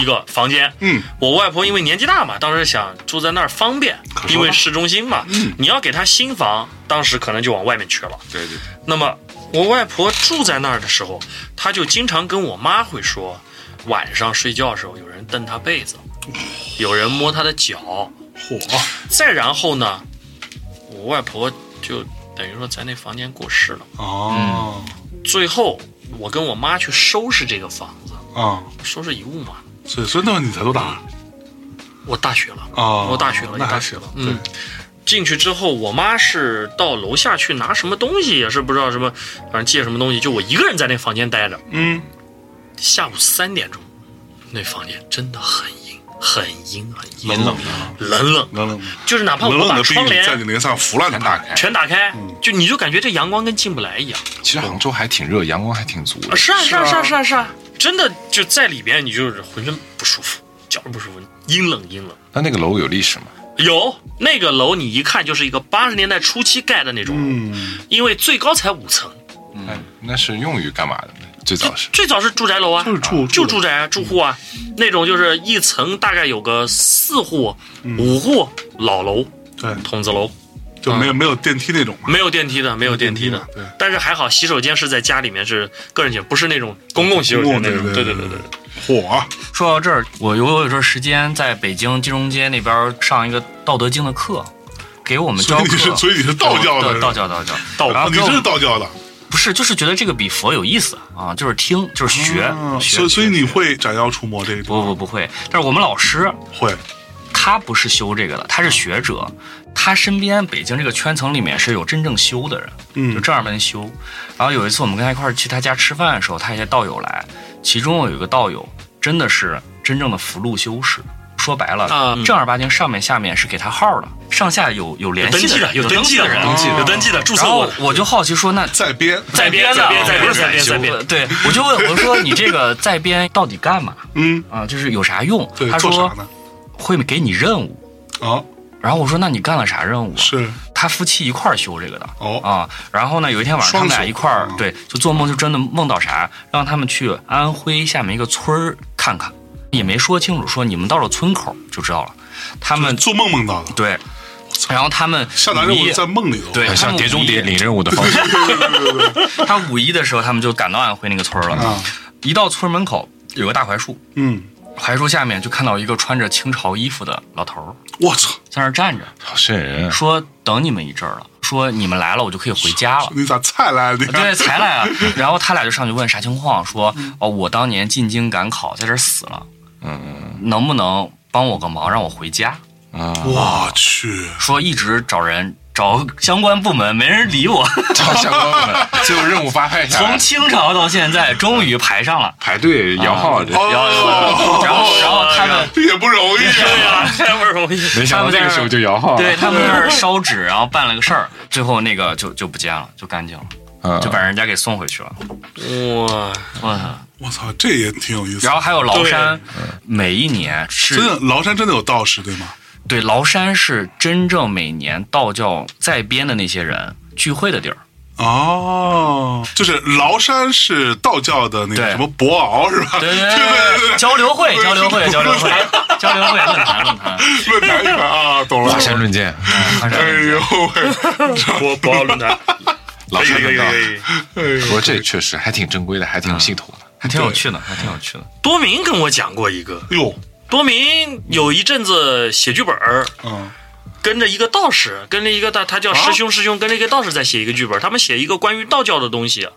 Speaker 3: 一个房间，
Speaker 1: 嗯，
Speaker 3: 我外婆因为年纪大嘛，当时想住在那儿方便，
Speaker 1: 说
Speaker 3: 因为
Speaker 1: 呢
Speaker 3: 市中心嘛。你要给她新房，当时可能就往外面去了。
Speaker 5: 对对，
Speaker 3: 那么我外婆住在那儿的时候，她就经常跟我妈会说，晚上睡觉的时候有人蹬她被子，有人摸她的脚。
Speaker 1: 火，
Speaker 3: 再然后呢，我外婆就等于说在那房间过世了。
Speaker 1: 哦
Speaker 3: 最后我跟我妈去收拾这个房子，
Speaker 1: 啊，
Speaker 3: 收拾遗物嘛。
Speaker 1: 所以所以那会儿你才多大
Speaker 3: 我大学了，
Speaker 1: 啊？
Speaker 3: 我大学了，
Speaker 1: 那
Speaker 3: 大
Speaker 1: 还
Speaker 3: 学
Speaker 1: 行
Speaker 3: 了，，
Speaker 1: 对
Speaker 3: 嗯。进去之后，我妈是到楼下去拿什么东西，也是不知道什么，反正借什么东西，就我一个人在那房间待着。
Speaker 1: 嗯，
Speaker 3: 下午三点钟，那房间真的很阴，很阴，很阴，
Speaker 1: 冷冷
Speaker 3: 冷，冷冷，
Speaker 1: 冷冷
Speaker 3: 就是哪怕
Speaker 1: 冷
Speaker 3: 我
Speaker 1: 冷
Speaker 3: 把
Speaker 1: 的冰
Speaker 3: 窗
Speaker 1: 雨在
Speaker 3: 帘
Speaker 1: 你脸上腐烂的大开，
Speaker 3: 全打开，就你就感觉这阳光跟进不来一样。
Speaker 5: 其实杭州还挺热，阳光还挺足的
Speaker 3: 啊，。是啊，是啊，是啊，是啊，是啊，真的就在里边，你就是浑身不舒服，脚不舒服，阴冷阴冷。
Speaker 5: 那那个楼有历史吗？
Speaker 3: 有那个楼，你一看就是一个八十年代初期盖的那种，
Speaker 1: 嗯，
Speaker 3: 因为最高才五层，
Speaker 5: 哎，那是用于干嘛的呢？最早是
Speaker 3: 最早是住宅楼啊，
Speaker 1: 就是住
Speaker 3: 就住宅啊，住户啊，那种就是一层大概有个四户、五户老楼，
Speaker 1: 对，
Speaker 3: 筒子楼，
Speaker 1: 就没有没有电梯那种嘛，
Speaker 3: 没有电梯的，没有电梯的
Speaker 1: 没有电梯的对。
Speaker 3: 但是还好，洗手间是在家里面，是个人间，不是那种公共洗手间那
Speaker 1: 公
Speaker 3: 种
Speaker 1: 共。哦对
Speaker 3: 对
Speaker 1: 对
Speaker 3: 对
Speaker 1: 对
Speaker 3: 对对，
Speaker 1: 火，
Speaker 4: 说到这儿，我有我有一段时间在北京金融街那边上一个《道德经》的课，给我们
Speaker 1: 所
Speaker 4: 教
Speaker 1: 以
Speaker 4: 课
Speaker 1: 你。是所以你是道教的
Speaker 4: 对
Speaker 1: 是吧，
Speaker 4: 道教道教
Speaker 3: 道
Speaker 4: 然
Speaker 1: 啊，
Speaker 4: 后
Speaker 1: 你
Speaker 4: 给我
Speaker 1: 这
Speaker 4: 们
Speaker 1: 是道教的，
Speaker 4: 不是就是觉得这个比佛有意思啊，就是听就是学，
Speaker 3: 嗯
Speaker 1: 啊
Speaker 4: 学
Speaker 1: 所以所以
Speaker 4: 学
Speaker 1: 你会斩妖除魔这一
Speaker 4: 不
Speaker 1: 种，
Speaker 4: 不不会，但是我们老师
Speaker 1: 会
Speaker 4: 他不是修这个的，他是学者，他身边北京这个圈层里面是有真正修的人，
Speaker 1: 嗯
Speaker 4: 就正儿八经修。然后有一次我们跟他一块儿去他家吃饭的时候，他一些道友来，其中有一个道友真的是真正的福禄修士。说白了，
Speaker 3: 啊嗯
Speaker 4: 正儿八经上面下面是给他号的，上下有有联
Speaker 3: 登
Speaker 4: 系
Speaker 3: 记
Speaker 4: 的
Speaker 3: 的，
Speaker 4: 人，
Speaker 3: 有登记的
Speaker 4: 的
Speaker 3: 人
Speaker 4: 人。，
Speaker 3: 有登记的，注
Speaker 4: 然
Speaker 3: 册过
Speaker 4: 后
Speaker 3: 的。
Speaker 4: 我就好奇说，那
Speaker 1: 在编，
Speaker 3: 在编在编
Speaker 4: 啊
Speaker 3: 在编
Speaker 4: 不是
Speaker 3: 在编在
Speaker 4: 修
Speaker 3: 编，
Speaker 4: 对，我就问我说你这个在编到底干嘛
Speaker 1: 嗯，
Speaker 4: 啊？就是有啥用？
Speaker 1: 对
Speaker 4: 他，
Speaker 1: 做
Speaker 4: 说
Speaker 1: 啥呢？
Speaker 4: 会给你任务。
Speaker 1: 啊，
Speaker 4: 然后我说那你干了啥任务啊？
Speaker 1: 是
Speaker 4: 他夫妻一块儿修这个的。
Speaker 1: 哦，
Speaker 4: 啊，然后呢？有一天晚上，他们
Speaker 1: 双
Speaker 4: 俩
Speaker 1: 手
Speaker 4: 一块儿
Speaker 1: 嗯
Speaker 4: 对，就做梦，就真的梦到啥，让他们去安徽下面一个村儿看看，也没说清楚，说你们到了村口就知道了。他们
Speaker 1: 做梦梦到的，
Speaker 4: 对，然后他们
Speaker 1: 下达任
Speaker 4: 五
Speaker 1: 务
Speaker 4: 一
Speaker 1: 在梦里头，
Speaker 4: 对
Speaker 5: 很哎像《碟中谍》领任务的方式。
Speaker 4: 他五一的时候，他们就赶到安徽那个村儿了。
Speaker 1: 啊，
Speaker 4: 一到村门口，有个大槐树，
Speaker 1: 嗯，
Speaker 4: 槐树下面就看到一个穿着清朝衣服的老头儿
Speaker 1: 我操，
Speaker 4: 在那儿站着，
Speaker 5: 好瘆人啊！
Speaker 4: 说等你们一阵儿了，说你们来了我就可以回家了。
Speaker 1: 你咋菜来了？你
Speaker 4: 对，才来 啊！然后他俩就上去问啥情况，说哦，我当年进京赶考，在这儿死了，
Speaker 5: 嗯
Speaker 4: 能不能帮我个忙，让我回家？
Speaker 5: 嗯啊，
Speaker 1: 我去，
Speaker 4: 说一直找人找相关部门，没人理我。
Speaker 5: 找相关部门，最后任务发派下来
Speaker 4: 从，清朝到现在，终于排上了。
Speaker 5: 排队摇号这。
Speaker 4: 然后，然后，然后他们，
Speaker 1: 这也不容 易
Speaker 3: 对
Speaker 1: 啊。
Speaker 3: 呀，太不容易。
Speaker 5: 没想到这个时候就摇号了，
Speaker 4: 对他们那儿烧纸，然后办了个事儿，最后那个就就不见了，就干净了，
Speaker 5: 嗯，
Speaker 4: 就把人家给送回去了。
Speaker 3: 哇，
Speaker 4: 我操！
Speaker 1: 我操，这也挺有意思
Speaker 4: 然。后还有崂山，每一年是
Speaker 1: 真的，崂山真的有道士对吗？
Speaker 4: 对，崂山是真正每年道教在编的那些人聚会的地儿。
Speaker 1: 哦，就是崂山是道教的那个
Speaker 4: 对
Speaker 1: 什么博鳌是吧？
Speaker 4: 对
Speaker 1: 对对对
Speaker 4: 交流会，交流会，交流会
Speaker 1: 论，
Speaker 4: 交流会论坛论坛。
Speaker 1: 对，论坛一般啊，懂了
Speaker 5: 华。山论剑，
Speaker 4: 华
Speaker 1: 哎
Speaker 4: 山
Speaker 1: 呦喂，
Speaker 3: 博博鳌论坛，
Speaker 5: 老
Speaker 3: 有
Speaker 5: 山
Speaker 3: 有
Speaker 5: 论
Speaker 3: 有
Speaker 5: 道。
Speaker 3: 有。
Speaker 1: 哎
Speaker 5: 不
Speaker 1: 呦，
Speaker 5: 过这确实还挺正规的，还挺有系统的。
Speaker 4: 还挺有趣的，还挺有趣的。
Speaker 3: 多明跟我讲过一个，
Speaker 1: 哟，
Speaker 3: 多明有一阵子写剧本儿，
Speaker 1: 嗯，
Speaker 3: 跟着一个道士，跟着一个大，他叫师兄师兄，跟着一个道士在写一个剧本，他们写一个关于道教的东西。啊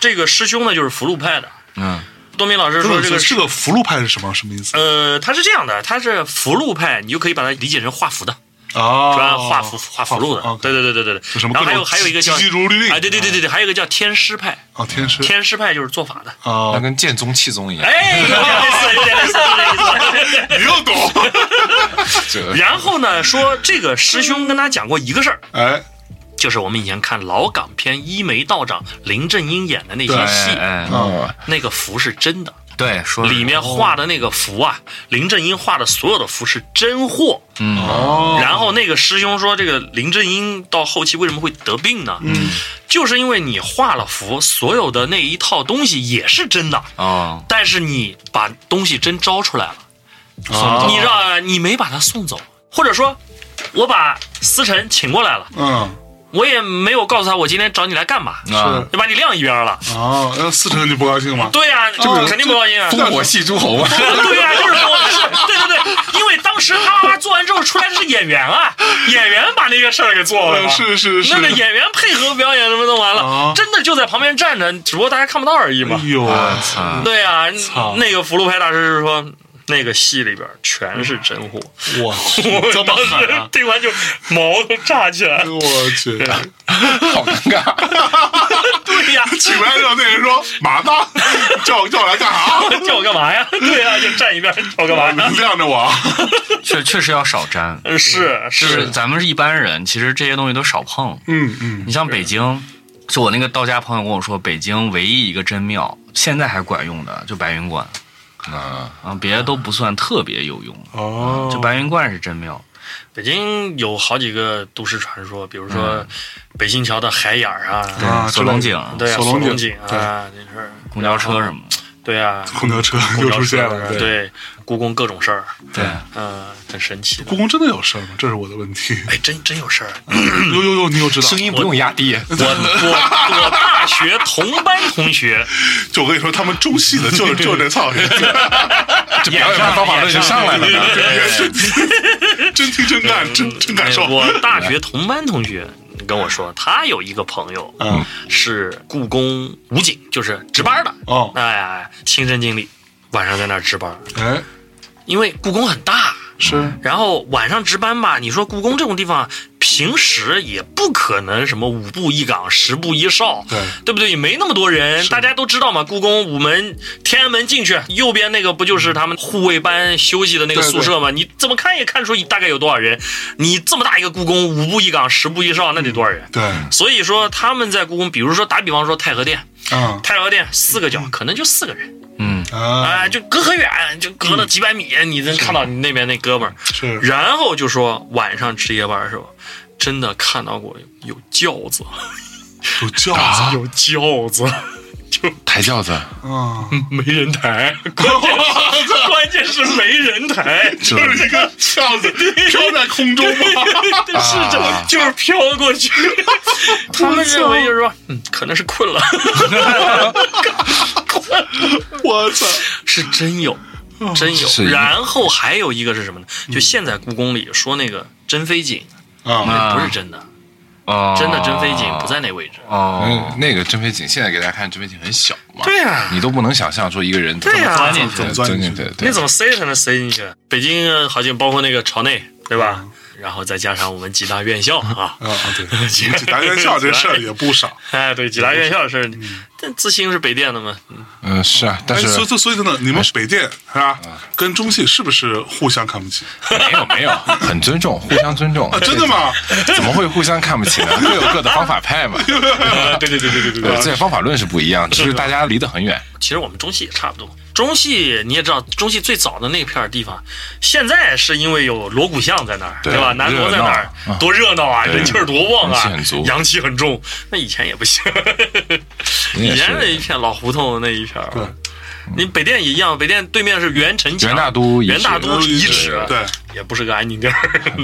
Speaker 3: 这个师兄呢，就是福禄派的。
Speaker 4: 嗯，
Speaker 3: 多明老师说这
Speaker 1: 这
Speaker 3: 个
Speaker 1: 个这个福禄派是什么什么意思
Speaker 3: 呃，他是这样的，他是福禄派，你就可以把它理解成画符的，
Speaker 1: 啊？
Speaker 3: 专画符哦画符箓的。对
Speaker 1: 对，
Speaker 3: 对对对对
Speaker 1: 就
Speaker 3: 对。
Speaker 1: 什么
Speaker 3: 然后还
Speaker 1: 各
Speaker 3: 有
Speaker 1: 种
Speaker 3: 还有一个叫
Speaker 1: 急急如律令
Speaker 3: 哎，对对对对对，还有一个叫天师派，
Speaker 1: 哦，天师
Speaker 3: 天师派就是做法的。
Speaker 1: 啊
Speaker 5: 那，跟剑宗、气宗一样，
Speaker 3: 哎，有点类似，有点类似，有点 类似。
Speaker 1: 你又懂？
Speaker 5: 这
Speaker 3: 然后呢，说这个师兄跟他讲过一个事儿，
Speaker 1: 哎，
Speaker 3: 就是我们以前看老港片一梅道长林正英演的那些
Speaker 1: 对
Speaker 3: 戏，
Speaker 4: 哎，
Speaker 5: 嗯，
Speaker 3: 那个符是真的，
Speaker 4: 对，说哦
Speaker 3: 里面画的那个符啊，林正英画的所有的符是真货。
Speaker 1: 哦，
Speaker 3: 然后那个师兄说，这个林正英到后期为什么会得病呢？
Speaker 1: 嗯，
Speaker 3: 就是因为你画了符，所有的那一套东西也是真的，
Speaker 4: 哦，
Speaker 3: 但是你把东西真招出来了，
Speaker 1: 啊
Speaker 3: 你让你没把他送走，或者说，我把思辰请过来了，
Speaker 1: 嗯，
Speaker 3: 我也没有告诉他我今天找你来干嘛，
Speaker 5: 嗯
Speaker 4: 啊
Speaker 3: 就把你晾一边了。
Speaker 1: 哦，那四成就不高兴吗？
Speaker 3: 对呀、
Speaker 1: 哦
Speaker 3: 肯定不高兴啊。
Speaker 5: 烽火戏诸侯 啊，
Speaker 3: 对呀、就是跟我是，对对对，因为当时他做完之后出来的是演员啊，演员把那个事儿给做了
Speaker 1: 呃
Speaker 3: 嘛。
Speaker 1: 是是是
Speaker 3: 那，个演员配合表演什么弄完了，
Speaker 1: 啊
Speaker 3: 真的就在旁边站着，只不过大家看不到而已嘛
Speaker 1: 哎。呦，
Speaker 4: 我操！
Speaker 3: 对呀、
Speaker 1: 操
Speaker 3: 那个福禄派大师是说。那个戏里边全是真货，
Speaker 1: 我 去，
Speaker 3: 我当时听完就毛都炸起来。
Speaker 1: 我去，
Speaker 5: 好尴尬。
Speaker 3: 对呀、
Speaker 1: 起来让那人说马大，叫叫我来干啥？
Speaker 3: 叫我干嘛呀？ 对呀、就站一 边，叫我干嘛呀
Speaker 1: 你？晾着我啊，
Speaker 4: 确确实要少沾，
Speaker 3: 呃是
Speaker 4: 就是是，咱们是一般人，其实这些东西都少碰。
Speaker 1: 嗯嗯，
Speaker 4: 你像北京，就我那个道家朋友跟我说，北京唯一一个真庙现在还管用的，就白云观
Speaker 5: 嗯，
Speaker 4: 啊，别的都不算特别有用，
Speaker 1: 哦，
Speaker 4: 就白云观是真庙。
Speaker 3: 北京有好几个都市传说，比如说北新桥的海眼儿啊，
Speaker 1: 啊，
Speaker 4: 锁龙井、
Speaker 3: 对啊，
Speaker 1: 锁
Speaker 3: 锁
Speaker 1: 龙井
Speaker 3: 龙井啊，这是
Speaker 4: 公交车什么的，
Speaker 3: 对啊，
Speaker 1: 公交车
Speaker 3: 公
Speaker 1: 又
Speaker 3: 交
Speaker 1: 出现
Speaker 3: 车
Speaker 1: 了，对，
Speaker 3: 对，故宫各种事儿，
Speaker 4: 对，
Speaker 3: 嗯，很神奇的
Speaker 1: 故。宫真的有事儿吗？这是我的问题。
Speaker 3: 哎，真真有事儿！
Speaker 1: 呦呦呦，你又知道？
Speaker 5: 声音不用压低，
Speaker 3: 我我我大学同班同学，
Speaker 1: 就我跟你说，他们中戏的就就这操性，
Speaker 5: 这表演方法论就上来了呢。
Speaker 1: 真听真干， 真真感
Speaker 3: 哎
Speaker 1: 受。
Speaker 3: 我大学同班同学跟我说，他有一个朋友
Speaker 1: 嗯
Speaker 3: 是故宫武警，就是值班的，
Speaker 1: 哦，
Speaker 3: 哎，亲身经历，晚上在那儿值班，
Speaker 1: 哎，
Speaker 3: 因为故宫很大，
Speaker 1: 是
Speaker 3: 然后晚上值班吧，你说故宫这种地方，平时也不可能什么五步一岗、十步一哨，
Speaker 1: 对
Speaker 3: 不对？也没那么多人，大家都知道嘛。故宫午门、天安门进去，右边那个不就是他们护卫班休息的那个
Speaker 1: 对对
Speaker 3: 宿舍吗？你怎么看也看出大概有多少人。你这么大一个故宫，五步一岗、十步一哨，那得多少人？
Speaker 1: 对，
Speaker 3: 所以说他们在故宫，比如说打比方说太和殿，
Speaker 1: 嗯
Speaker 3: 太和殿四个角可能就四个人，
Speaker 4: 嗯，
Speaker 1: 啊，
Speaker 3: 啊、就隔很远，就隔了几百米，你能看到你那边那哥们儿。
Speaker 1: 是
Speaker 3: 然后就说晚上值夜班的时候，真的看到过有轿子，
Speaker 1: 有教
Speaker 5: 啊
Speaker 1: 子，
Speaker 3: 有轿子，
Speaker 5: 抬轿子，
Speaker 1: 嗯，
Speaker 3: 没人抬，关键是关键是没人抬，
Speaker 5: 是吧
Speaker 1: 就是一个轿 子飘在空 中吗？
Speaker 3: 是这
Speaker 1: 啊
Speaker 3: 么就是飘过 去。他们认为就是说，嗯，可能是困了，
Speaker 1: 我操！哦
Speaker 3: 是真有，真
Speaker 5: 是嗯
Speaker 3: 有。然后还有一个是什么呢？就现在故宫里说那个真飞井，
Speaker 1: 啊，
Speaker 3: 那
Speaker 4: 啊
Speaker 3: 不是真的，
Speaker 4: 哦，
Speaker 5: 啊
Speaker 3: 真的真飞井不在那位置。
Speaker 4: 哦，
Speaker 5: 嗯，那个真飞井，现在给大家看真飞井很小嘛，
Speaker 3: 对
Speaker 1: 啊
Speaker 3: 呀
Speaker 5: 你都不能想象说一个人
Speaker 3: 对呀
Speaker 5: 呀，
Speaker 4: 钻进去
Speaker 5: 对
Speaker 1: 钻进去
Speaker 5: 对对，嗯
Speaker 3: 你怎么塞才能塞进去？北京呃好像包括那个朝内，对吧？然后再加上我们吉大院校啊，
Speaker 1: 啊，对，几大院校这事儿也不少。
Speaker 3: 哎，对，吉大院校的事儿，但自兴是北电的嘛，
Speaker 5: 嗯，是啊，但
Speaker 1: 哎，
Speaker 5: 是
Speaker 1: 所以所以所以真的，你们北电是吧？跟中戏是不是互相看不 起？
Speaker 5: 没有没有，很尊重，互相尊重。
Speaker 1: 啊，真的 吗？
Speaker 5: 怎么会互相看不起 呢？各有各的方法派嘛。
Speaker 1: 啊对对对对对
Speaker 5: 对，这方法论是不一样，只是大家离得很远。
Speaker 3: 其实我们中戏也差不多。中戏你也知道，中戏最早的那片儿地方，现在是因为有锣鼓巷在那儿，
Speaker 5: 对
Speaker 3: 对吧？南锣在那儿
Speaker 5: 热闹啊，
Speaker 3: 多热闹啊，
Speaker 5: 对
Speaker 3: 人气儿多旺啊，
Speaker 5: 人气很足
Speaker 3: 阳气很重。那以前也不行，
Speaker 5: 你
Speaker 3: 以
Speaker 5: 也
Speaker 3: 前那一
Speaker 5: 是，
Speaker 3: 片老胡同那一片儿啊
Speaker 1: 对，
Speaker 3: 你北电也一样，北电对面是袁陈墙、
Speaker 5: 袁大都遗址
Speaker 3: 袁大都遗址，
Speaker 1: 对，
Speaker 3: 也不是个安宁地儿。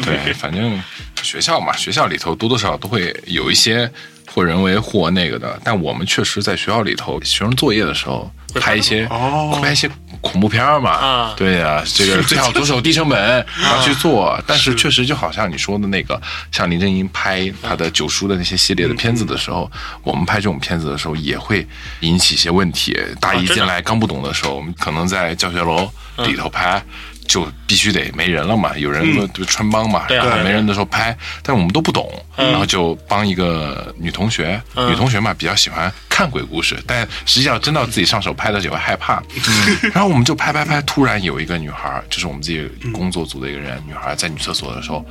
Speaker 5: 对，反正学校嘛，学校里头多多少少都会有一些或人为或那个的。但我们确实在学校里头，学生作业的时候
Speaker 3: 会
Speaker 5: 拍一些
Speaker 1: 哦
Speaker 5: 拍一些恐怖片儿嘛。
Speaker 3: 啊
Speaker 5: 对呀、这个最好着手低成 本，然后去做。但是确实就好像你说的那个，像林正英拍他的九叔的那些系列的片子的时候，我们拍这种片子的时候也会引起一些问题。大一
Speaker 3: 真的
Speaker 5: 进来刚不懂啊的嗯时候，我们可能在教学楼里头拍。就必须得没人了嘛，有人就穿帮嘛，
Speaker 3: 对啊
Speaker 5: 然后
Speaker 3: 对啊
Speaker 5: 没人的时候拍，但我们都不懂，
Speaker 4: 嗯
Speaker 5: 然后就帮一个女同学，女同学嘛比较喜欢看鬼故事，但实际上真到自己上手拍的时候也会害怕，
Speaker 4: 嗯
Speaker 5: 然后我们就拍拍拍，突然有一个女孩儿，就是我们自己工作组的一个人，女孩儿在女厕所的时候。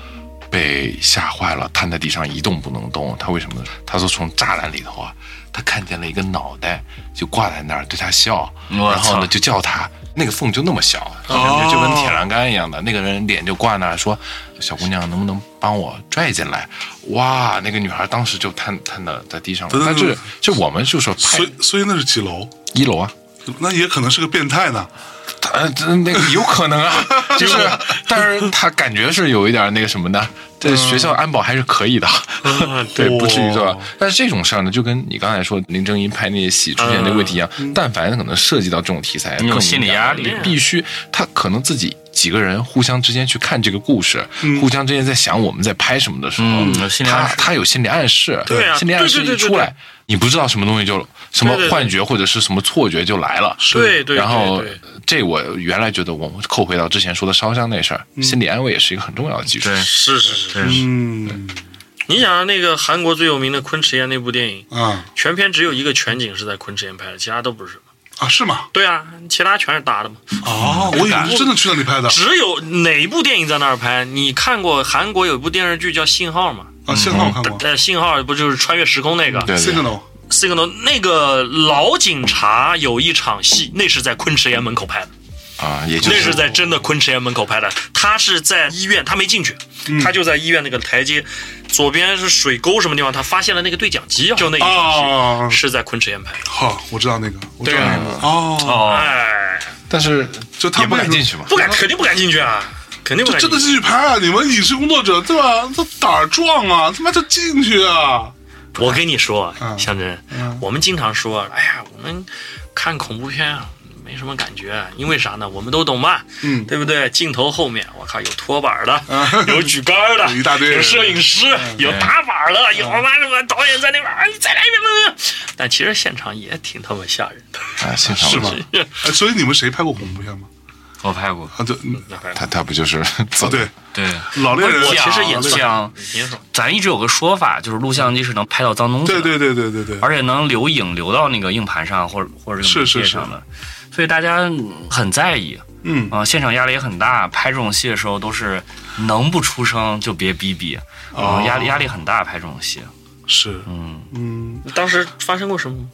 Speaker 5: 被吓坏了，瘫在地上一动不能动。她为什么呢？她说从栅栏里头啊，她看见了一个脑袋，就挂在那儿，对她笑。
Speaker 4: 我
Speaker 5: 然后
Speaker 4: 操
Speaker 5: 呢，就叫她，那个缝就那么小，
Speaker 1: 哦
Speaker 5: 感觉就跟铁栏杆一样的。那个人脸就挂那儿，说：“小姑娘，能不能帮我拽进来？”哇，那个女孩当时就瘫瘫的在地上了
Speaker 1: 等。等
Speaker 5: 但是
Speaker 1: 等
Speaker 5: 这我们就说拍
Speaker 1: 所以所以那是几楼？
Speaker 5: 一楼啊，
Speaker 1: 那也可能是个变态呢。
Speaker 5: 呃，这那个有可能啊，就是，但是他感觉是有一点那个什么的，这学校安保还是可以的， 对，不至于对吧？但是这种事儿呢，就跟你刚才说林正英拍那些戏出现这个问题一样，但凡可能涉及到这种题材，
Speaker 4: 你有
Speaker 5: 更
Speaker 4: 心理
Speaker 5: 敏感
Speaker 4: 压力
Speaker 5: 必须他可能自己。几个人互相之间去看这个故事，互相之间在想我们在拍什么的时候，
Speaker 4: 嗯有心理
Speaker 5: 他
Speaker 4: 暗示
Speaker 5: 他有心理暗示，
Speaker 3: 对啊
Speaker 5: 心理暗示
Speaker 3: 对对对
Speaker 5: 一
Speaker 3: 对
Speaker 5: 出来
Speaker 3: 对，
Speaker 5: 你不知道什么东西就什么
Speaker 3: 对对对
Speaker 5: 幻觉或者是什么错觉就来了，
Speaker 3: 对对，
Speaker 5: 然后
Speaker 3: 对对
Speaker 5: 呃这我原来觉得，我扣回到之前说的烧伤那事儿，心理安慰也是一个很重要的基础。
Speaker 4: 对，
Speaker 3: 是是是，
Speaker 1: 嗯
Speaker 3: 你想想那个韩国最有名的昆池岩那部电影，
Speaker 1: 啊
Speaker 3: 全片只有一个全景是在昆池岩拍的，其他都不是。
Speaker 1: 啊，是吗？
Speaker 3: 对啊，其他全是搭的嘛。
Speaker 1: 哦，我以为是真的去那里拍的啊
Speaker 3: 只有哪一部电影在那儿拍？你看过韩国有一部电视剧叫《信号》吗？
Speaker 1: 啊，信号我看过
Speaker 3: 呃，信号不就是穿越时空那个？
Speaker 5: 啊对对对，
Speaker 1: ，signal
Speaker 3: Signal 那个老警察有一场戏，那是在昆池岩门口拍的，
Speaker 5: 啊，也就
Speaker 3: 那是在真的昆池岩门口拍的。他是在医院，他没进去，他就在医院那个台阶左边是水沟什么地方，他发现了那个对讲机，就那一场
Speaker 1: 啊
Speaker 3: 戏，是在昆池岩拍的。
Speaker 1: 好，我知道那个，我知道
Speaker 3: 对啊
Speaker 1: 那个哦，
Speaker 4: 哦，
Speaker 3: 哎，
Speaker 5: 但是
Speaker 1: 就他
Speaker 5: 也不
Speaker 1: 为
Speaker 5: 敢
Speaker 1: 什么
Speaker 5: 进去嘛。
Speaker 3: 不敢，肯定不敢进去啊，肯定不
Speaker 1: 就
Speaker 3: 敢
Speaker 1: 真
Speaker 3: 进
Speaker 1: 的
Speaker 3: 去。
Speaker 1: 进去拍啊！你们影视工作者对吧？这胆儿壮啊，他妈就进去啊！
Speaker 3: 我跟你说
Speaker 1: 嗯
Speaker 3: 啊，向真
Speaker 1: 嗯，
Speaker 3: 我们经常说，哎呀，我们看恐怖片啊。没什么感觉，啊因为啥呢？我们都懂嘛，
Speaker 1: 嗯
Speaker 3: 对不对？镜头后面，我靠，有拖板的，
Speaker 1: 啊
Speaker 3: 有举杆 的，
Speaker 1: 有一大堆人嗯
Speaker 3: 有摄影师，有打板的，有妈什么导演在那边，啊，你再来一遍，来来但其实现场也挺他妈吓人的。
Speaker 5: 啊，现场
Speaker 1: 是吗？哎，所以你们谁拍过恐怖片吗？
Speaker 4: 我拍过，
Speaker 1: 啊，对，
Speaker 5: 他他不就 是
Speaker 1: 啊
Speaker 5: 走
Speaker 1: 对，
Speaker 4: 对，
Speaker 1: 老猎人，
Speaker 4: 我
Speaker 3: 其实也
Speaker 1: 老猎人
Speaker 4: 讲，
Speaker 3: 您说，
Speaker 4: 咱一直有个说法，就是录像机是能拍到脏东西的，
Speaker 1: 对对对对对对，
Speaker 4: 而且能留影留到那个硬盘上或者或者这
Speaker 1: 是
Speaker 4: 个
Speaker 1: 是
Speaker 4: 媒介
Speaker 1: 是
Speaker 4: 上的，所以大家很在意
Speaker 1: 嗯
Speaker 4: 啊、现场压力也很大。拍这种戏的时候都是能不出声就别逼逼，啊、
Speaker 1: 哦
Speaker 4: 压力压力很大。拍这种戏，
Speaker 1: 是，
Speaker 4: 嗯，
Speaker 1: 嗯，
Speaker 3: 你当时发生过什么？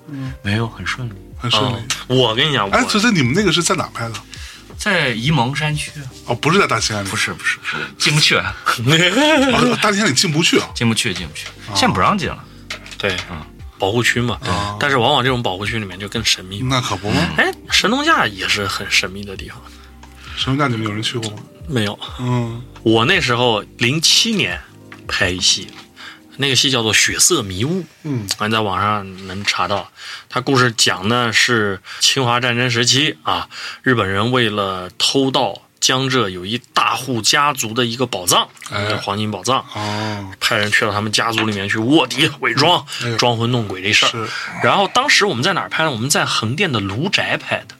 Speaker 4: 没有很顺利，
Speaker 1: 很顺利
Speaker 3: 嗯。我跟你讲，我
Speaker 1: 哎，所以你们那个是在哪拍的？
Speaker 4: 在沂蒙山区，
Speaker 1: 哦，不是在大兴安岭
Speaker 4: 不，是不是不是，进不去，
Speaker 1: 哦大兴安岭进不去啊。
Speaker 4: 进不去，进不去，现在不让进了。
Speaker 3: 对，
Speaker 1: 嗯
Speaker 3: 保护区嘛。
Speaker 1: 哦
Speaker 3: 但是往往这种保护区里面就更神秘。
Speaker 1: 那可不吗？
Speaker 3: 哎，神农架也是很神秘的地方。
Speaker 1: 神农架你们有人去过吗？
Speaker 3: 没有，
Speaker 1: 嗯，
Speaker 3: 我那时候零七年拍一戏，那个戏叫做《血色迷雾》，
Speaker 1: 嗯，
Speaker 3: 你在网上能查到。它故事讲呢是侵华战争时期啊，日本人为了偷盗江浙有一大户家族的一个宝藏，
Speaker 1: 哎
Speaker 3: 黄金宝藏，
Speaker 1: 哦，
Speaker 3: 派人去到他们家族里面去卧底、伪装
Speaker 1: 哎呦、
Speaker 3: 装魂弄鬼这事儿
Speaker 1: 是。
Speaker 3: 然后当时我们在哪儿拍呢？我们在横店的卢宅拍的。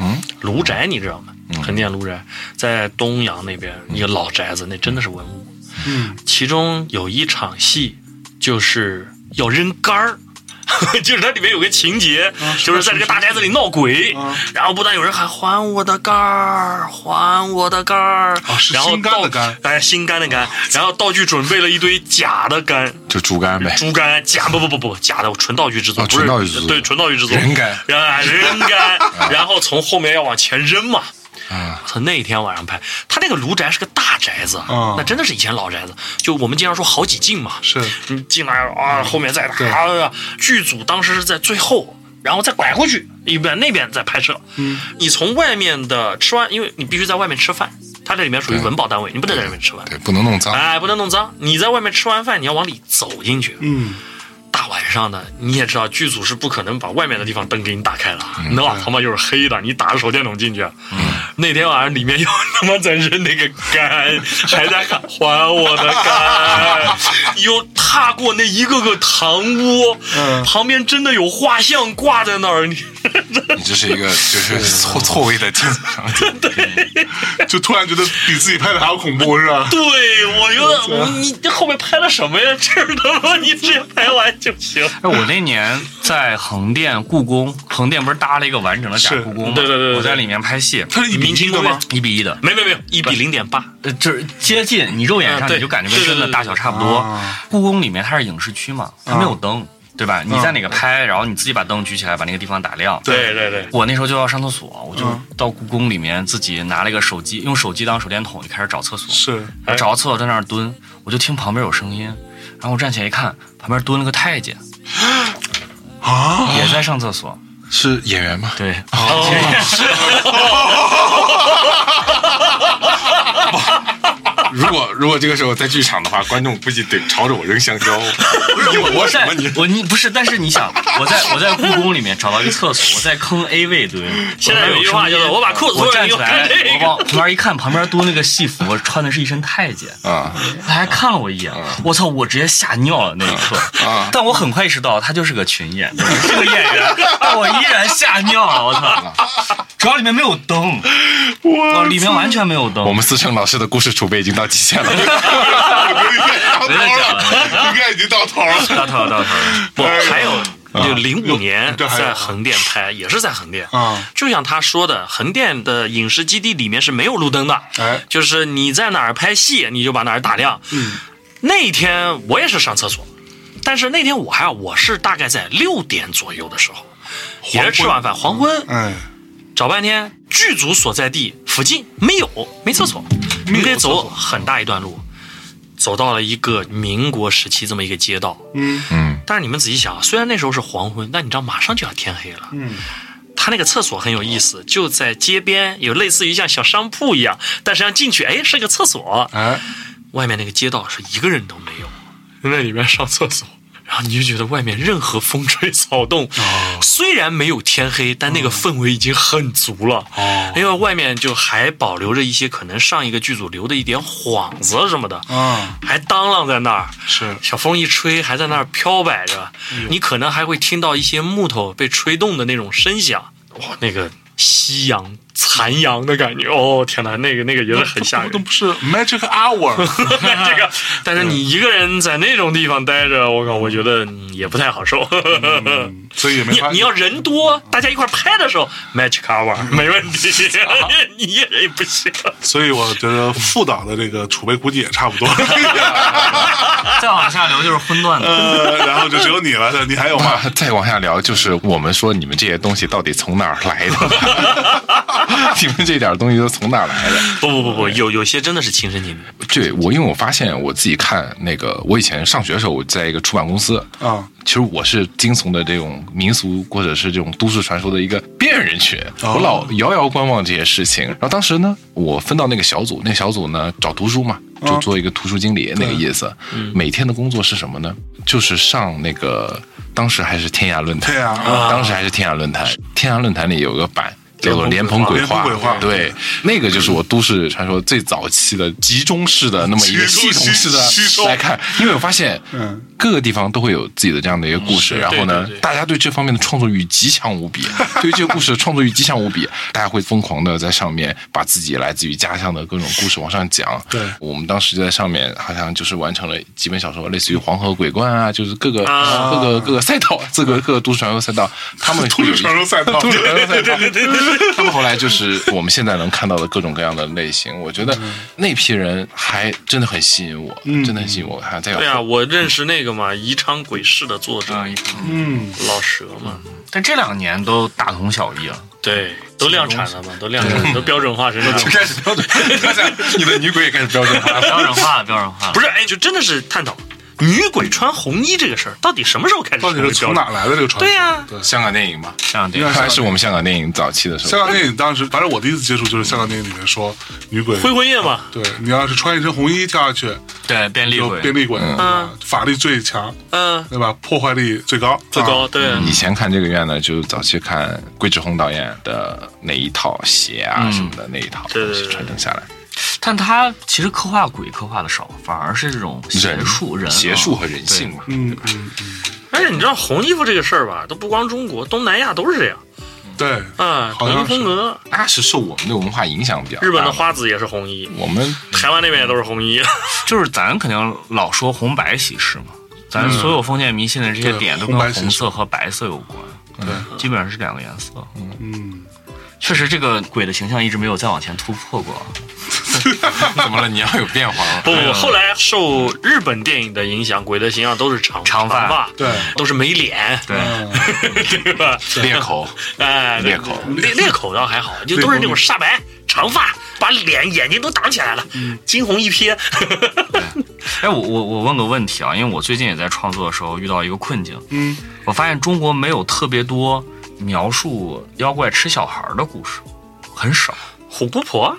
Speaker 5: 嗯，
Speaker 3: 卢
Speaker 1: 嗯
Speaker 3: 宅你知道吗？横店卢宅在东阳那边一个老宅子，那真的是文物。
Speaker 1: 嗯，
Speaker 3: 其中有一场戏就是要扔杆儿。 就是它里面有个情节，
Speaker 1: 啊
Speaker 3: 就是在这个大宅子里闹鬼，
Speaker 1: 啊
Speaker 3: 然后不但有人喊“还我的杆儿，还我的杆儿”，
Speaker 1: 啊是
Speaker 3: 然后
Speaker 1: 心肝的
Speaker 3: 道
Speaker 1: 肝
Speaker 3: 哎，心肝的肝，然后道具准备了一堆假的肝，
Speaker 5: 就猪肝呗，
Speaker 3: 猪肝假不不不不假的，纯道具制作，
Speaker 5: 哎啊
Speaker 3: 不是
Speaker 5: 纯道具制作
Speaker 3: 对纯道具制作，
Speaker 5: 人干
Speaker 3: 然后啊人干， 然后从后面要往前扔嘛。
Speaker 5: 啊，
Speaker 3: 他那一天晚上拍，他那个卢宅是个大宅子，
Speaker 1: 嗯
Speaker 5: 啊
Speaker 3: 那真的是以前老宅子，就我们经常说好几进嘛，
Speaker 1: 是
Speaker 3: 你进来啊，后面再
Speaker 1: 对
Speaker 3: 啊，剧组当时是在最后，然后再拐过去一边那边在拍摄。
Speaker 1: 嗯，
Speaker 3: 你从外面的吃完，因为你必须在外面吃饭，他这里面属于
Speaker 5: 对
Speaker 3: 文保单位，你不能在里面吃饭，
Speaker 5: 对，不能弄脏，
Speaker 3: 哎，不能弄脏。你在外面吃完饭，你要往里走进去，
Speaker 1: 嗯，
Speaker 3: 大晚上的，你也知道，剧组是不可能把外面的地方灯给你打开了，那他妈又是黑的，你打着手电筒进去。那天晚上里面又他妈在扔那个杆，还在喊还我的杆，又踏过那一个个堂屋，
Speaker 1: 嗯
Speaker 3: 旁边真的有画像挂在那儿，你
Speaker 5: 你这是一个就是错错位的镜子场景，
Speaker 1: 就突然觉得比自己拍的还要恐怖，是 吧？
Speaker 3: 对我觉得你这后面拍了什么呀？这儿他妈你直接拍完就行。
Speaker 4: 哎，我那年在横店故宫，横店不是搭了一个完整的假
Speaker 1: 是
Speaker 4: 故宫吗？
Speaker 3: 对对对对
Speaker 4: 我在里面拍戏，
Speaker 1: 它是一比
Speaker 3: 明
Speaker 1: 一
Speaker 3: 清
Speaker 1: 的吗？
Speaker 4: 一比一的，
Speaker 3: 没没没有，一比零点八，
Speaker 4: 呃，就是接近你肉眼
Speaker 3: 啊
Speaker 4: 上
Speaker 3: 对
Speaker 4: 你就感觉跟真
Speaker 3: 对对
Speaker 4: 的
Speaker 3: 对
Speaker 4: 大小差不多
Speaker 1: 啊。
Speaker 4: 故宫里面它是影视区嘛，它没有灯，对吧？你在哪个拍，然后你自己把灯举起来，把那个地方打亮。
Speaker 1: 对
Speaker 3: 对对对，
Speaker 4: 我那时候就要上厕所，我就
Speaker 1: 嗯
Speaker 4: 到故宫里面自己拿了一个手机，用手机当手电筒就开始找厕所。
Speaker 1: 是
Speaker 4: 我找到厕所在那儿蹲，我就听旁边有声音，然后我站起来一看，旁边蹲了个太监，
Speaker 1: 啊，
Speaker 4: 也在上厕所。
Speaker 5: 是演员吗？
Speaker 4: 对，
Speaker 3: 哦
Speaker 5: 如果如果这个时候在剧场的话，观众估计得朝着我扔香蕉，你
Speaker 4: 我
Speaker 5: 我什
Speaker 4: 在
Speaker 5: 么你？
Speaker 4: 我你不是，但是你想，我在我在故宫里面找到一个厕所，我在坑 A 位 蹲。
Speaker 3: 现在有一句话就是
Speaker 4: 我
Speaker 3: 我把裤子脱
Speaker 4: 我
Speaker 3: 了
Speaker 4: 站
Speaker 3: 你
Speaker 4: 起
Speaker 3: 就
Speaker 4: 来
Speaker 3: 看这，个
Speaker 4: 我往旁边一看，旁边蹲了个戏服，穿的是一身太监，
Speaker 5: 啊
Speaker 4: 他还看了我一眼，我操，我直接吓尿了那一刻。
Speaker 5: 嗯啊！
Speaker 4: 但我很快意识到，他就是个群演，是个演 员，但我依然吓尿了，我
Speaker 5: 嗯
Speaker 4: 操！主要里面没有灯，哇，里面完全没有灯。
Speaker 5: 我们思成老师的故事储备已经到极限了，
Speaker 1: 到头
Speaker 4: 没得讲
Speaker 1: 了，应该已经到头 了。
Speaker 4: 到头了，到头了。
Speaker 3: 不，还有就零五年
Speaker 1: 这还有
Speaker 3: 在横店拍，也是在横店
Speaker 1: 啊
Speaker 3: 就像他说的，横店的影视基地里面是没有路灯的，
Speaker 1: 哎
Speaker 3: 就是你在哪儿拍戏，你就把哪儿打亮。
Speaker 1: 嗯，
Speaker 3: 那天我也是上厕所，但是那天我还我是大概在六点左右的时候，也是吃完饭黄昏，
Speaker 1: 哎，
Speaker 3: 找半天剧组所在地附近没有没厕所，你得走很大一段路，走到了一个民国时期这么一个街道。
Speaker 1: 嗯
Speaker 5: 嗯，
Speaker 3: 但是你们仔细想，啊虽然那时候是黄昏，但你知道马上就要天黑了。
Speaker 1: 嗯，
Speaker 3: 他那个厕所很有意思，就在街边，有类似于像小商铺一样，但实际上进去，哎，是个厕所。
Speaker 1: 哎，
Speaker 3: 外面那个街道是一个人都没有，那里面上厕所，然后你就觉得外面任何风吹草动，虽然没有天黑，但那个氛围已经很足了。
Speaker 1: 哦
Speaker 3: 因为外面就还保留着一些可能上一个剧组留的一点幌子什么的，
Speaker 1: 啊，
Speaker 3: 还当啷在那儿。
Speaker 1: 是
Speaker 3: 小风一吹，还在那儿飘摆着，你可能还会听到一些木头被吹动的那种声响。哇，那个夕阳残阳的感觉，哦天哪，那个那个也是很吓人
Speaker 1: 都。不是 magic hour，
Speaker 3: 这个，但是你一个人在那种地方待着，我靠，我觉得嗯也不太好受。
Speaker 1: 嗯所以也没
Speaker 3: 你
Speaker 1: 法。
Speaker 3: 你要人多，大家一块儿拍的时候，match cover 没问题， 你一人也不行。
Speaker 1: 所以我觉得副导的这个储备估计也差不多。
Speaker 4: 再往下流就是荤段子。
Speaker 1: 呃， 然后就只有你了，你还有吗？
Speaker 5: 哇， 再往下聊就是我们说你们这些东西到底从哪儿来的？你们这点东西都从哪儿来的？
Speaker 3: 不不不不，有有些真的是亲身经历。
Speaker 5: 对我，因为我发现我自己看那个，我以前上学的时候，我在一个出版公司
Speaker 1: 啊，
Speaker 5: 其实我是惊悚的这种民俗或者是这种都市传说的一个边缘人群，
Speaker 1: 哦
Speaker 5: 我老遥遥观望这些事情。然后当时呢，我分到那个小组，那个小组呢找图书嘛，
Speaker 1: 哦
Speaker 5: 就做一个图书经理那个意思。
Speaker 1: 嗯
Speaker 5: 每天的工作是什么呢？就是上那个当时还是天涯论坛，
Speaker 1: 对啊
Speaker 5: 当时还是天涯论坛，天涯论坛里有个版。叫做《莲
Speaker 1: 蓬
Speaker 5: 蓬
Speaker 1: 鬼
Speaker 5: 鬼
Speaker 1: 话
Speaker 5: 话》。
Speaker 1: 莲蓬鬼话
Speaker 5: 对，那个就是我都市传说最早期的集中式的那么一个
Speaker 1: 集中
Speaker 5: 系统式
Speaker 1: 吸吸收
Speaker 5: 的来看，因为我发现，
Speaker 1: 嗯
Speaker 5: 各个地方都会有自己的这样的一个故事，然后呢
Speaker 3: 对对对，
Speaker 5: 大家对这方面的创作欲极强无比，啊对于这个故事的创作欲极强无比，啊大家会疯狂的在上面把自己来自于家乡的各种故事往上讲。
Speaker 1: 对
Speaker 5: 我们当时就在上面好像就是完成了几本小说，类似于《黄河鬼怪》啊，就是各个
Speaker 3: 啊
Speaker 5: 各个各个赛道，各个各个都市传说赛道，他们
Speaker 1: 都
Speaker 5: 会有
Speaker 1: 市
Speaker 5: 一
Speaker 1: 传说 赛 道，
Speaker 5: 都是传说赛道。 他们后来就是我们现在能看到的各种各样的类型，我觉得那批人还真的很吸引我，真的很吸引我。还在
Speaker 3: 嗯对 啊，我认识那个嘛，《宜昌鬼市》的作者
Speaker 4: 啊，一部
Speaker 1: 嗯，
Speaker 3: 老蛇嘛，
Speaker 4: 但这两年都大同小异了。
Speaker 3: 对，都量产了嘛，都量产了，都标准化生产了。
Speaker 5: 开始 标准，你的女鬼也开始标准化
Speaker 4: 标准化，标准化。
Speaker 3: 不是，哎，就真的是探讨女鬼穿红衣这个事儿，到底什么时候开始
Speaker 1: 到
Speaker 3: 成
Speaker 1: 底
Speaker 3: 为
Speaker 1: 是
Speaker 3: 标
Speaker 1: 从
Speaker 3: 准？
Speaker 1: 哪来的这个传说？
Speaker 3: 对呀
Speaker 1: 对。
Speaker 5: 香港电影 嘛，
Speaker 4: 这样对
Speaker 1: 应该
Speaker 5: 还是我们香港电影早期的时
Speaker 1: 香
Speaker 5: 候。
Speaker 1: 港电影当时，反正我第一次接触就是香港电影里面说女鬼，
Speaker 3: 灰魂夜嘛，
Speaker 1: 对你要是穿一身红衣跳下去，
Speaker 4: 对便利
Speaker 1: 有
Speaker 4: 鬼，
Speaker 1: 便利鬼，嗯对吧法力最强，
Speaker 3: 嗯、
Speaker 1: 对吧？破坏力最高，
Speaker 3: 最高
Speaker 1: 啊。
Speaker 3: 对。
Speaker 5: 以前看这个院呢，就是早期看桂志红导演的那一套鞋啊什么的那一套，
Speaker 3: 嗯对对对
Speaker 5: 传承下来，
Speaker 4: 但他其实刻画鬼刻画的少，反而是这种邪术人
Speaker 5: 邪术和
Speaker 4: 啊
Speaker 5: 人性嘛。
Speaker 1: 嗯嗯，
Speaker 3: 而且你知道红衣服这个事儿吧，都不光中国，东南亚都是这样
Speaker 1: 对，
Speaker 3: 啊，
Speaker 1: 好
Speaker 3: 统
Speaker 1: 像
Speaker 3: 一风格。
Speaker 5: 那是受我们的文化影响比较大。
Speaker 3: 日本的，花子也是红衣，
Speaker 1: 嗯
Speaker 5: 我们
Speaker 3: 台湾那边也都是红 衣。
Speaker 4: 就是咱肯定老说红白喜事嘛，咱所有封建迷信的这
Speaker 1: 嗯
Speaker 4: 些
Speaker 1: 对
Speaker 4: 点都
Speaker 1: 红白
Speaker 4: 跟
Speaker 1: 喜事
Speaker 4: 红色和白色有关，嗯
Speaker 1: 对，
Speaker 4: 基本上是两个颜色。
Speaker 1: 嗯，
Speaker 4: 确实，这个鬼的形象一直没有再往前突破过。
Speaker 5: 怎么了？你要有变化了。
Speaker 3: 不不，
Speaker 1: 嗯
Speaker 3: 后来受日本电影的影响，鬼的形象都是长
Speaker 4: 长发
Speaker 3: 发，
Speaker 1: 对，
Speaker 3: 都是没脸，
Speaker 4: 对，
Speaker 3: 对吧？
Speaker 5: 裂口，
Speaker 3: 哎，对
Speaker 5: 裂口
Speaker 3: 裂裂口倒还好，就都是那种煞白长发，把脸眼睛都挡起来了，
Speaker 5: 嗯
Speaker 3: 惊鸿一瞥。
Speaker 4: 哎，我我我问个问题啊，因为我最近也在创作的时候遇到一个困境，
Speaker 1: 嗯，
Speaker 4: 我发现中国没有特别多描述妖怪吃小孩的故事，很少，
Speaker 3: 虎姑婆，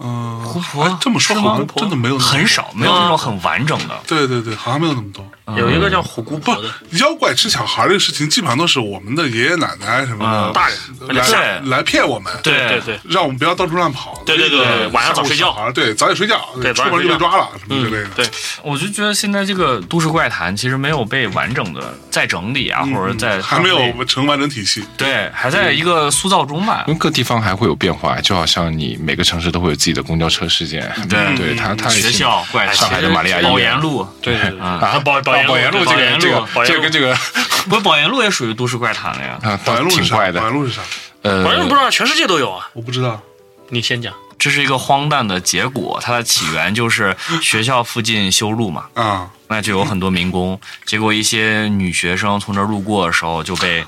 Speaker 1: 嗯，
Speaker 4: 姑婆
Speaker 1: 哎这么说
Speaker 4: 是吗
Speaker 1: 好像真的没有那么多嗯
Speaker 4: 很，少，没有那种很完整的。
Speaker 1: 对对对，好像没有那么多。
Speaker 5: 嗯
Speaker 3: 有一个叫虎姑
Speaker 1: 不
Speaker 3: 婆的，，
Speaker 1: 妖怪吃小孩儿这个事情，基本上都是我们的爷爷奶奶什么的
Speaker 4: 嗯
Speaker 3: 大人
Speaker 1: 来
Speaker 4: 对
Speaker 1: 来骗我们，
Speaker 3: 对对对，
Speaker 1: 让我们不要到处乱跑，
Speaker 3: 对对对对晚上早睡觉
Speaker 1: 吓唬小孩儿，对，早点睡觉，
Speaker 3: 对
Speaker 1: 出
Speaker 3: 早点
Speaker 1: 门就
Speaker 3: 睡
Speaker 1: 被
Speaker 3: 觉
Speaker 1: 抓了什么之类
Speaker 3: 嗯
Speaker 1: 的，，
Speaker 3: 对，
Speaker 4: 我就觉得现在这个都市怪谈其实没有被完整的再整理
Speaker 5: 嗯
Speaker 4: 啊，或者再
Speaker 1: 还没有成完整体系，
Speaker 4: 对，还在一个塑造中吧
Speaker 5: 因。为各地方还会有变化，就好像你每个城市都会有自己的公交车事件。
Speaker 4: 对
Speaker 5: 对，它它也
Speaker 4: 学
Speaker 5: 是
Speaker 4: 校怪谈，
Speaker 5: 上海的玛利亚医院
Speaker 4: 保研路，
Speaker 3: 对对对
Speaker 5: 啊，
Speaker 3: 保保研路
Speaker 5: 保研路这
Speaker 3: 保
Speaker 5: 个
Speaker 3: 研
Speaker 5: 这
Speaker 3: 路
Speaker 5: 个
Speaker 3: 保研
Speaker 5: 这个
Speaker 3: 路
Speaker 5: 跟这个
Speaker 4: 不是保研路也属于都市怪谈了呀。
Speaker 5: 啊，
Speaker 1: 保
Speaker 5: 倒
Speaker 1: 元路是
Speaker 5: 挺
Speaker 1: 啥？
Speaker 5: 怪
Speaker 1: 保
Speaker 5: 的
Speaker 1: 元。路是啥？
Speaker 5: 呃，
Speaker 3: 保研路不知道全世界都有啊，
Speaker 1: 我不知道。
Speaker 3: 你先讲。
Speaker 4: 这是一个荒诞的结果，它的起源就是学校附近修路嘛，
Speaker 1: 啊、
Speaker 4: 那就有很多民工，结果一些女学生从这儿路过的时候就被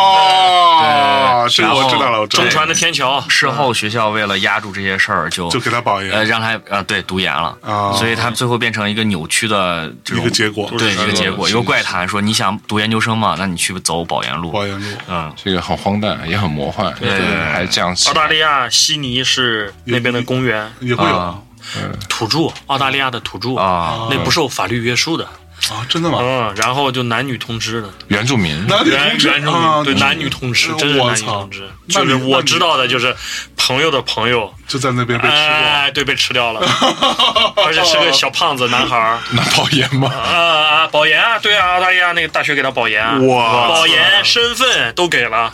Speaker 1: 哦，
Speaker 4: 对
Speaker 1: 这个我知道了，我知道
Speaker 3: 中
Speaker 1: 了，
Speaker 3: 传的天桥，
Speaker 4: 事后学校为了压住这些事儿就
Speaker 1: 就给他保
Speaker 4: 呃
Speaker 1: 研
Speaker 4: 让他呃对读研了，
Speaker 5: 哦
Speaker 1: 啊
Speaker 4: 所以他最后变成一个扭曲的这
Speaker 1: 一
Speaker 4: 种
Speaker 1: 个结果，
Speaker 4: 对一个结果，
Speaker 5: 是
Speaker 4: 一个怪谈说你想读研究生嘛，那你去走保研路，
Speaker 1: 保研路
Speaker 4: 嗯，
Speaker 5: 这个很荒诞，也很魔幻，
Speaker 4: 对对
Speaker 5: 还这样
Speaker 3: 澳大利亚悉尼是那边的公园，
Speaker 1: 也会有
Speaker 4: 啊
Speaker 1: 啊
Speaker 3: 土著，澳大利亚的土著
Speaker 5: 哦
Speaker 4: 啊，
Speaker 3: 那不受法律约束的，
Speaker 1: 啊真的吗？
Speaker 3: 嗯，然后就男女通吃的，
Speaker 5: 原住民
Speaker 1: 男女
Speaker 3: 原
Speaker 1: 同
Speaker 3: 原
Speaker 1: 志
Speaker 3: 住
Speaker 1: 啊
Speaker 3: 民，对男女通吃
Speaker 1: 嗯，
Speaker 3: 真是
Speaker 1: 我
Speaker 3: 男女
Speaker 1: 操
Speaker 3: 通吃，
Speaker 1: 那
Speaker 3: 就是
Speaker 1: 你那
Speaker 3: 我
Speaker 1: 你
Speaker 3: 知道的就是朋友的朋友，
Speaker 1: 就在那边被吃过，
Speaker 3: 哎，对，被吃掉了，而且是个 小胖子男孩儿。
Speaker 5: 那保研吗？
Speaker 3: 啊啊！保研啊，对啊，澳大利亚那个大学给他保研啊，
Speaker 1: 哇
Speaker 3: 保研身份都给了，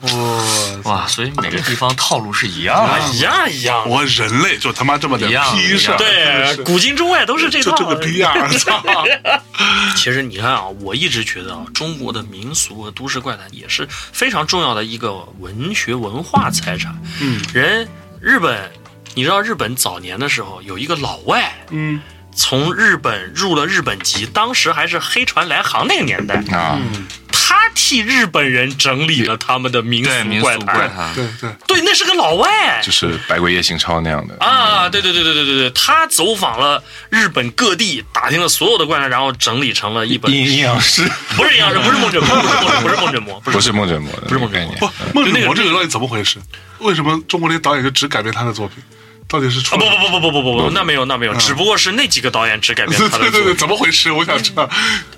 Speaker 1: 我
Speaker 4: 哇，所以每个地方套路是一样
Speaker 3: 啊
Speaker 4: 的，
Speaker 3: 一样一样的。
Speaker 1: 我人类就他妈这么点
Speaker 4: 一样
Speaker 1: 屁事儿，真的
Speaker 3: 对，
Speaker 1: 是
Speaker 3: 古今中外都是这
Speaker 1: 就
Speaker 3: 套。
Speaker 1: 这个逼啊样儿，操！
Speaker 3: 其实你看啊，我一直觉得啊，中国的民俗和都市怪谈也是非常重要的一个文学文化财产。
Speaker 1: 嗯，
Speaker 3: 人日本，你知道日本早年的时候有一个老外
Speaker 1: 嗯，
Speaker 3: 从日本入了日本籍，当时还是黑船来航那个年代，
Speaker 5: 啊，
Speaker 3: 他替日本人整理了他们的民
Speaker 4: 对
Speaker 3: 俗
Speaker 4: 民
Speaker 3: 怪
Speaker 4: 俗怪
Speaker 3: 谈。
Speaker 4: 谈，
Speaker 1: 对对，
Speaker 3: 对，那是个老外
Speaker 5: 就是百鬼夜行超那样的。
Speaker 3: 啊！对对对对对对对，他走访了日本各地，打听了所有的怪谈，然后整理成了一本
Speaker 5: 阴阴阳师
Speaker 3: 不是阴阳师，不是梦枕魔，不是梦枕 魔，不
Speaker 5: 不
Speaker 3: 是
Speaker 5: 是梦枕魔的，
Speaker 3: 不是梦
Speaker 5: 概
Speaker 3: 枕魔
Speaker 5: 念
Speaker 1: 不。，梦
Speaker 3: 就
Speaker 1: 里
Speaker 3: 那个
Speaker 1: 魔这个到底怎么回事？为什么中国那些导演就只改编他的作品？到底是出
Speaker 3: 啊，
Speaker 1: 了
Speaker 3: 不不不不不不不不，那没有那没有，只不过是那几个导演只改 编
Speaker 1: 对
Speaker 3: 他的
Speaker 1: 对
Speaker 3: 作
Speaker 1: 对对，
Speaker 3: 品。
Speaker 1: 怎么回事？我想知道。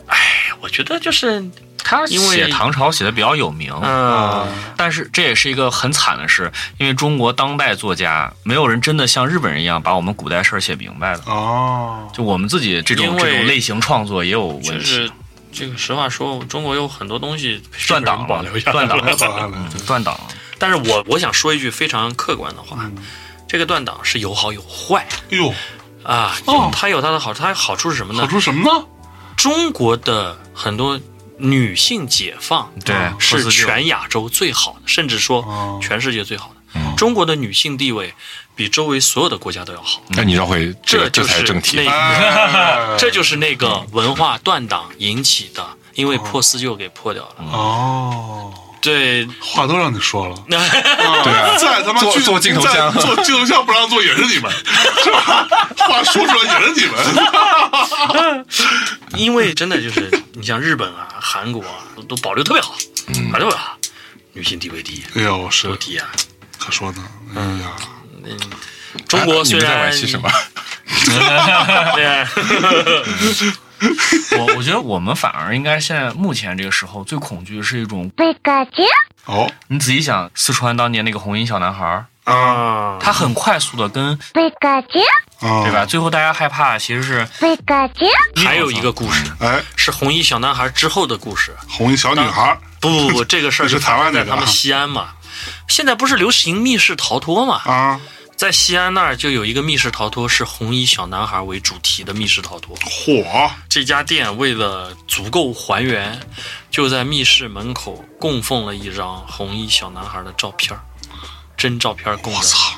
Speaker 3: 哎，我觉得就是
Speaker 4: 他
Speaker 3: 因为
Speaker 4: 写唐朝写的比较有名，
Speaker 3: 嗯，
Speaker 1: 啊
Speaker 4: 但是这也是一个很惨的事，因为中国当代作家没有人真的像日本人一样把我们古代事儿写明白了。
Speaker 1: 哦，
Speaker 4: 就我们自己这种
Speaker 3: 因为
Speaker 4: 这种类型创作也有问
Speaker 3: 就
Speaker 4: 题
Speaker 3: 是，这个实话说，中国有很多东西被
Speaker 4: 断档了
Speaker 3: 保留下来
Speaker 4: 断档了嗯
Speaker 1: 那早 安了，
Speaker 4: 断档了。
Speaker 3: 但是我我想说一句非常客观的
Speaker 1: 嗯
Speaker 3: 话，这个断档是有好有坏
Speaker 1: 哎呦，
Speaker 3: 啊，
Speaker 1: 哦
Speaker 3: 它有它的好，它好处是什么
Speaker 1: 好
Speaker 3: 呢？
Speaker 1: 处什么呢？
Speaker 3: 中国的很多女性解放，
Speaker 4: 对
Speaker 3: 是
Speaker 4: 1496
Speaker 3: 全亚洲最好的，甚至
Speaker 1: 哦
Speaker 3: 说全世界最好的。
Speaker 5: 嗯
Speaker 3: 中国的女性地位比周围所有的国家都要好，
Speaker 5: 那你绕回这个，
Speaker 3: 就
Speaker 5: 这才
Speaker 3: 是
Speaker 5: 是正题。啊
Speaker 3: 那
Speaker 1: 哎
Speaker 3: 这就是那
Speaker 5: 嗯
Speaker 3: 个文化断档引起的，因
Speaker 5: 哦
Speaker 3: 为破四旧给破掉
Speaker 5: 嗯
Speaker 3: 了。
Speaker 1: 哦，
Speaker 3: 对，
Speaker 1: 话都让你说了。
Speaker 5: 对啊
Speaker 1: 在他妈
Speaker 5: 做
Speaker 1: 剧
Speaker 5: 做镜头
Speaker 1: 在
Speaker 5: 像
Speaker 1: 做镜头像不让做也是你们，是吧？话说出来也是你们。
Speaker 3: 因为真的 就是你像日本啊、韩国啊，都都保留特别好，
Speaker 5: 嗯
Speaker 3: 保留特别好，女性地位第一，
Speaker 1: 哎呦，是
Speaker 3: 都第一啊。
Speaker 1: 可说呢。哎呀，
Speaker 3: 嗯，中国虽
Speaker 5: 哎你们在
Speaker 3: 然
Speaker 5: 惋惜什么？
Speaker 3: 对，
Speaker 4: 我我觉得我们反而应该现在目前这个时候最恐惧的是一种，
Speaker 1: 哦
Speaker 4: 你仔细想，四川当年那个红衣小男孩儿，
Speaker 3: 啊，
Speaker 4: 他很快速的跟
Speaker 1: 啊，
Speaker 4: 对吧？？最后大家害怕其实是
Speaker 3: 还有一个故事
Speaker 1: 哎，
Speaker 3: 是红衣小男孩之后的故事。
Speaker 1: 哄一小女孩儿
Speaker 3: 不不不，这 个事儿
Speaker 1: 那是
Speaker 3: 就发生
Speaker 1: 台湾那
Speaker 3: 在
Speaker 1: 个
Speaker 3: 他们
Speaker 1: 啊
Speaker 3: 西安嘛。现在不是流行密室逃脱嘛？
Speaker 1: 啊，
Speaker 3: 在西安那儿就有一个密室逃脱，是红衣小男孩为主题的密室逃脱。
Speaker 1: 火
Speaker 3: 这家店为了足够还原，就在密室门口供奉了一张红衣小男孩的照片儿，真照片儿供着。我操！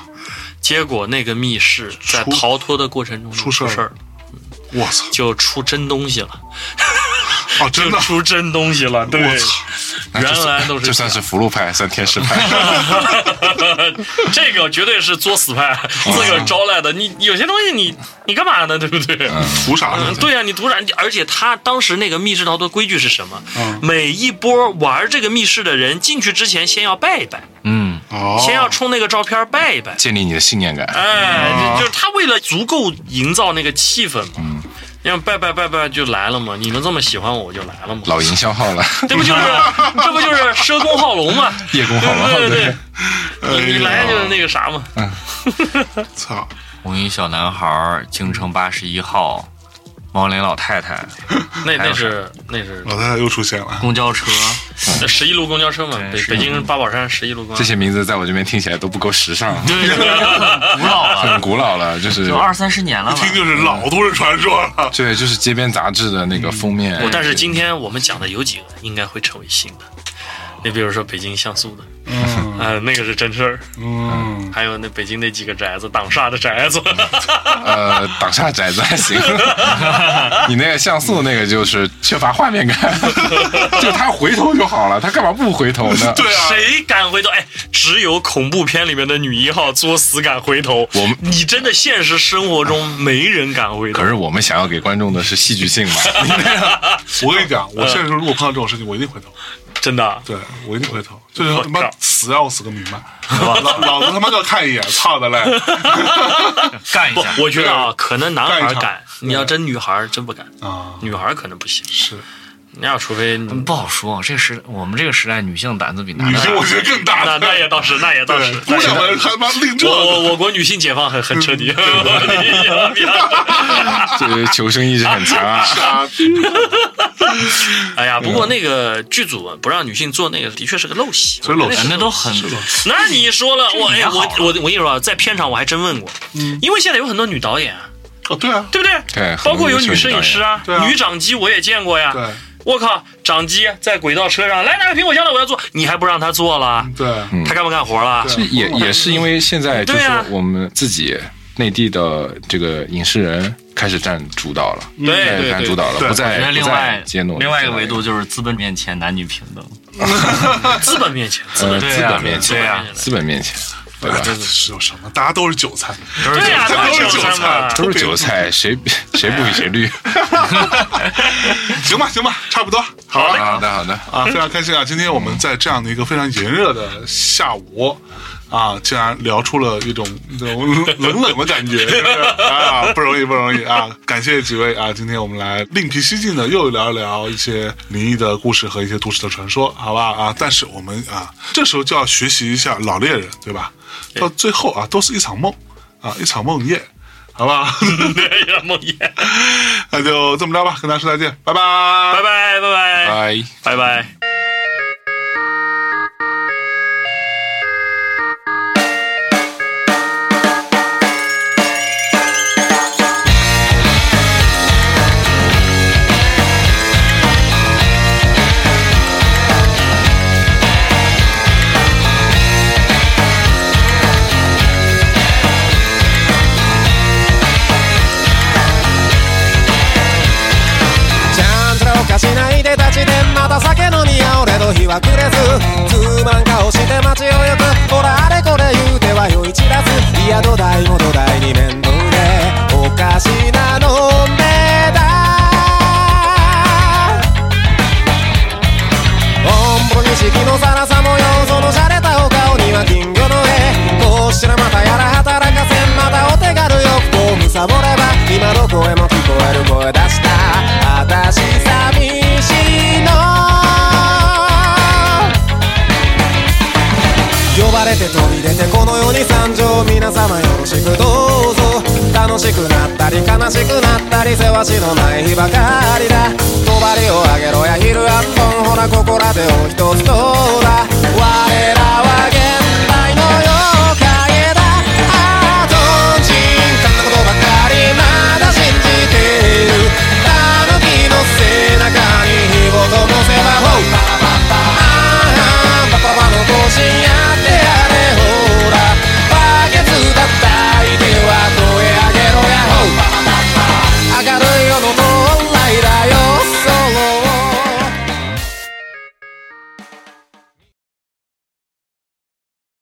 Speaker 3: 结果那个密室在
Speaker 1: 出
Speaker 3: 逃脱的过程中就
Speaker 1: 出事
Speaker 3: 事
Speaker 1: 儿
Speaker 3: 儿
Speaker 1: 了
Speaker 3: 了，
Speaker 1: 我操！
Speaker 3: 就出真东西了，
Speaker 1: 哦，真
Speaker 3: 就
Speaker 1: 的，
Speaker 3: 出真东西了。对，
Speaker 1: 我操！
Speaker 3: 原来都是
Speaker 5: 这算是福禄派，算天使派。
Speaker 3: 这个绝对是作死派自个儿招来的。你有些东西你你干嘛呢？对不对？
Speaker 1: 图啥呢
Speaker 3: 嗯，？对啊，你突然，而且他当时那个密室逃脱规矩是什么？
Speaker 1: 嗯
Speaker 3: 每一波玩这个密室的人进去之前，先要拜一拜，
Speaker 4: 嗯，
Speaker 1: 哦，
Speaker 3: 先要冲那个照片拜一拜。
Speaker 5: 建立你的信念感。
Speaker 3: 哎，就就是他为了足够营造那个气氛嘛，让拜拜拜拜就来了嘛。你们这么喜欢我，我就来了嘛。
Speaker 5: 老营销号了，
Speaker 3: 这不就是这不就是奢公好龙嘛？
Speaker 5: 叶公好龙，
Speaker 3: 对对
Speaker 1: 哎
Speaker 3: 对，
Speaker 1: 呀
Speaker 3: 你来就是那个啥嘛。
Speaker 1: 操！
Speaker 4: 红衣小男孩儿、京城八十一号、猫脸老太太、
Speaker 3: 那
Speaker 4: 还有
Speaker 3: 那是那是
Speaker 1: 老太太又出现
Speaker 3: 嗯
Speaker 1: 了，
Speaker 4: 公交车，
Speaker 3: 十一路公交车嘛，北
Speaker 4: 对
Speaker 3: 北京八宝山十一路公交
Speaker 5: 这
Speaker 3: 车。
Speaker 5: 些名字在我这边听起来都不够 时尚，
Speaker 4: 对，古老
Speaker 3: 哦
Speaker 4: 了，
Speaker 5: 很古老了，就是
Speaker 3: 啊
Speaker 4: 有二三十年了
Speaker 1: 一
Speaker 4: 吧？
Speaker 1: 听就是老都市传说了。
Speaker 5: 对，就是街边杂志的那个封面。
Speaker 3: 嗯我但是今天我们讲的有几个应该会成为新的，你比如说北京像素的，
Speaker 1: 嗯
Speaker 3: 啊、那个是真事儿，
Speaker 1: 嗯，
Speaker 3: 还有那北京那几个宅子，挡煞的宅子，
Speaker 5: 呃，挡煞宅子 还行，你那个像素那个就是缺乏画面 感，就他回头就好了，他干嘛不回头呢？
Speaker 1: 对啊，
Speaker 3: 谁敢回头？哎，只有恐怖片里面的女一号作死敢回头，
Speaker 5: 我们
Speaker 3: 你真的现实生活中没人敢回头。
Speaker 5: 可是我们想要给观众的是戏剧性嘛，
Speaker 1: 我跟你
Speaker 3: 嗯
Speaker 1: 讲，我现在如果碰到这种事情，我一定回头。
Speaker 3: 真的，
Speaker 1: 对，我一定回头，就是他
Speaker 3: 我
Speaker 1: 妈
Speaker 3: 靠
Speaker 1: 死要死个明白， 老老子他妈就看一眼，操 的嘞！
Speaker 4: 干一
Speaker 3: 不
Speaker 4: 下，，
Speaker 3: 我觉得啊，可能男
Speaker 1: 干一
Speaker 3: 孩
Speaker 1: 场
Speaker 3: 敢，你要真女孩真不敢，
Speaker 1: 啊，
Speaker 3: 女孩可能不行。
Speaker 1: 是
Speaker 3: 那要除非
Speaker 4: 嗯不好说。这个时我们这个时代，女性胆子比男
Speaker 1: 女
Speaker 4: 的
Speaker 1: 性，
Speaker 4: 大。
Speaker 1: 我觉得更大
Speaker 3: 那那也倒是，那也倒是
Speaker 1: 对，，姑
Speaker 3: 那也
Speaker 1: 娘
Speaker 3: 倒是
Speaker 1: 们还他妈另这
Speaker 3: 我
Speaker 1: 个，
Speaker 3: 我我国女性解放很很彻底，
Speaker 1: 嗯
Speaker 5: 就是求生意志很强啊。
Speaker 1: 傻逼
Speaker 3: 哎呀，不过那个剧组不让女性做那个，的确是个陋习。
Speaker 1: 所以老
Speaker 4: 人
Speaker 1: 师
Speaker 4: 家都很
Speaker 3: 那你说了，我哎
Speaker 4: 还好
Speaker 3: 我
Speaker 4: 啊
Speaker 3: 我我跟你说啊，在片场我还真问过，因为现在有很多女导演啊，
Speaker 1: 哦，嗯对啊，
Speaker 3: 对不对？
Speaker 5: 对很多
Speaker 3: 包括有女摄影师啊
Speaker 1: 女导演对，啊
Speaker 3: 女掌机我也见过呀。
Speaker 1: 对
Speaker 3: 我靠，掌机在轨道车上来拿个苹果箱子，我要做，你还不让她做了，
Speaker 1: 对，啊
Speaker 3: 她干不干活了？
Speaker 5: 这也也是因为现在就是
Speaker 3: 对啊
Speaker 5: 我们自己内地的这个影视人开始占主导了，
Speaker 3: 对
Speaker 5: 开始
Speaker 3: 对
Speaker 5: 占
Speaker 3: 对，
Speaker 5: 主导了，
Speaker 1: 对
Speaker 4: 我
Speaker 5: 不再
Speaker 4: 觉得另外
Speaker 5: 不再接纳
Speaker 4: 另外一个维度就是资本面前男女平等，
Speaker 3: 资本面前，嗯资
Speaker 5: 呃
Speaker 3: 本
Speaker 5: 资
Speaker 4: 对啊
Speaker 5: 本面前，
Speaker 4: 对啊
Speaker 5: 资本面前，对吧？
Speaker 1: 这啊是有什么？大家都是韭菜，
Speaker 3: 对呀，
Speaker 1: 都是
Speaker 3: 都
Speaker 1: 韭
Speaker 3: 韭
Speaker 1: 菜
Speaker 3: 菜嘛。
Speaker 5: 都是韭菜，谁谁不比谁绿？
Speaker 1: 行吧，行吧，差不多，好啊了
Speaker 5: 好的，好的，
Speaker 1: 啊，非常开心啊！今天我们在这样的一个非常炎热的下午。啊，竟然聊出了一种一种冷冷的感觉啊，不容易不容易啊！感谢几位啊，今天我们来另辟蹊径的又聊一聊一些灵异的故事和一些都市的传说，好吧啊？但是我们啊，这时候就要学习一下老猎人，对吧？到最后啊，都是一场梦啊，一场梦魇，好吧？
Speaker 3: 对呀，梦魇，
Speaker 1: 那就这么着吧，跟大家说再见，拜拜
Speaker 3: 拜拜拜拜
Speaker 5: 拜。
Speaker 3: 拜拜。
Speaker 6: ちゃんとおかしないでたちでまた酒の匂い俺の日は暮れずつまん顔して街を行くほらあれこれ言うては酔い散らすいや土台も土台に面倒でおかしなのめだオンブロ錦のさらさ模様その洒落たお顔には金魚の絵こうしたらまたやら働かせんまたお手軽よこうむさぼれば今の声も聞こえる声出した私寂しいの呼ばれて飛び出てこの世に参上皆様よろしくどうぞ楽しくなったり悲しくなったりせわしのない日ばかりだ帳を上げろや昼あっぽんほらここらでおひとつどうぞ